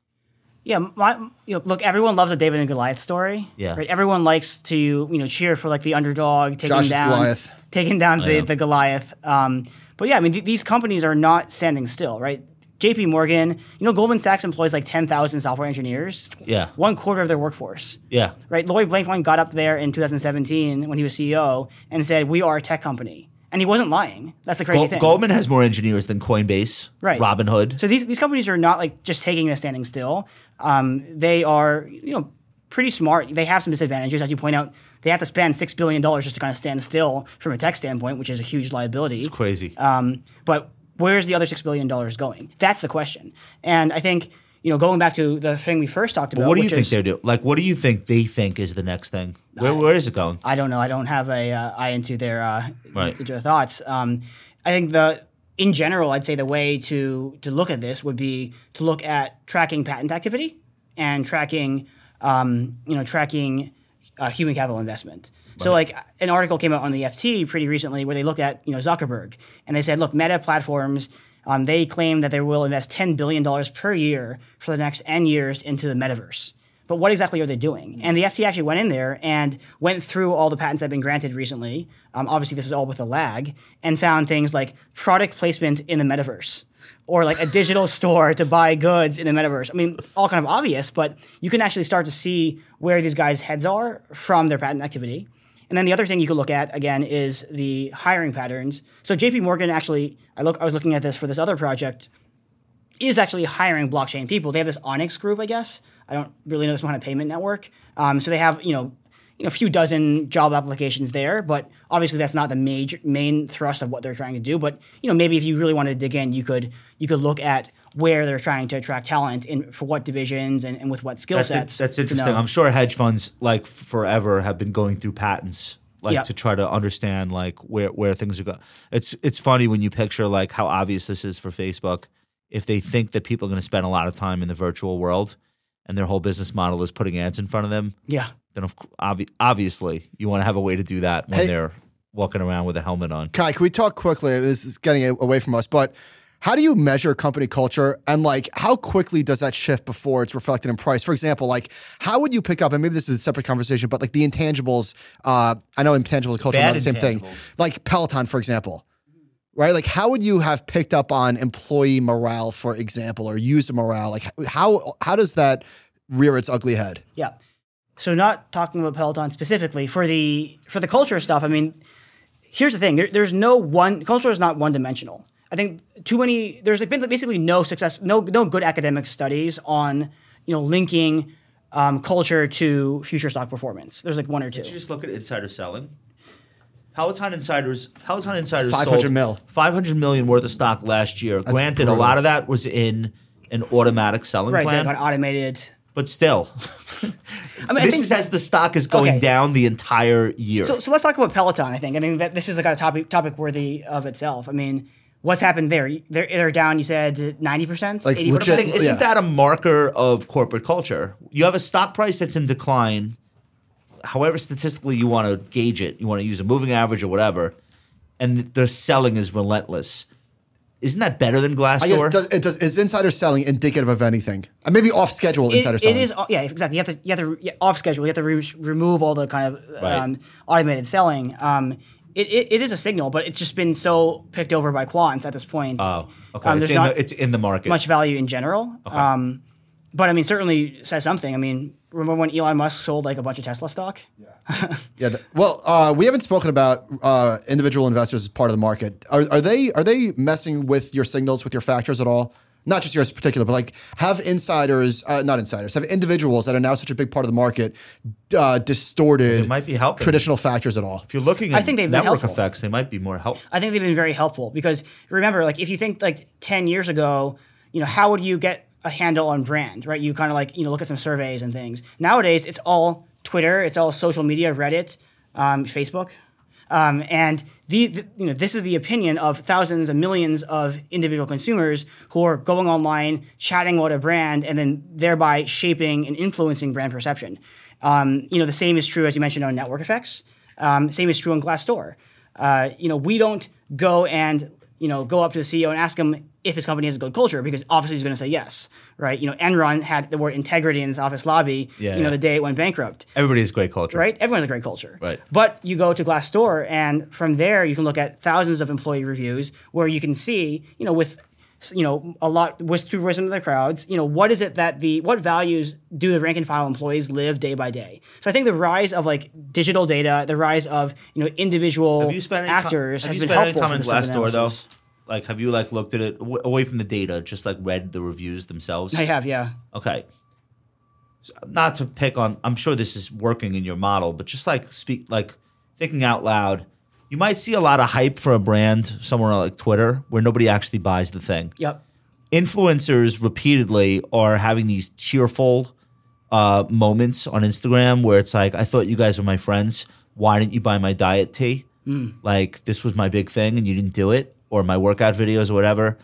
[SPEAKER 3] Yeah, my, you know, look, everyone loves a David and Goliath story.
[SPEAKER 2] Yeah.
[SPEAKER 3] right. Everyone likes to you know cheer for like the underdog taking
[SPEAKER 1] Josh's
[SPEAKER 3] down
[SPEAKER 1] Goliath. Oh,
[SPEAKER 3] taking down the, the Goliath. Um, but yeah, I mean th- these companies are not standing still, right? J.P. Morgan, you know, Goldman Sachs employs like ten thousand software engineers.
[SPEAKER 2] Yeah.
[SPEAKER 3] one quarter of their workforce.
[SPEAKER 2] Yeah.
[SPEAKER 3] Right, Lloyd Blankfein got up there in 2017 when he was CEO and said, "We are a tech company," and he wasn't lying. That's the crazy
[SPEAKER 2] Gol-
[SPEAKER 3] thing.
[SPEAKER 2] Goldman has more engineers than Coinbase,
[SPEAKER 3] Right.
[SPEAKER 2] Robinhood.
[SPEAKER 3] So these these companies are not like just taking a standing still. Um, they are you know pretty smart. They have some disadvantages, as you point out. They have to spend six billion dollars just to kind of stand still from a tech standpoint, which is a huge liability.
[SPEAKER 2] Crazy.
[SPEAKER 3] Um, but where's the other six billion dollars going? That's the question. And I think you know going back to the thing we first talked about.
[SPEAKER 2] what do you
[SPEAKER 3] which
[SPEAKER 2] think
[SPEAKER 3] is-
[SPEAKER 2] they're doing? Like, what do you think they think is the next thing? Where, where is it going?
[SPEAKER 3] I don't know. I don't have a uh, eye into their uh,
[SPEAKER 2] Right.
[SPEAKER 3] into their thoughts. Um, I think the in general, I'd say the way to to look at this would be to look at tracking patent activity and tracking um, you know tracking uh, human capital investment. So like an article came out on the FT pretty recently where they looked at you know Zuckerberg and they said, look, Meta platforms. Um, they claim that they will invest $10 billion per year for the next N years into the metaverse but what exactly are they doing? And the FT actually went in there and went through all the patents that have been granted recently. Um, obviously, this is all with a lag, and found things like product placement in the metaverse, or like a digital [laughs] store to buy goods in the metaverse. I mean, all kind of obvious, but you can actually start to see where these guys' heads are from their patent activity. And then the other thing you could look at again is the hiring patterns. So JP Morgan actually, I look, I was looking at this for this other project is actually hiring blockchain people. They have this Onyx group, I guess. I don't really know this one on a payment network. Um, so they have you know, you know, a few dozen job applications there, but obviously that's not the major main thrust of what they're trying to do. But you know, maybe if you really wanted to dig in, you could you could look at where they're trying to attract talent in for what divisions and, and with what skill
[SPEAKER 2] That's, it-
[SPEAKER 3] sets.
[SPEAKER 2] that's
[SPEAKER 3] to
[SPEAKER 2] interesting.
[SPEAKER 3] know.
[SPEAKER 2] I'm sure hedge funds, like forever, have been going through patents, like
[SPEAKER 3] Yeah.
[SPEAKER 2] to try to understand like where where things are going. It's it's funny when you picture like how obvious this is for Facebook. If they think that people are going to spend a lot of time in the virtual world, and their whole business model is putting ads in front of them,
[SPEAKER 3] yeah.
[SPEAKER 2] then of, cou- obvi- obviously you want to have a way to do that when
[SPEAKER 1] Hey.
[SPEAKER 2] they're walking around with a helmet on.
[SPEAKER 1] Kai, can we talk quickly? This is getting a- away from us, but how do you measure company culture and like how quickly does that shift before it's reflected in price? For example, like how would you pick up, and maybe this is a separate conversation, but like the intangibles, uh, I know intangibles and culture are not
[SPEAKER 2] Bad
[SPEAKER 1] the same thing.
[SPEAKER 2] intangibles.
[SPEAKER 1] Like Peloton, for example, right? Like how would you have picked up on employee morale, for example, or user morale? Like how how does that rear its ugly head?
[SPEAKER 3] Yeah. So not talking about Peloton specifically for the for the culture stuff. I mean, here's the thing: there, there's no one culture is not one dimensional. I think too many there's like been basically no success, no no good academic studies on you know linking um, culture to future stock performance. There's like one or two.
[SPEAKER 2] Did you just look at insider selling? Peloton insiders, Peloton insiders,
[SPEAKER 1] 500
[SPEAKER 2] sold
[SPEAKER 1] mil.
[SPEAKER 2] 500 million worth of stock last year. Granted, a lot of that was in an automatic selling
[SPEAKER 3] Right, they
[SPEAKER 2] plan,
[SPEAKER 3] got automated.
[SPEAKER 2] but still,
[SPEAKER 3] I mean, I
[SPEAKER 2] this
[SPEAKER 3] think
[SPEAKER 2] is as the stock is going
[SPEAKER 3] Okay.
[SPEAKER 2] down the entire year.
[SPEAKER 3] So, so let's talk about Peloton. I think. I mean, that this is like a topic topic worthy of itself. I mean, what's happened there? They're, they're down. You said ninety percent,
[SPEAKER 1] Like,
[SPEAKER 3] eighty
[SPEAKER 2] But I'm
[SPEAKER 1] legit-
[SPEAKER 3] percent.
[SPEAKER 2] saying, isn't
[SPEAKER 1] yeah.
[SPEAKER 2] that a marker of corporate culture? You have a stock price that's in decline, however statistically you want to gauge it, you want to use a moving average or whatever, and their selling is relentless. Isn't that better than Glassdoor?
[SPEAKER 1] I guess does, it does, is insider selling indicative of anything? Uh, Maybe off schedule
[SPEAKER 3] It-
[SPEAKER 1] insider selling.
[SPEAKER 3] It is, yeah, exactly. You have to, you have to yeah, off schedule. You have to re- remove all the kind of
[SPEAKER 2] Right.
[SPEAKER 3] um, automated selling. Um, it, it, it is a signal, but it's just been so picked over by quants at this point.
[SPEAKER 2] Oh, okay.
[SPEAKER 3] Um,
[SPEAKER 2] it's,
[SPEAKER 3] there's
[SPEAKER 2] in
[SPEAKER 3] not
[SPEAKER 2] the, it's in the market.
[SPEAKER 3] much value in general. Um, but I mean, certainly says something. I mean, remember when Elon Musk sold like a bunch of Tesla stock?
[SPEAKER 1] Yeah. th- well, uh, we haven't spoken about uh, individual investors as part of the market. Are, are they are they messing with your signals with your factors at all? Not just yours in particular, but like have insiders, uh, not insiders, have individuals that are now such a big part of the market uh, distorted
[SPEAKER 2] It might be helping.
[SPEAKER 1] traditional factors at all?
[SPEAKER 2] If you're looking at
[SPEAKER 3] think they've been
[SPEAKER 2] network
[SPEAKER 3] helpful.
[SPEAKER 2] effects, they might be more helpful.
[SPEAKER 3] I think they've been very helpful because remember, like if you think like ten years ago, you know, how would you get a handle on brand, right? You kind of like you know look at some surveys and things. Nowadays, it's all Twitter, it's all social media, Reddit, um, Facebook, um, and the, the you know this is the opinion of thousands and millions of individual consumers who are going online, chatting about a brand, and then thereby shaping and influencing brand perception. Um, you know, the same is true as you mentioned on network effects. Um, same is true on Glassdoor uh, you know, we don't go and you know go up to the CEO and ask him if his company has a good culture because obviously he's going to say yes, right? You know, Enron had the word integrity in its office lobby.
[SPEAKER 2] Yeah,
[SPEAKER 3] you know,
[SPEAKER 2] yeah.
[SPEAKER 3] the day it went bankrupt
[SPEAKER 2] Everybody has great culture.
[SPEAKER 3] right? Everyone has a great culture.
[SPEAKER 2] Right.
[SPEAKER 3] But you go to Glassdoor, and from there you can look at thousands of employee reviews where you can see, you know, with you know a lot with through wisdom of the crowds, you know, what is it that the what values do the rank and file employees live day by day? So I think the rise of like digital data, the rise of you know individual
[SPEAKER 2] Have you spent any ti-
[SPEAKER 3] actors
[SPEAKER 2] have
[SPEAKER 3] has
[SPEAKER 2] you
[SPEAKER 3] been
[SPEAKER 2] spent any
[SPEAKER 3] helpful
[SPEAKER 2] time
[SPEAKER 3] for
[SPEAKER 2] in
[SPEAKER 3] this type of
[SPEAKER 2] Glassdoor
[SPEAKER 3] analysis.
[SPEAKER 2] though? Like, have you like looked at it w- away from the data, just like read the reviews themselves?
[SPEAKER 3] I have, [laughs] yeah.
[SPEAKER 2] Okay. So, not to pick on, I'm sure this is working in your model, but just like speak, like thinking out loud, you might see a lot of hype for a brand somewhere like Twitter where nobody actually buys the thing.
[SPEAKER 3] Yep.
[SPEAKER 2] Influencers repeatedly are having these tearful uh, moments on Instagram where it's like, I thought you guys were my friends. Why didn't you buy my diet tea?
[SPEAKER 3] Hmm.
[SPEAKER 2] Like, this was my big thing and you didn't do it, or my workout videos or whatever.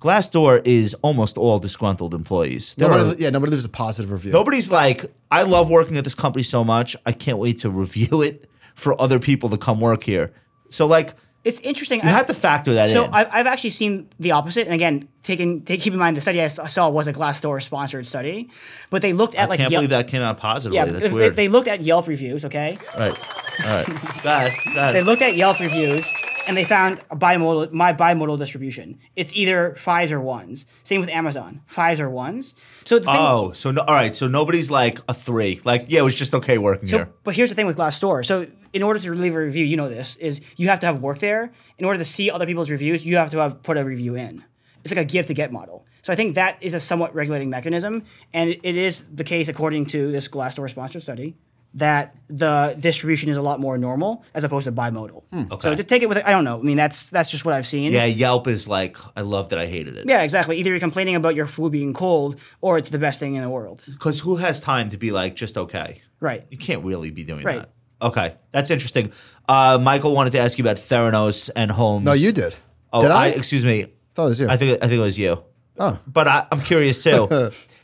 [SPEAKER 2] Glassdoor is almost all disgruntled employees. There
[SPEAKER 1] Nobody,
[SPEAKER 2] are-
[SPEAKER 1] yeah, nobody leaves a positive review.
[SPEAKER 2] Nobody's like, I love working at this company so much. I can't wait to [laughs] review it for other people to come work here. So like,
[SPEAKER 3] It's interesting.
[SPEAKER 2] you have to factor that
[SPEAKER 3] So
[SPEAKER 2] in.
[SPEAKER 3] I've, I've actually seen the opposite. And again, taking take, keep in mind the study I s- saw was a Glassdoor sponsored study, but they looked at
[SPEAKER 2] I
[SPEAKER 3] like
[SPEAKER 2] can't
[SPEAKER 3] Yelp-
[SPEAKER 2] believe that came out positively.
[SPEAKER 3] Yeah,
[SPEAKER 2] That's
[SPEAKER 3] they,
[SPEAKER 2] weird.
[SPEAKER 3] they looked at Yelp reviews. Okay,
[SPEAKER 2] right. All [laughs] right. Got it. Got
[SPEAKER 3] they
[SPEAKER 2] it.
[SPEAKER 3] looked at Yelp reviews and they found a bimodal my bimodal distribution. It's either fives or ones. Same with Amazon, fives or ones. So the thing,
[SPEAKER 2] Oh, so no, all right. So nobody's like a three. Like, yeah, it was just okay working
[SPEAKER 3] So-
[SPEAKER 2] here.
[SPEAKER 3] But here's the thing with Glassdoor. So in order to leave a review, you know this is you have to have work there. In order to see other people's reviews, you have to have put a review in. It's like a give to get model. So I think that is a somewhat regulating mechanism, and it is the case according to this Glassdoor sponsored study that the distribution is a lot more normal as opposed to bimodal. So
[SPEAKER 2] Hmm. Okay.
[SPEAKER 3] to take it with I don't know. I mean that's that's just what I've seen.
[SPEAKER 2] Yeah, Yelp is like, I loved it. I hated it.
[SPEAKER 3] Yeah, exactly. Either you're complaining about your food being cold, or it's the best thing in the world.
[SPEAKER 2] Because who has time to be like just okay?
[SPEAKER 3] Right.
[SPEAKER 2] You can't really be doing
[SPEAKER 3] Right.
[SPEAKER 2] that. Okay, that's interesting. Uh, Michael wanted to ask you about Theranos and Holmes.
[SPEAKER 1] no, you did.
[SPEAKER 2] Oh,
[SPEAKER 1] did I?
[SPEAKER 2] Excuse me.
[SPEAKER 1] thought it was you.
[SPEAKER 2] I think I think it was you. Oh, but I, I'm
[SPEAKER 1] [laughs]
[SPEAKER 2] curious too.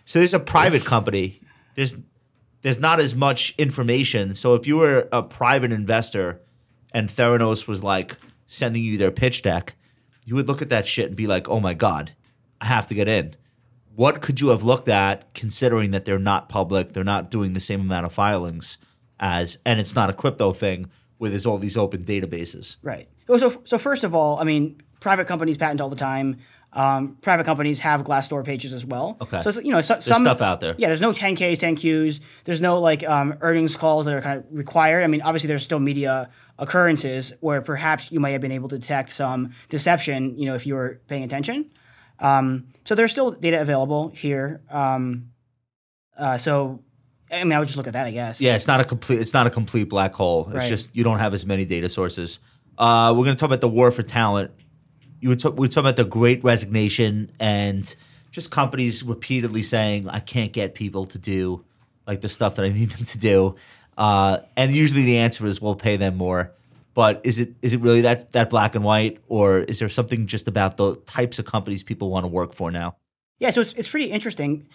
[SPEAKER 2] so there's a private company. There's there's not as much information. So if you were a private investor and Theranos was like sending you their pitch deck, you would look at that shit and be like, "Oh my god, I have to get in." What could you have looked at considering that they're not public, they're not doing the same amount of filings as and it's not a crypto thing where there's all these open databases.
[SPEAKER 3] Right. So, so, so first of all, I mean, private companies patent all the time. Um, private companies have Glassdoor pages as well.
[SPEAKER 2] Okay.
[SPEAKER 3] So, it's, you know, so, some
[SPEAKER 2] stuff out there.
[SPEAKER 3] Yeah, there's no 10Ks, 10Qs. There's no like um, earnings calls that are kind of required. I mean, obviously, there's still media occurrences where perhaps you might have been able to detect some deception, you know, if you were paying attention. Um, so there's still data available here. Um, uh, so, I mean, I would just look at that, I guess.
[SPEAKER 2] Yeah, it's not a complete. It's not a complete black hole. It's
[SPEAKER 3] Right.
[SPEAKER 2] just you don't have as many data sources. Uh, we're going to talk about the war for talent. You were ta- we were talking about the Great Resignation and just companies repeatedly saying, "I can't get people to do like the stuff that I need them to do," uh, and usually the answer is, "We'll pay them more." But is it is it really that that black and white, or is there something just about the types of companies people want to work for now?
[SPEAKER 3] Yeah, so it's, it's pretty interesting.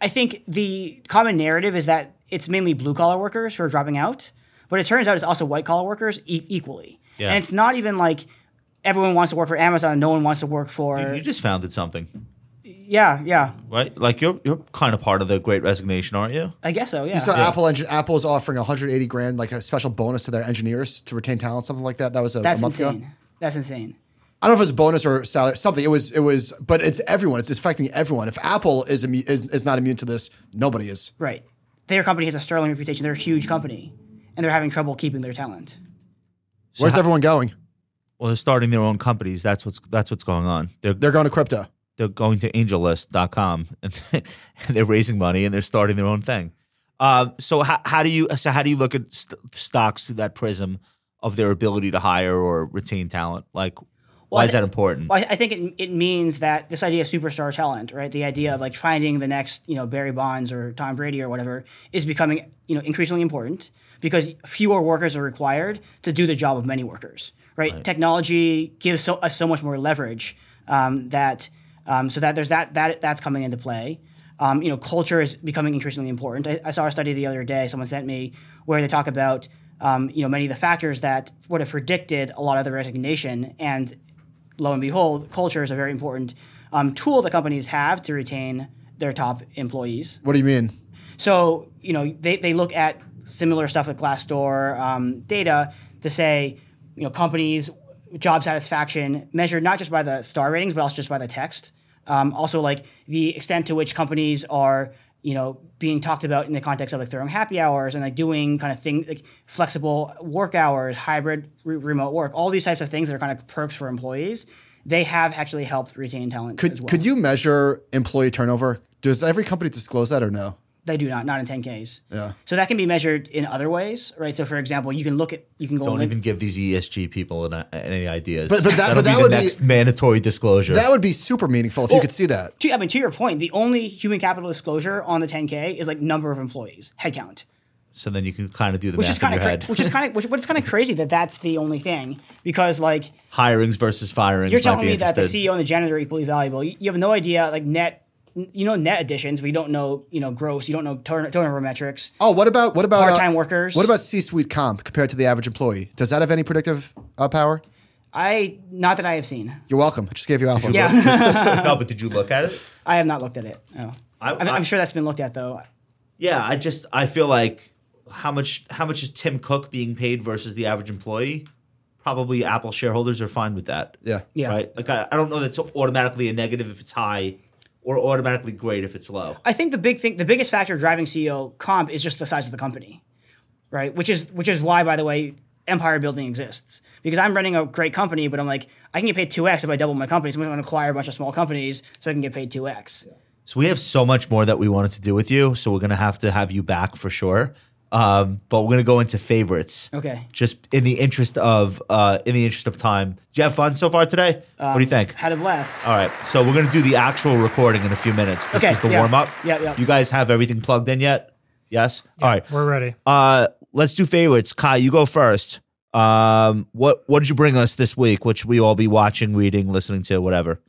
[SPEAKER 3] I think the common narrative is that it's mainly blue collar workers who are dropping out, but it turns out it's also white collar workers e- equally.
[SPEAKER 2] Yeah.
[SPEAKER 3] And it's not even like everyone wants to work for Amazon and no one wants to work for.
[SPEAKER 2] You just founded something,
[SPEAKER 3] yeah, yeah.
[SPEAKER 2] right? Like you're you're kind of part of the Great Resignation, aren't you?
[SPEAKER 3] I guess so, yeah.
[SPEAKER 1] So Apple engine Apple's offering 180 grand like a special bonus to their engineers to retain talent, something like that. That was a, a
[SPEAKER 3] That's
[SPEAKER 1] month ago.
[SPEAKER 3] insane. That's insane.
[SPEAKER 1] I don't know if it was a bonus or salary, something. It was, it was, but it's everyone. It's affecting everyone. If Apple is, immu- is is not immune to this, nobody is.
[SPEAKER 3] Right. Their company has a sterling reputation. They're a huge company, and they're having trouble keeping their talent.
[SPEAKER 1] Where's everyone going?
[SPEAKER 2] Well, they're starting their own companies. That's what's that's what's going on. They're
[SPEAKER 1] They're going to crypto.
[SPEAKER 2] they're going to angellist.com and, and [laughs] they're raising money and they're starting their own thing. Uh, so how, how do you so how do you look at st- stocks through that prism of their ability to hire or retain talent? Like, why
[SPEAKER 3] I
[SPEAKER 2] is
[SPEAKER 3] thi-
[SPEAKER 2] that important?
[SPEAKER 3] Well, I, I think it, it means that this idea of superstar talent, right? The idea of like finding the next, you know, Barry Bonds or Tom Brady or whatever is becoming, you know, increasingly important because fewer workers are required to do the job of many workers, right? Technology gives so, us so much more leverage um, that um, so that there's that that that's coming into play. Um, you know, culture is becoming increasingly important. I, I saw a study the other day someone sent me where they talk about um, you know many of the factors that would have predicted a lot of the resignation and lo and behold, culture is a very important um, tool that companies have to retain their top employees.
[SPEAKER 1] What do you mean?
[SPEAKER 3] So, you know, they, they look at similar stuff with Glassdoor um, data to say, you know, companies' job satisfaction measured not just by the star ratings, but also just by the text. Um, also, like the extent to which companies are, you know, being talked about in the context of like throwing happy hours and like doing kind of thing like flexible work hours, hybrid re- remote work, all these types of things that are kind of perks for employees. They have actually helped retain talent
[SPEAKER 1] Could
[SPEAKER 3] as well.
[SPEAKER 1] could you measure employee turnover? Does every company disclose that or no?
[SPEAKER 3] They do not, not in 10Ks.
[SPEAKER 1] Yeah.
[SPEAKER 3] So that can be measured in other ways, right? So for example, you can look at you can go
[SPEAKER 2] Don't
[SPEAKER 3] and-
[SPEAKER 2] even give these ESG people an, any ideas.
[SPEAKER 1] But- but that-
[SPEAKER 2] That'll
[SPEAKER 1] but that
[SPEAKER 2] be
[SPEAKER 1] would
[SPEAKER 2] the
[SPEAKER 1] be-
[SPEAKER 2] next mandatory disclosure.
[SPEAKER 1] That would be super meaningful if you could see that.
[SPEAKER 3] to, I mean, to your point, the only human capital disclosure on the 10K is like number of employees, headcount,
[SPEAKER 2] so then you can kind of do the
[SPEAKER 3] which
[SPEAKER 2] math
[SPEAKER 3] is kind
[SPEAKER 2] in
[SPEAKER 3] of
[SPEAKER 2] your head.
[SPEAKER 3] cra- which is kind of which, what's kind of crazy that that's the only thing because like
[SPEAKER 2] Hirings versus firings.
[SPEAKER 3] you're
[SPEAKER 2] might
[SPEAKER 3] telling
[SPEAKER 2] be
[SPEAKER 3] me that the
[SPEAKER 2] interested.
[SPEAKER 3] CEO and the janitor are equally valuable. You, you have no idea like net, you know net additions, but you don't know you know gross, you don't know turn- turnover metrics.
[SPEAKER 1] Oh, what about what
[SPEAKER 2] Uh,
[SPEAKER 1] about
[SPEAKER 3] Part-time workers.
[SPEAKER 1] What about C-suite comp compared to the average employee? Does that have any predictive uh, power?
[SPEAKER 3] I not that I have seen.
[SPEAKER 1] You're welcome. I just gave you alpha.
[SPEAKER 3] Yeah,
[SPEAKER 2] [laughs] no, but did you look at it?
[SPEAKER 3] [laughs] I have not looked at it. No.
[SPEAKER 2] I-
[SPEAKER 3] I, am
[SPEAKER 2] I-
[SPEAKER 3] I'm sure that's been looked at though.
[SPEAKER 2] Yeah, I just I feel like how much how much is Tim Cook being paid versus the average employee? Probably Apple shareholders are fine with that.
[SPEAKER 1] Yeah.
[SPEAKER 3] Yeah.
[SPEAKER 2] Right? Like I, I don't know that's automatically a negative if it's high or automatically great if it's low.
[SPEAKER 3] I think the big thing, the biggest factor driving CEO comp is just the size of the company, right? Which is which is why, by the way, empire building exists because I'm running a great company, but I'm like I can get paid two x if I double my company. So I'm going to acquire a bunch of small companies so I can get paid two x.
[SPEAKER 2] So we have so much more that we wanted to do with you, so we're gonna have to have you back for sure. Um, but we're gonna go into favorites.
[SPEAKER 3] Okay.
[SPEAKER 2] Just in the interest of uh, in the interest of time. Did you have fun so far today? what
[SPEAKER 3] Um,
[SPEAKER 2] do you think?
[SPEAKER 3] Had a blast.
[SPEAKER 2] All right, so we're gonna do the actual recording in a few minutes. This
[SPEAKER 3] Okay,
[SPEAKER 2] was the
[SPEAKER 3] yeah.
[SPEAKER 2] warm up.
[SPEAKER 3] Yeah, yeah.
[SPEAKER 2] You guys have everything plugged in yet? Yes. All right.
[SPEAKER 4] We're ready.
[SPEAKER 2] Uh, let's do favorites. Kai, you go first. Um, what what did you bring us this week? What should we all be watching, reading, listening to, whatever?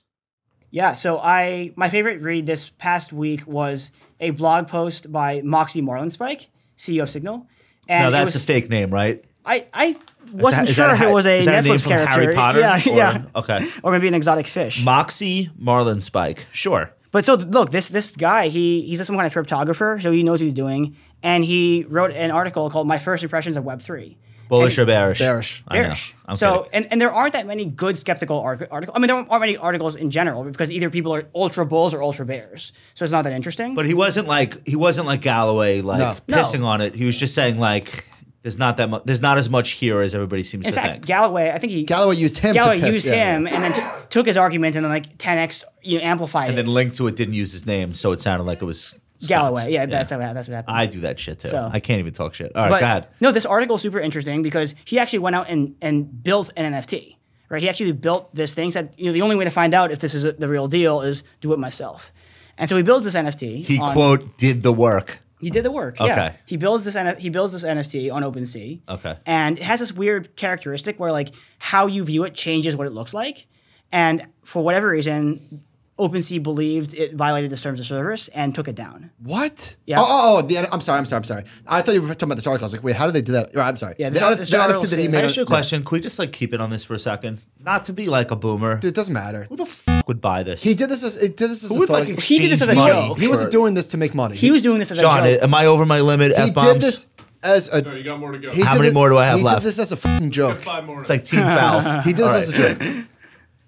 [SPEAKER 3] Yeah, so I my favorite read this past week was a blog post by Moxie Marlinspike, CEO E of Signal. And
[SPEAKER 2] Now
[SPEAKER 3] it
[SPEAKER 2] that's
[SPEAKER 3] was-
[SPEAKER 2] a fake name, right?
[SPEAKER 3] I, I wasn't
[SPEAKER 2] is
[SPEAKER 3] sure
[SPEAKER 2] that a
[SPEAKER 3] if
[SPEAKER 2] ha-
[SPEAKER 3] it was a
[SPEAKER 2] is that a name
[SPEAKER 3] Netflix
[SPEAKER 2] from
[SPEAKER 3] character.
[SPEAKER 2] Harry Potter?
[SPEAKER 3] Yeah,
[SPEAKER 2] Or-
[SPEAKER 3] yeah.
[SPEAKER 2] okay.
[SPEAKER 3] Or maybe an exotic fish.
[SPEAKER 2] Moxie Marlin Spike. Sure.
[SPEAKER 3] But so look, this this guy, he he's some kind of cryptographer, so he knows what he's doing, and he wrote an article called "My First Impressions of Web 3."
[SPEAKER 2] Bullish or bearish?
[SPEAKER 1] Bearish.
[SPEAKER 2] I know.
[SPEAKER 3] Bearish.
[SPEAKER 2] I'm
[SPEAKER 3] So
[SPEAKER 2] kidding.
[SPEAKER 3] and, and there aren't that many good skeptical articles. I mean, there aren't many articles in general because either people are ultra bulls or ultra bears, so it's not that interesting.
[SPEAKER 2] But he wasn't like he wasn't like Galloway like
[SPEAKER 3] No.
[SPEAKER 2] pissing on it. He was just saying like there's not that mu- there's not as much here as everybody seems
[SPEAKER 3] in
[SPEAKER 2] to
[SPEAKER 3] fact,
[SPEAKER 2] think.
[SPEAKER 3] Galloway, I think he
[SPEAKER 1] Galloway used him. to
[SPEAKER 3] Galloway
[SPEAKER 1] piss-
[SPEAKER 3] used
[SPEAKER 1] yeah, yeah.
[SPEAKER 3] him and then t- took his argument and then like 10x you know, amplified
[SPEAKER 2] and
[SPEAKER 3] it.
[SPEAKER 2] then linked to it didn't use his name, so it sounded like it was Scott's.
[SPEAKER 3] Galloway, yeah, that's how that's what happened.
[SPEAKER 2] I do that shit too.
[SPEAKER 3] So-
[SPEAKER 2] I can't even talk shit. All right,
[SPEAKER 3] But
[SPEAKER 2] go ahead.
[SPEAKER 3] no, this article is super interesting because he actually went out and, and built an NFT, right? He actually built this thing. Said, you know, the only way to find out if this is the real deal is do it myself. And so he builds this NFT.
[SPEAKER 2] He
[SPEAKER 3] on-
[SPEAKER 2] quote did the work.
[SPEAKER 3] he did the work. Yeah.
[SPEAKER 2] Okay.
[SPEAKER 3] He builds this N- he builds this NFT on OpenSea.
[SPEAKER 2] Okay.
[SPEAKER 3] And it has this weird characteristic where like how you view it changes what it looks like. And for whatever reason, OpenSea believed it violated the terms of service and took it down.
[SPEAKER 1] What?
[SPEAKER 3] Yeah.
[SPEAKER 1] Oh, oh, oh the, I'm sorry. I'm sorry. I'm sorry. I thought you were talking about this article. I was like, wait, how did they do that? Right, I'm sorry.
[SPEAKER 3] Yeah,
[SPEAKER 1] the,
[SPEAKER 3] this
[SPEAKER 1] the,
[SPEAKER 3] art-
[SPEAKER 1] the,
[SPEAKER 3] this article
[SPEAKER 1] NFT that he
[SPEAKER 2] Can
[SPEAKER 3] said-
[SPEAKER 1] made.
[SPEAKER 2] I
[SPEAKER 1] on-
[SPEAKER 2] ask you a question? Could we just like keep it on this for a second? Not to be like a boomer.
[SPEAKER 1] It doesn't matter.
[SPEAKER 2] Who the f- would buy this?
[SPEAKER 1] He did this as it did this as
[SPEAKER 2] Who
[SPEAKER 1] a
[SPEAKER 2] would
[SPEAKER 1] thought.
[SPEAKER 2] like
[SPEAKER 1] ex-
[SPEAKER 3] He did this as a
[SPEAKER 2] exchange
[SPEAKER 3] joke.
[SPEAKER 2] money
[SPEAKER 1] he wasn't
[SPEAKER 2] for-
[SPEAKER 1] doing this to make money.
[SPEAKER 3] He was doing this as
[SPEAKER 2] John,
[SPEAKER 3] a joke.
[SPEAKER 2] am I over my limit?
[SPEAKER 1] He
[SPEAKER 2] F
[SPEAKER 1] did
[SPEAKER 2] bombs.
[SPEAKER 1] this as a.
[SPEAKER 7] All right, you got more to go.
[SPEAKER 1] he
[SPEAKER 2] How
[SPEAKER 1] did
[SPEAKER 2] many
[SPEAKER 1] it-
[SPEAKER 2] more do I have
[SPEAKER 1] he
[SPEAKER 2] left?
[SPEAKER 1] Did this as a fucking joke.
[SPEAKER 7] Five more.
[SPEAKER 3] [laughs]
[SPEAKER 2] It's like team fouls.
[SPEAKER 1] He did
[SPEAKER 2] All
[SPEAKER 1] this as a
[SPEAKER 2] right.
[SPEAKER 1] joke.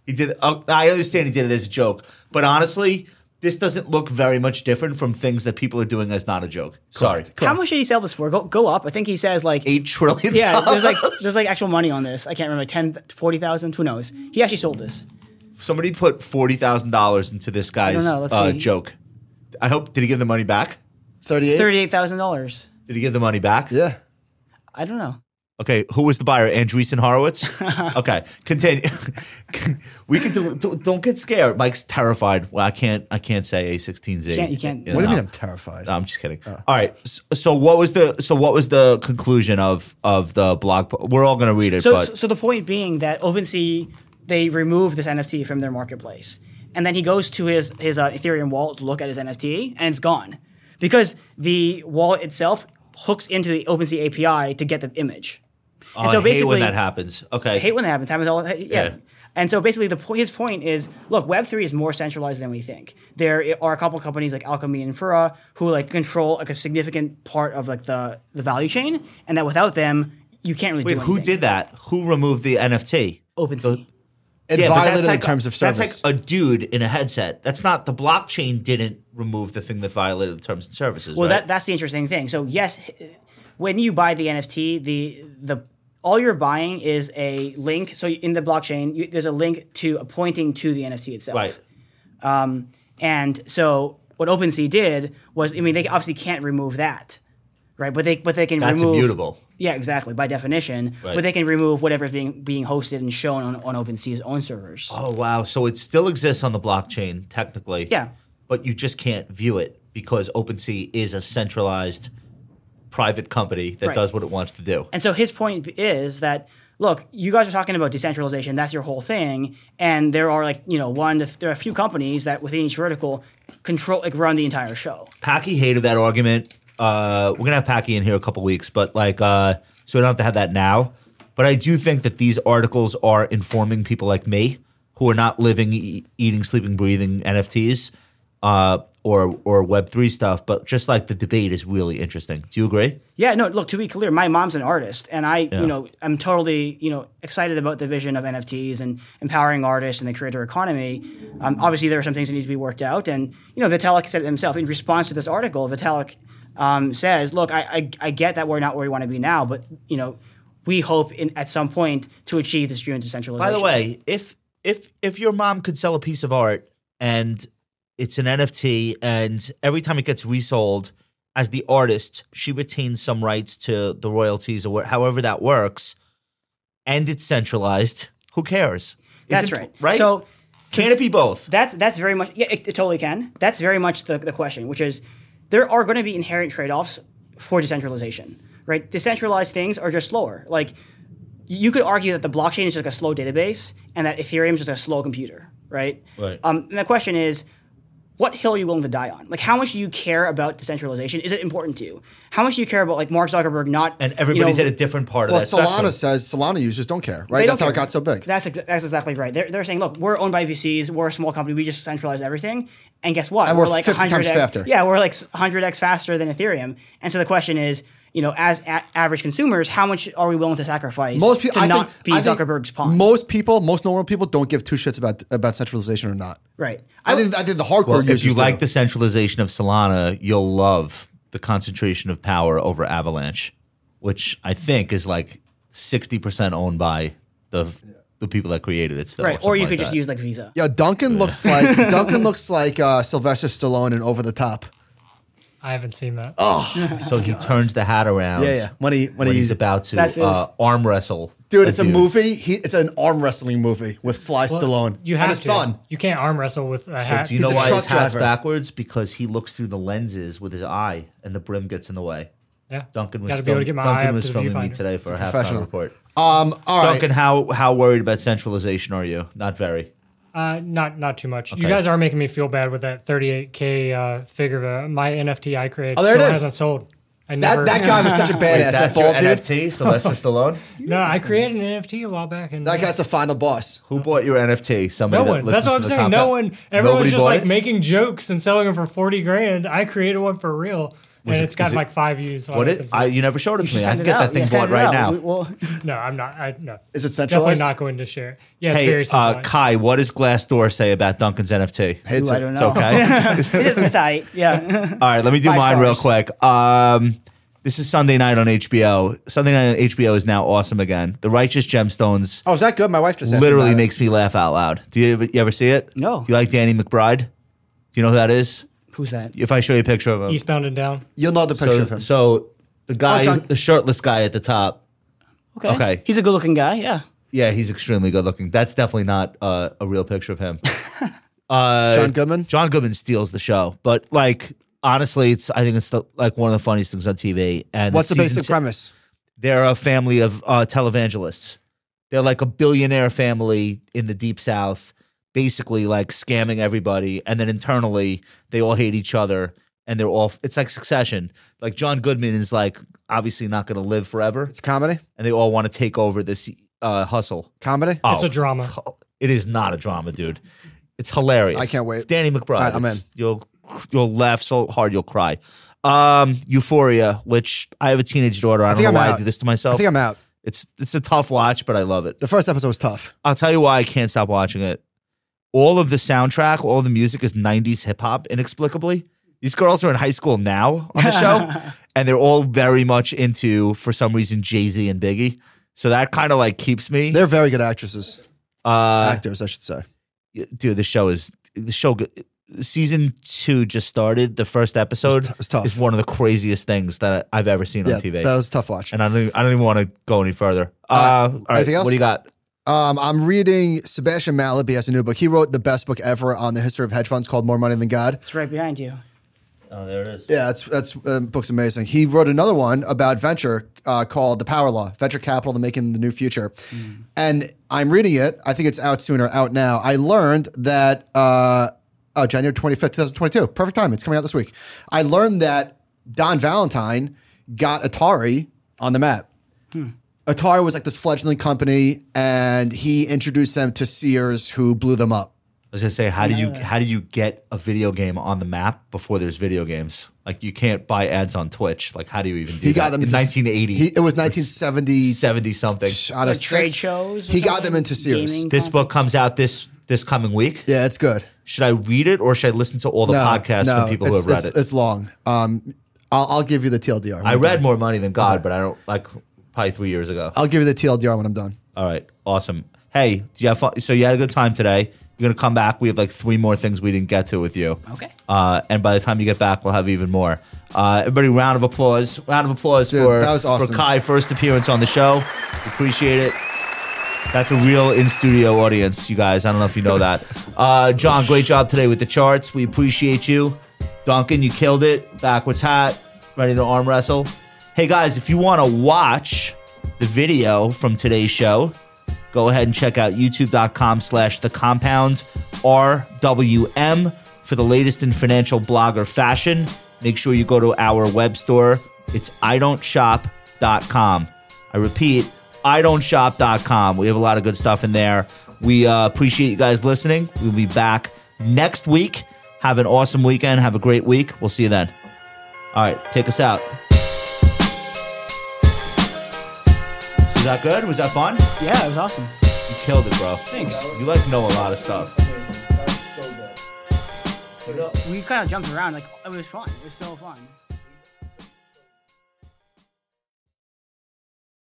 [SPEAKER 2] He did. Uh, I understand he did it as a joke, but honestly, this doesn't look very much different from things that people are doing as not a joke. Sorry,
[SPEAKER 3] How much did he sell this for? Go, go up. I think he says like
[SPEAKER 2] eight trillion. [laughs]
[SPEAKER 3] Yeah,
[SPEAKER 2] dollars.
[SPEAKER 3] there's like there's like actual money on this. I can't remember 10 40,000, who knows. He actually sold this.
[SPEAKER 2] somebody put forty thousand dollars into this guy's
[SPEAKER 3] know, let's
[SPEAKER 2] uh,
[SPEAKER 3] see.
[SPEAKER 2] joke. I hope. Did he give the money back?
[SPEAKER 1] 38?
[SPEAKER 3] $38,000.
[SPEAKER 2] Did he give the money back?
[SPEAKER 1] Yeah.
[SPEAKER 3] I don't know.
[SPEAKER 2] Okay, who was the buyer? Andreessen
[SPEAKER 3] [laughs]
[SPEAKER 2] Horowitz. okay, continue. [laughs] we can do, do, don't get scared. Mike's terrified. Well, I can't. I can't say a sixteen z.
[SPEAKER 3] You can't- you can't-
[SPEAKER 1] What do you mean I'm terrified?
[SPEAKER 2] No, I'm just
[SPEAKER 1] Oh.
[SPEAKER 2] kidding. All right. So, so what was the so what was the conclusion of of the blog? po- We're all going to read it,
[SPEAKER 3] So,
[SPEAKER 2] but
[SPEAKER 3] so the point being that OpenSea they removed this NFT from their marketplace, and then he goes to his his uh, Ethereum wallet to look at his NFT, and it's gone because the wallet itself hooks into the OpenSea API to get the image.
[SPEAKER 2] Oh, I hate when that happens. Okay.
[SPEAKER 3] I hate when that happens. Happens all yeah.
[SPEAKER 2] Yeah.
[SPEAKER 3] And so basically, the po- his point is: look, Web three is more centralized than we think. There i- are a couple companies like Alchemy and Fura who like control like a significant part of like the the value chain, and that without them, you can't really.
[SPEAKER 2] Wait,
[SPEAKER 3] do
[SPEAKER 2] who did that? Who removed the NFT?
[SPEAKER 3] OpenSea?
[SPEAKER 1] It
[SPEAKER 2] Yeah, but
[SPEAKER 1] violated
[SPEAKER 2] that's
[SPEAKER 1] the
[SPEAKER 2] like a-
[SPEAKER 1] terms of service.
[SPEAKER 2] That's like a dude in a headset. That's not the blockchain. Didn't remove the thing that violated the terms and services.
[SPEAKER 3] Well,
[SPEAKER 2] right?
[SPEAKER 3] that, that's the interesting thing. So yes, h- when you buy the NFT, the the all you're buying is a link. So in the blockchain, you, there's a link to a pointing to the NFT itself.
[SPEAKER 2] right.
[SPEAKER 3] And so what OpenSea did was, I mean, they obviously can't remove that, right? But they but they can
[SPEAKER 2] That's
[SPEAKER 3] remove
[SPEAKER 2] immutable.
[SPEAKER 3] Yeah, exactly. By definition,
[SPEAKER 2] Right.
[SPEAKER 3] but they can remove whatever's being being hosted and shown on, on OpenSea's own servers.
[SPEAKER 2] Oh wow! So it still exists on the blockchain technically.
[SPEAKER 3] Yeah.
[SPEAKER 2] But you just can't view it because OpenSea is a centralized private company that
[SPEAKER 3] Right.
[SPEAKER 2] does what it wants to do.
[SPEAKER 3] And so his point is that look, you guys are talking about decentralization. That's your whole thing. And there are like you know one, to th- there are a few companies that within each vertical control like run the entire show.
[SPEAKER 2] Packy hated that argument. Uh, we're gonna have Packy in here a couple weeks, but like, uh, so we don't have to have that now. But I do think that these articles are informing people like me who are not living, e- eating, sleeping, breathing NFTs uh, or or Web three stuff. But just like the debate is really interesting. Do you agree?
[SPEAKER 3] Yeah, no, look, to be clear, my mom's an artist and I, you know, I'm totally, you know, excited about the vision of NFTs and empowering artists and the creator economy. Um, obviously, there are some things that need to be worked out. And, you know, Vitalik said it himself in response to this article, Vitalik um, says, look, I, I, I get that we're not where we want to be now, but, you know, we hope in, at some point to achieve this dream of decentralization.
[SPEAKER 2] By the way, if if if your mom could sell a piece of art and it's an NFT, and every time it gets resold, as the artist, she retains some rights to the royalties or wha- however that works, and it's centralized. Who cares?
[SPEAKER 3] that's
[SPEAKER 2] Isn't-
[SPEAKER 3] right.
[SPEAKER 2] Right.
[SPEAKER 3] So
[SPEAKER 2] can it be both?
[SPEAKER 3] that's that's very much yeah it, it totally can that's very much the, the question which is there are going to be inherent trade-offs for decentralization right decentralized things are just slower like you could argue that the blockchain is just like a slow database and that ethereum is just a slow computer right
[SPEAKER 2] Right.
[SPEAKER 3] um, and the question is what hill are you willing to die on like how much do you care about decentralization is it important to you how much do you care about like mark zuckerberg not
[SPEAKER 2] and everybody's
[SPEAKER 3] you know,
[SPEAKER 2] at a different part
[SPEAKER 1] well,
[SPEAKER 2] of that spectrum.
[SPEAKER 1] Solana says Solana users don't care, right?
[SPEAKER 3] they
[SPEAKER 1] That's
[SPEAKER 3] don't
[SPEAKER 1] how it
[SPEAKER 3] care.
[SPEAKER 1] got so big.
[SPEAKER 3] That's ex- that's exactly right. They're, they're saying, look, we're owned by VCs. We're a small company. We just centralize everything. And guess what?
[SPEAKER 1] And we're 50 times
[SPEAKER 3] 100x
[SPEAKER 1] faster.
[SPEAKER 3] Yeah, we're like 100x faster than Ethereum. And so the question is, you know, as a- average consumers, how much are we willing to sacrifice
[SPEAKER 1] most people,
[SPEAKER 3] to
[SPEAKER 1] I
[SPEAKER 3] not
[SPEAKER 1] think,
[SPEAKER 3] be
[SPEAKER 1] I think
[SPEAKER 3] Zuckerberg's pawn?
[SPEAKER 1] Most people, most normal people, don't give two shits about about centralization or not.
[SPEAKER 3] right.
[SPEAKER 1] I, think I think the hardcore
[SPEAKER 2] Well,
[SPEAKER 1] users.
[SPEAKER 2] if you
[SPEAKER 1] do.
[SPEAKER 2] like the centralization of Solana, you'll love the concentration of power over Avalanche, which I think is like sixty percent owned by the the people that created it. Still,
[SPEAKER 3] [laughs] right. Or
[SPEAKER 2] something
[SPEAKER 3] you
[SPEAKER 2] like
[SPEAKER 3] could just
[SPEAKER 2] that.
[SPEAKER 3] use like Visa.
[SPEAKER 1] yeah, Duncan looks like [laughs] Duncan looks like uh, Sylvester Stallone in Over the Top.
[SPEAKER 4] I haven't seen that.
[SPEAKER 2] Oh, So he turns the hat around.
[SPEAKER 1] Yeah, yeah. When he when,
[SPEAKER 2] When
[SPEAKER 1] he,
[SPEAKER 2] he's about to
[SPEAKER 3] That's his-
[SPEAKER 2] uh, arm wrestle,
[SPEAKER 1] dude, it's a
[SPEAKER 2] dude.
[SPEAKER 1] movie. He, it's an arm wrestling movie with Sly Stallone
[SPEAKER 4] You
[SPEAKER 1] and
[SPEAKER 4] have
[SPEAKER 1] his
[SPEAKER 4] to.
[SPEAKER 1] son.
[SPEAKER 4] You can't arm wrestle with a
[SPEAKER 2] So
[SPEAKER 4] hat.
[SPEAKER 2] do you
[SPEAKER 1] He's a
[SPEAKER 2] know why
[SPEAKER 1] truck
[SPEAKER 2] his hat's
[SPEAKER 1] driver.
[SPEAKER 2] backwards? Because he looks through the lenses with his eye, and the brim gets in the way.
[SPEAKER 4] yeah.
[SPEAKER 2] Duncan was
[SPEAKER 4] Gotta be able to
[SPEAKER 2] film-
[SPEAKER 4] get my eye
[SPEAKER 2] Duncan
[SPEAKER 4] up
[SPEAKER 2] was
[SPEAKER 4] to the
[SPEAKER 2] filming me
[SPEAKER 4] viewfinder.
[SPEAKER 2] today for a halftime
[SPEAKER 1] professional.
[SPEAKER 2] report.
[SPEAKER 1] Um, all right.
[SPEAKER 2] Duncan, how how worried about centralization are you? Not very.
[SPEAKER 4] Uh, not not too much.
[SPEAKER 2] Okay.
[SPEAKER 4] You guys are making me feel bad with that 38k uh, figure. Of, uh, my NFT I created
[SPEAKER 1] Oh, there it
[SPEAKER 4] still
[SPEAKER 1] is.
[SPEAKER 4] hasn't sold. I
[SPEAKER 1] That,
[SPEAKER 4] never,
[SPEAKER 1] that guy was [laughs] such a badass. that
[SPEAKER 2] That's your
[SPEAKER 1] bald dude.
[SPEAKER 2] NFT,
[SPEAKER 3] [laughs]
[SPEAKER 2] Sylvester Stallone.
[SPEAKER 4] No, I created an NFT a while back, and
[SPEAKER 1] That guy's the final boss.
[SPEAKER 2] Who bought your NFT? Somebody.
[SPEAKER 4] no
[SPEAKER 2] that
[SPEAKER 4] one.
[SPEAKER 2] listens
[SPEAKER 4] That's what
[SPEAKER 2] to
[SPEAKER 4] I'm
[SPEAKER 2] the
[SPEAKER 4] saying.
[SPEAKER 2] compound.
[SPEAKER 4] No one. Everyone's
[SPEAKER 2] Nobody
[SPEAKER 4] just
[SPEAKER 2] bought
[SPEAKER 4] like
[SPEAKER 2] it?
[SPEAKER 4] making jokes and selling them for 40 grand. I created one for real.
[SPEAKER 2] Was
[SPEAKER 4] and
[SPEAKER 2] it-
[SPEAKER 4] it's got
[SPEAKER 2] is it-
[SPEAKER 4] like five views. on
[SPEAKER 2] What
[SPEAKER 4] it.
[SPEAKER 2] it? I, you never showed it to me. I can
[SPEAKER 3] Send it
[SPEAKER 2] get
[SPEAKER 3] out.
[SPEAKER 2] that thing
[SPEAKER 3] Yeah,
[SPEAKER 2] bought
[SPEAKER 3] send it
[SPEAKER 2] right
[SPEAKER 3] out.
[SPEAKER 2] now.
[SPEAKER 3] We-
[SPEAKER 1] [laughs]
[SPEAKER 3] Well,
[SPEAKER 4] no, I'm not. I no.
[SPEAKER 1] Is it
[SPEAKER 4] Definitely
[SPEAKER 1] centralized?
[SPEAKER 4] not going to share. it. Yeah, it's
[SPEAKER 2] Hey,
[SPEAKER 4] very
[SPEAKER 2] uh,
[SPEAKER 4] centralized.
[SPEAKER 2] Kai, what does Glassdoor say about Duncan's NFT?
[SPEAKER 1] Hey, it's
[SPEAKER 3] I
[SPEAKER 1] a-
[SPEAKER 3] don't
[SPEAKER 2] It's
[SPEAKER 3] know. [laughs]
[SPEAKER 2] okay.
[SPEAKER 3] it's, it's all right. Yeah. [laughs]
[SPEAKER 2] All right, let me do
[SPEAKER 3] Five
[SPEAKER 2] mine real
[SPEAKER 3] stars.
[SPEAKER 2] quick. Um, this is Sunday night on HBO. Sunday night on HBO is now awesome again. The Righteous Gemstones
[SPEAKER 1] Oh, is that good? My wife just asked me
[SPEAKER 2] literally
[SPEAKER 1] about it.
[SPEAKER 2] makes me laugh out loud. Do you ever, you ever see it?
[SPEAKER 3] No.
[SPEAKER 2] You like Danny McBride? Do you know who that is?
[SPEAKER 3] Who's that?
[SPEAKER 2] If I show you a picture of him,
[SPEAKER 4] Eastbound and Down.
[SPEAKER 1] You'll know the picture
[SPEAKER 2] so,
[SPEAKER 1] of him.
[SPEAKER 2] so the guy,
[SPEAKER 1] Oh, John-
[SPEAKER 2] the shirtless guy at the top.
[SPEAKER 3] Okay.
[SPEAKER 2] Okay.
[SPEAKER 3] He's a good looking guy. Yeah.
[SPEAKER 2] Yeah, he's extremely good looking. That's definitely not uh, a real picture
[SPEAKER 1] [laughs]
[SPEAKER 2] of him.
[SPEAKER 1] John Goodman.
[SPEAKER 2] John Goodman steals the show, but like honestly, it's I think it's the, like one of the funniest things on TV. And
[SPEAKER 1] What's the
[SPEAKER 2] season
[SPEAKER 1] basic
[SPEAKER 2] t-
[SPEAKER 1] premise?
[SPEAKER 2] They're a family of uh, televangelists. They're like a billionaire family in the deep south, basically like scamming everybody, and then internally they all hate each other, and they're all. It's like Succession. Like John Goodman is like obviously not going to live forever,
[SPEAKER 1] It's comedy.
[SPEAKER 2] and they all want to take over this uh, hustle.
[SPEAKER 1] Comedy.
[SPEAKER 2] Oh,
[SPEAKER 4] It's a drama.
[SPEAKER 2] hu- It is not a drama, dude. It's hilarious.
[SPEAKER 1] I can't wait.
[SPEAKER 2] It's Danny McBride.
[SPEAKER 1] All right, I'm
[SPEAKER 2] It's- You'll you'll laugh so hard you'll cry. Um, Euphoria, which I have a teenage daughter. I, don't
[SPEAKER 1] think
[SPEAKER 2] know
[SPEAKER 1] I'm
[SPEAKER 2] why I
[SPEAKER 1] out.
[SPEAKER 2] do this to
[SPEAKER 1] I
[SPEAKER 2] myself.
[SPEAKER 1] think I'm out.
[SPEAKER 2] it's it's a tough watch, but I love it.
[SPEAKER 1] The first episode was tough.
[SPEAKER 2] I'll tell you why I can't stop watching it. All of the soundtrack, all the music is 90s hip hop, inexplicably. These girls are in high school now on the
[SPEAKER 1] [laughs]
[SPEAKER 2] show, and they're all very much into, for some reason, Jay Z and Biggie. So that kind of like keeps me.
[SPEAKER 1] They're very good actresses,
[SPEAKER 2] uh,
[SPEAKER 1] actors, I should say.
[SPEAKER 2] dude, the show is the show. go- Season two just started. The first episode
[SPEAKER 1] It's t- it's tough.
[SPEAKER 2] is one of the craziest things that I- I've ever seen
[SPEAKER 1] Yeah,
[SPEAKER 2] on TV,
[SPEAKER 1] that was a tough watch.
[SPEAKER 2] and I don't. Even, I don't even want to go any further.
[SPEAKER 1] right.
[SPEAKER 2] Uh, all right,
[SPEAKER 1] Anything else?
[SPEAKER 2] what do you got?
[SPEAKER 1] Um, I'm reading Sebastian Malaby has a new book. He wrote the best book ever on the history of hedge funds called More Money Than God.
[SPEAKER 3] It's right behind you.
[SPEAKER 2] Oh, there it is.
[SPEAKER 1] Yeah, that's that's uh, book's amazing. He wrote another one about venture uh, called The Power Law: Venture Capital, the Making of the New Future. And I'm reading it. I think it's out sooner, out now. I learned that uh, oh, January 25th, 2022. Perfect time. It's coming out this week. I learned that Don Valentine got Atari on the map. Hmm. Atari was like this fledgling company, and he introduced them to Sears, who blew them up.
[SPEAKER 2] I was gonna say, how do you how do you get a video game on the map before there's video games? Like you can't buy ads on Twitch. Like how do you even do
[SPEAKER 1] He
[SPEAKER 2] that?
[SPEAKER 1] got them
[SPEAKER 2] in
[SPEAKER 1] into-
[SPEAKER 2] 1980.
[SPEAKER 1] He, it was 1970.
[SPEAKER 2] seventy something.
[SPEAKER 1] Out of
[SPEAKER 3] Like trade
[SPEAKER 1] six.
[SPEAKER 3] shows or
[SPEAKER 1] He got
[SPEAKER 3] something?
[SPEAKER 1] them into Sears.
[SPEAKER 3] Gaming?
[SPEAKER 2] This book comes out this this coming week.
[SPEAKER 1] Yeah, it's good. Uh,
[SPEAKER 2] Should I read it or should I listen to all the podcasts from people who
[SPEAKER 1] it's-
[SPEAKER 2] have read
[SPEAKER 1] it's,
[SPEAKER 2] it?
[SPEAKER 1] It's long. Um, I'll, I'll give you the TLDR.
[SPEAKER 2] I read more money than God, but I don't like probably three years ago.
[SPEAKER 1] I'll give you the TLDR when I'm done.
[SPEAKER 2] All right, awesome. Hey, do you have fun? So you had a good time today. You're gonna come back. We have like three more things we didn't get to with you.
[SPEAKER 3] Okay.
[SPEAKER 2] Uh, and by the time you get back, we'll have even more. Uh, everybody, round of applause! Round of applause
[SPEAKER 1] Dude,
[SPEAKER 2] for
[SPEAKER 1] that was awesome.
[SPEAKER 2] for Kai first appearance on the show. Appreciate it. That's a real in studio audience, you guys. I don't know if you
[SPEAKER 1] [laughs]
[SPEAKER 2] know that. Uh, John, great job today with the charts. We appreciate you. Duncan, you killed it. Backwards hat, ready to arm wrestle. Hey, guys, if you want to watch the video from today's show, go ahead and check out youtube.com slash the compound RWM for the latest in financial blogger fashion. Make sure you go to our web store. It's idontshop.com. I repeat, idontshop.com. We have a lot of good stuff in there. We uh, appreciate you guys listening. We'll be back next week. Have an awesome weekend. Have a great week. We'll see you then. All right, take us out. So is that good? Was that fun?
[SPEAKER 3] Yeah, it was awesome.
[SPEAKER 2] You killed it, bro.
[SPEAKER 3] Thanks.
[SPEAKER 2] You like know a lot of stuff.
[SPEAKER 3] We kind of jumped around. Like it was fun. It was so fun.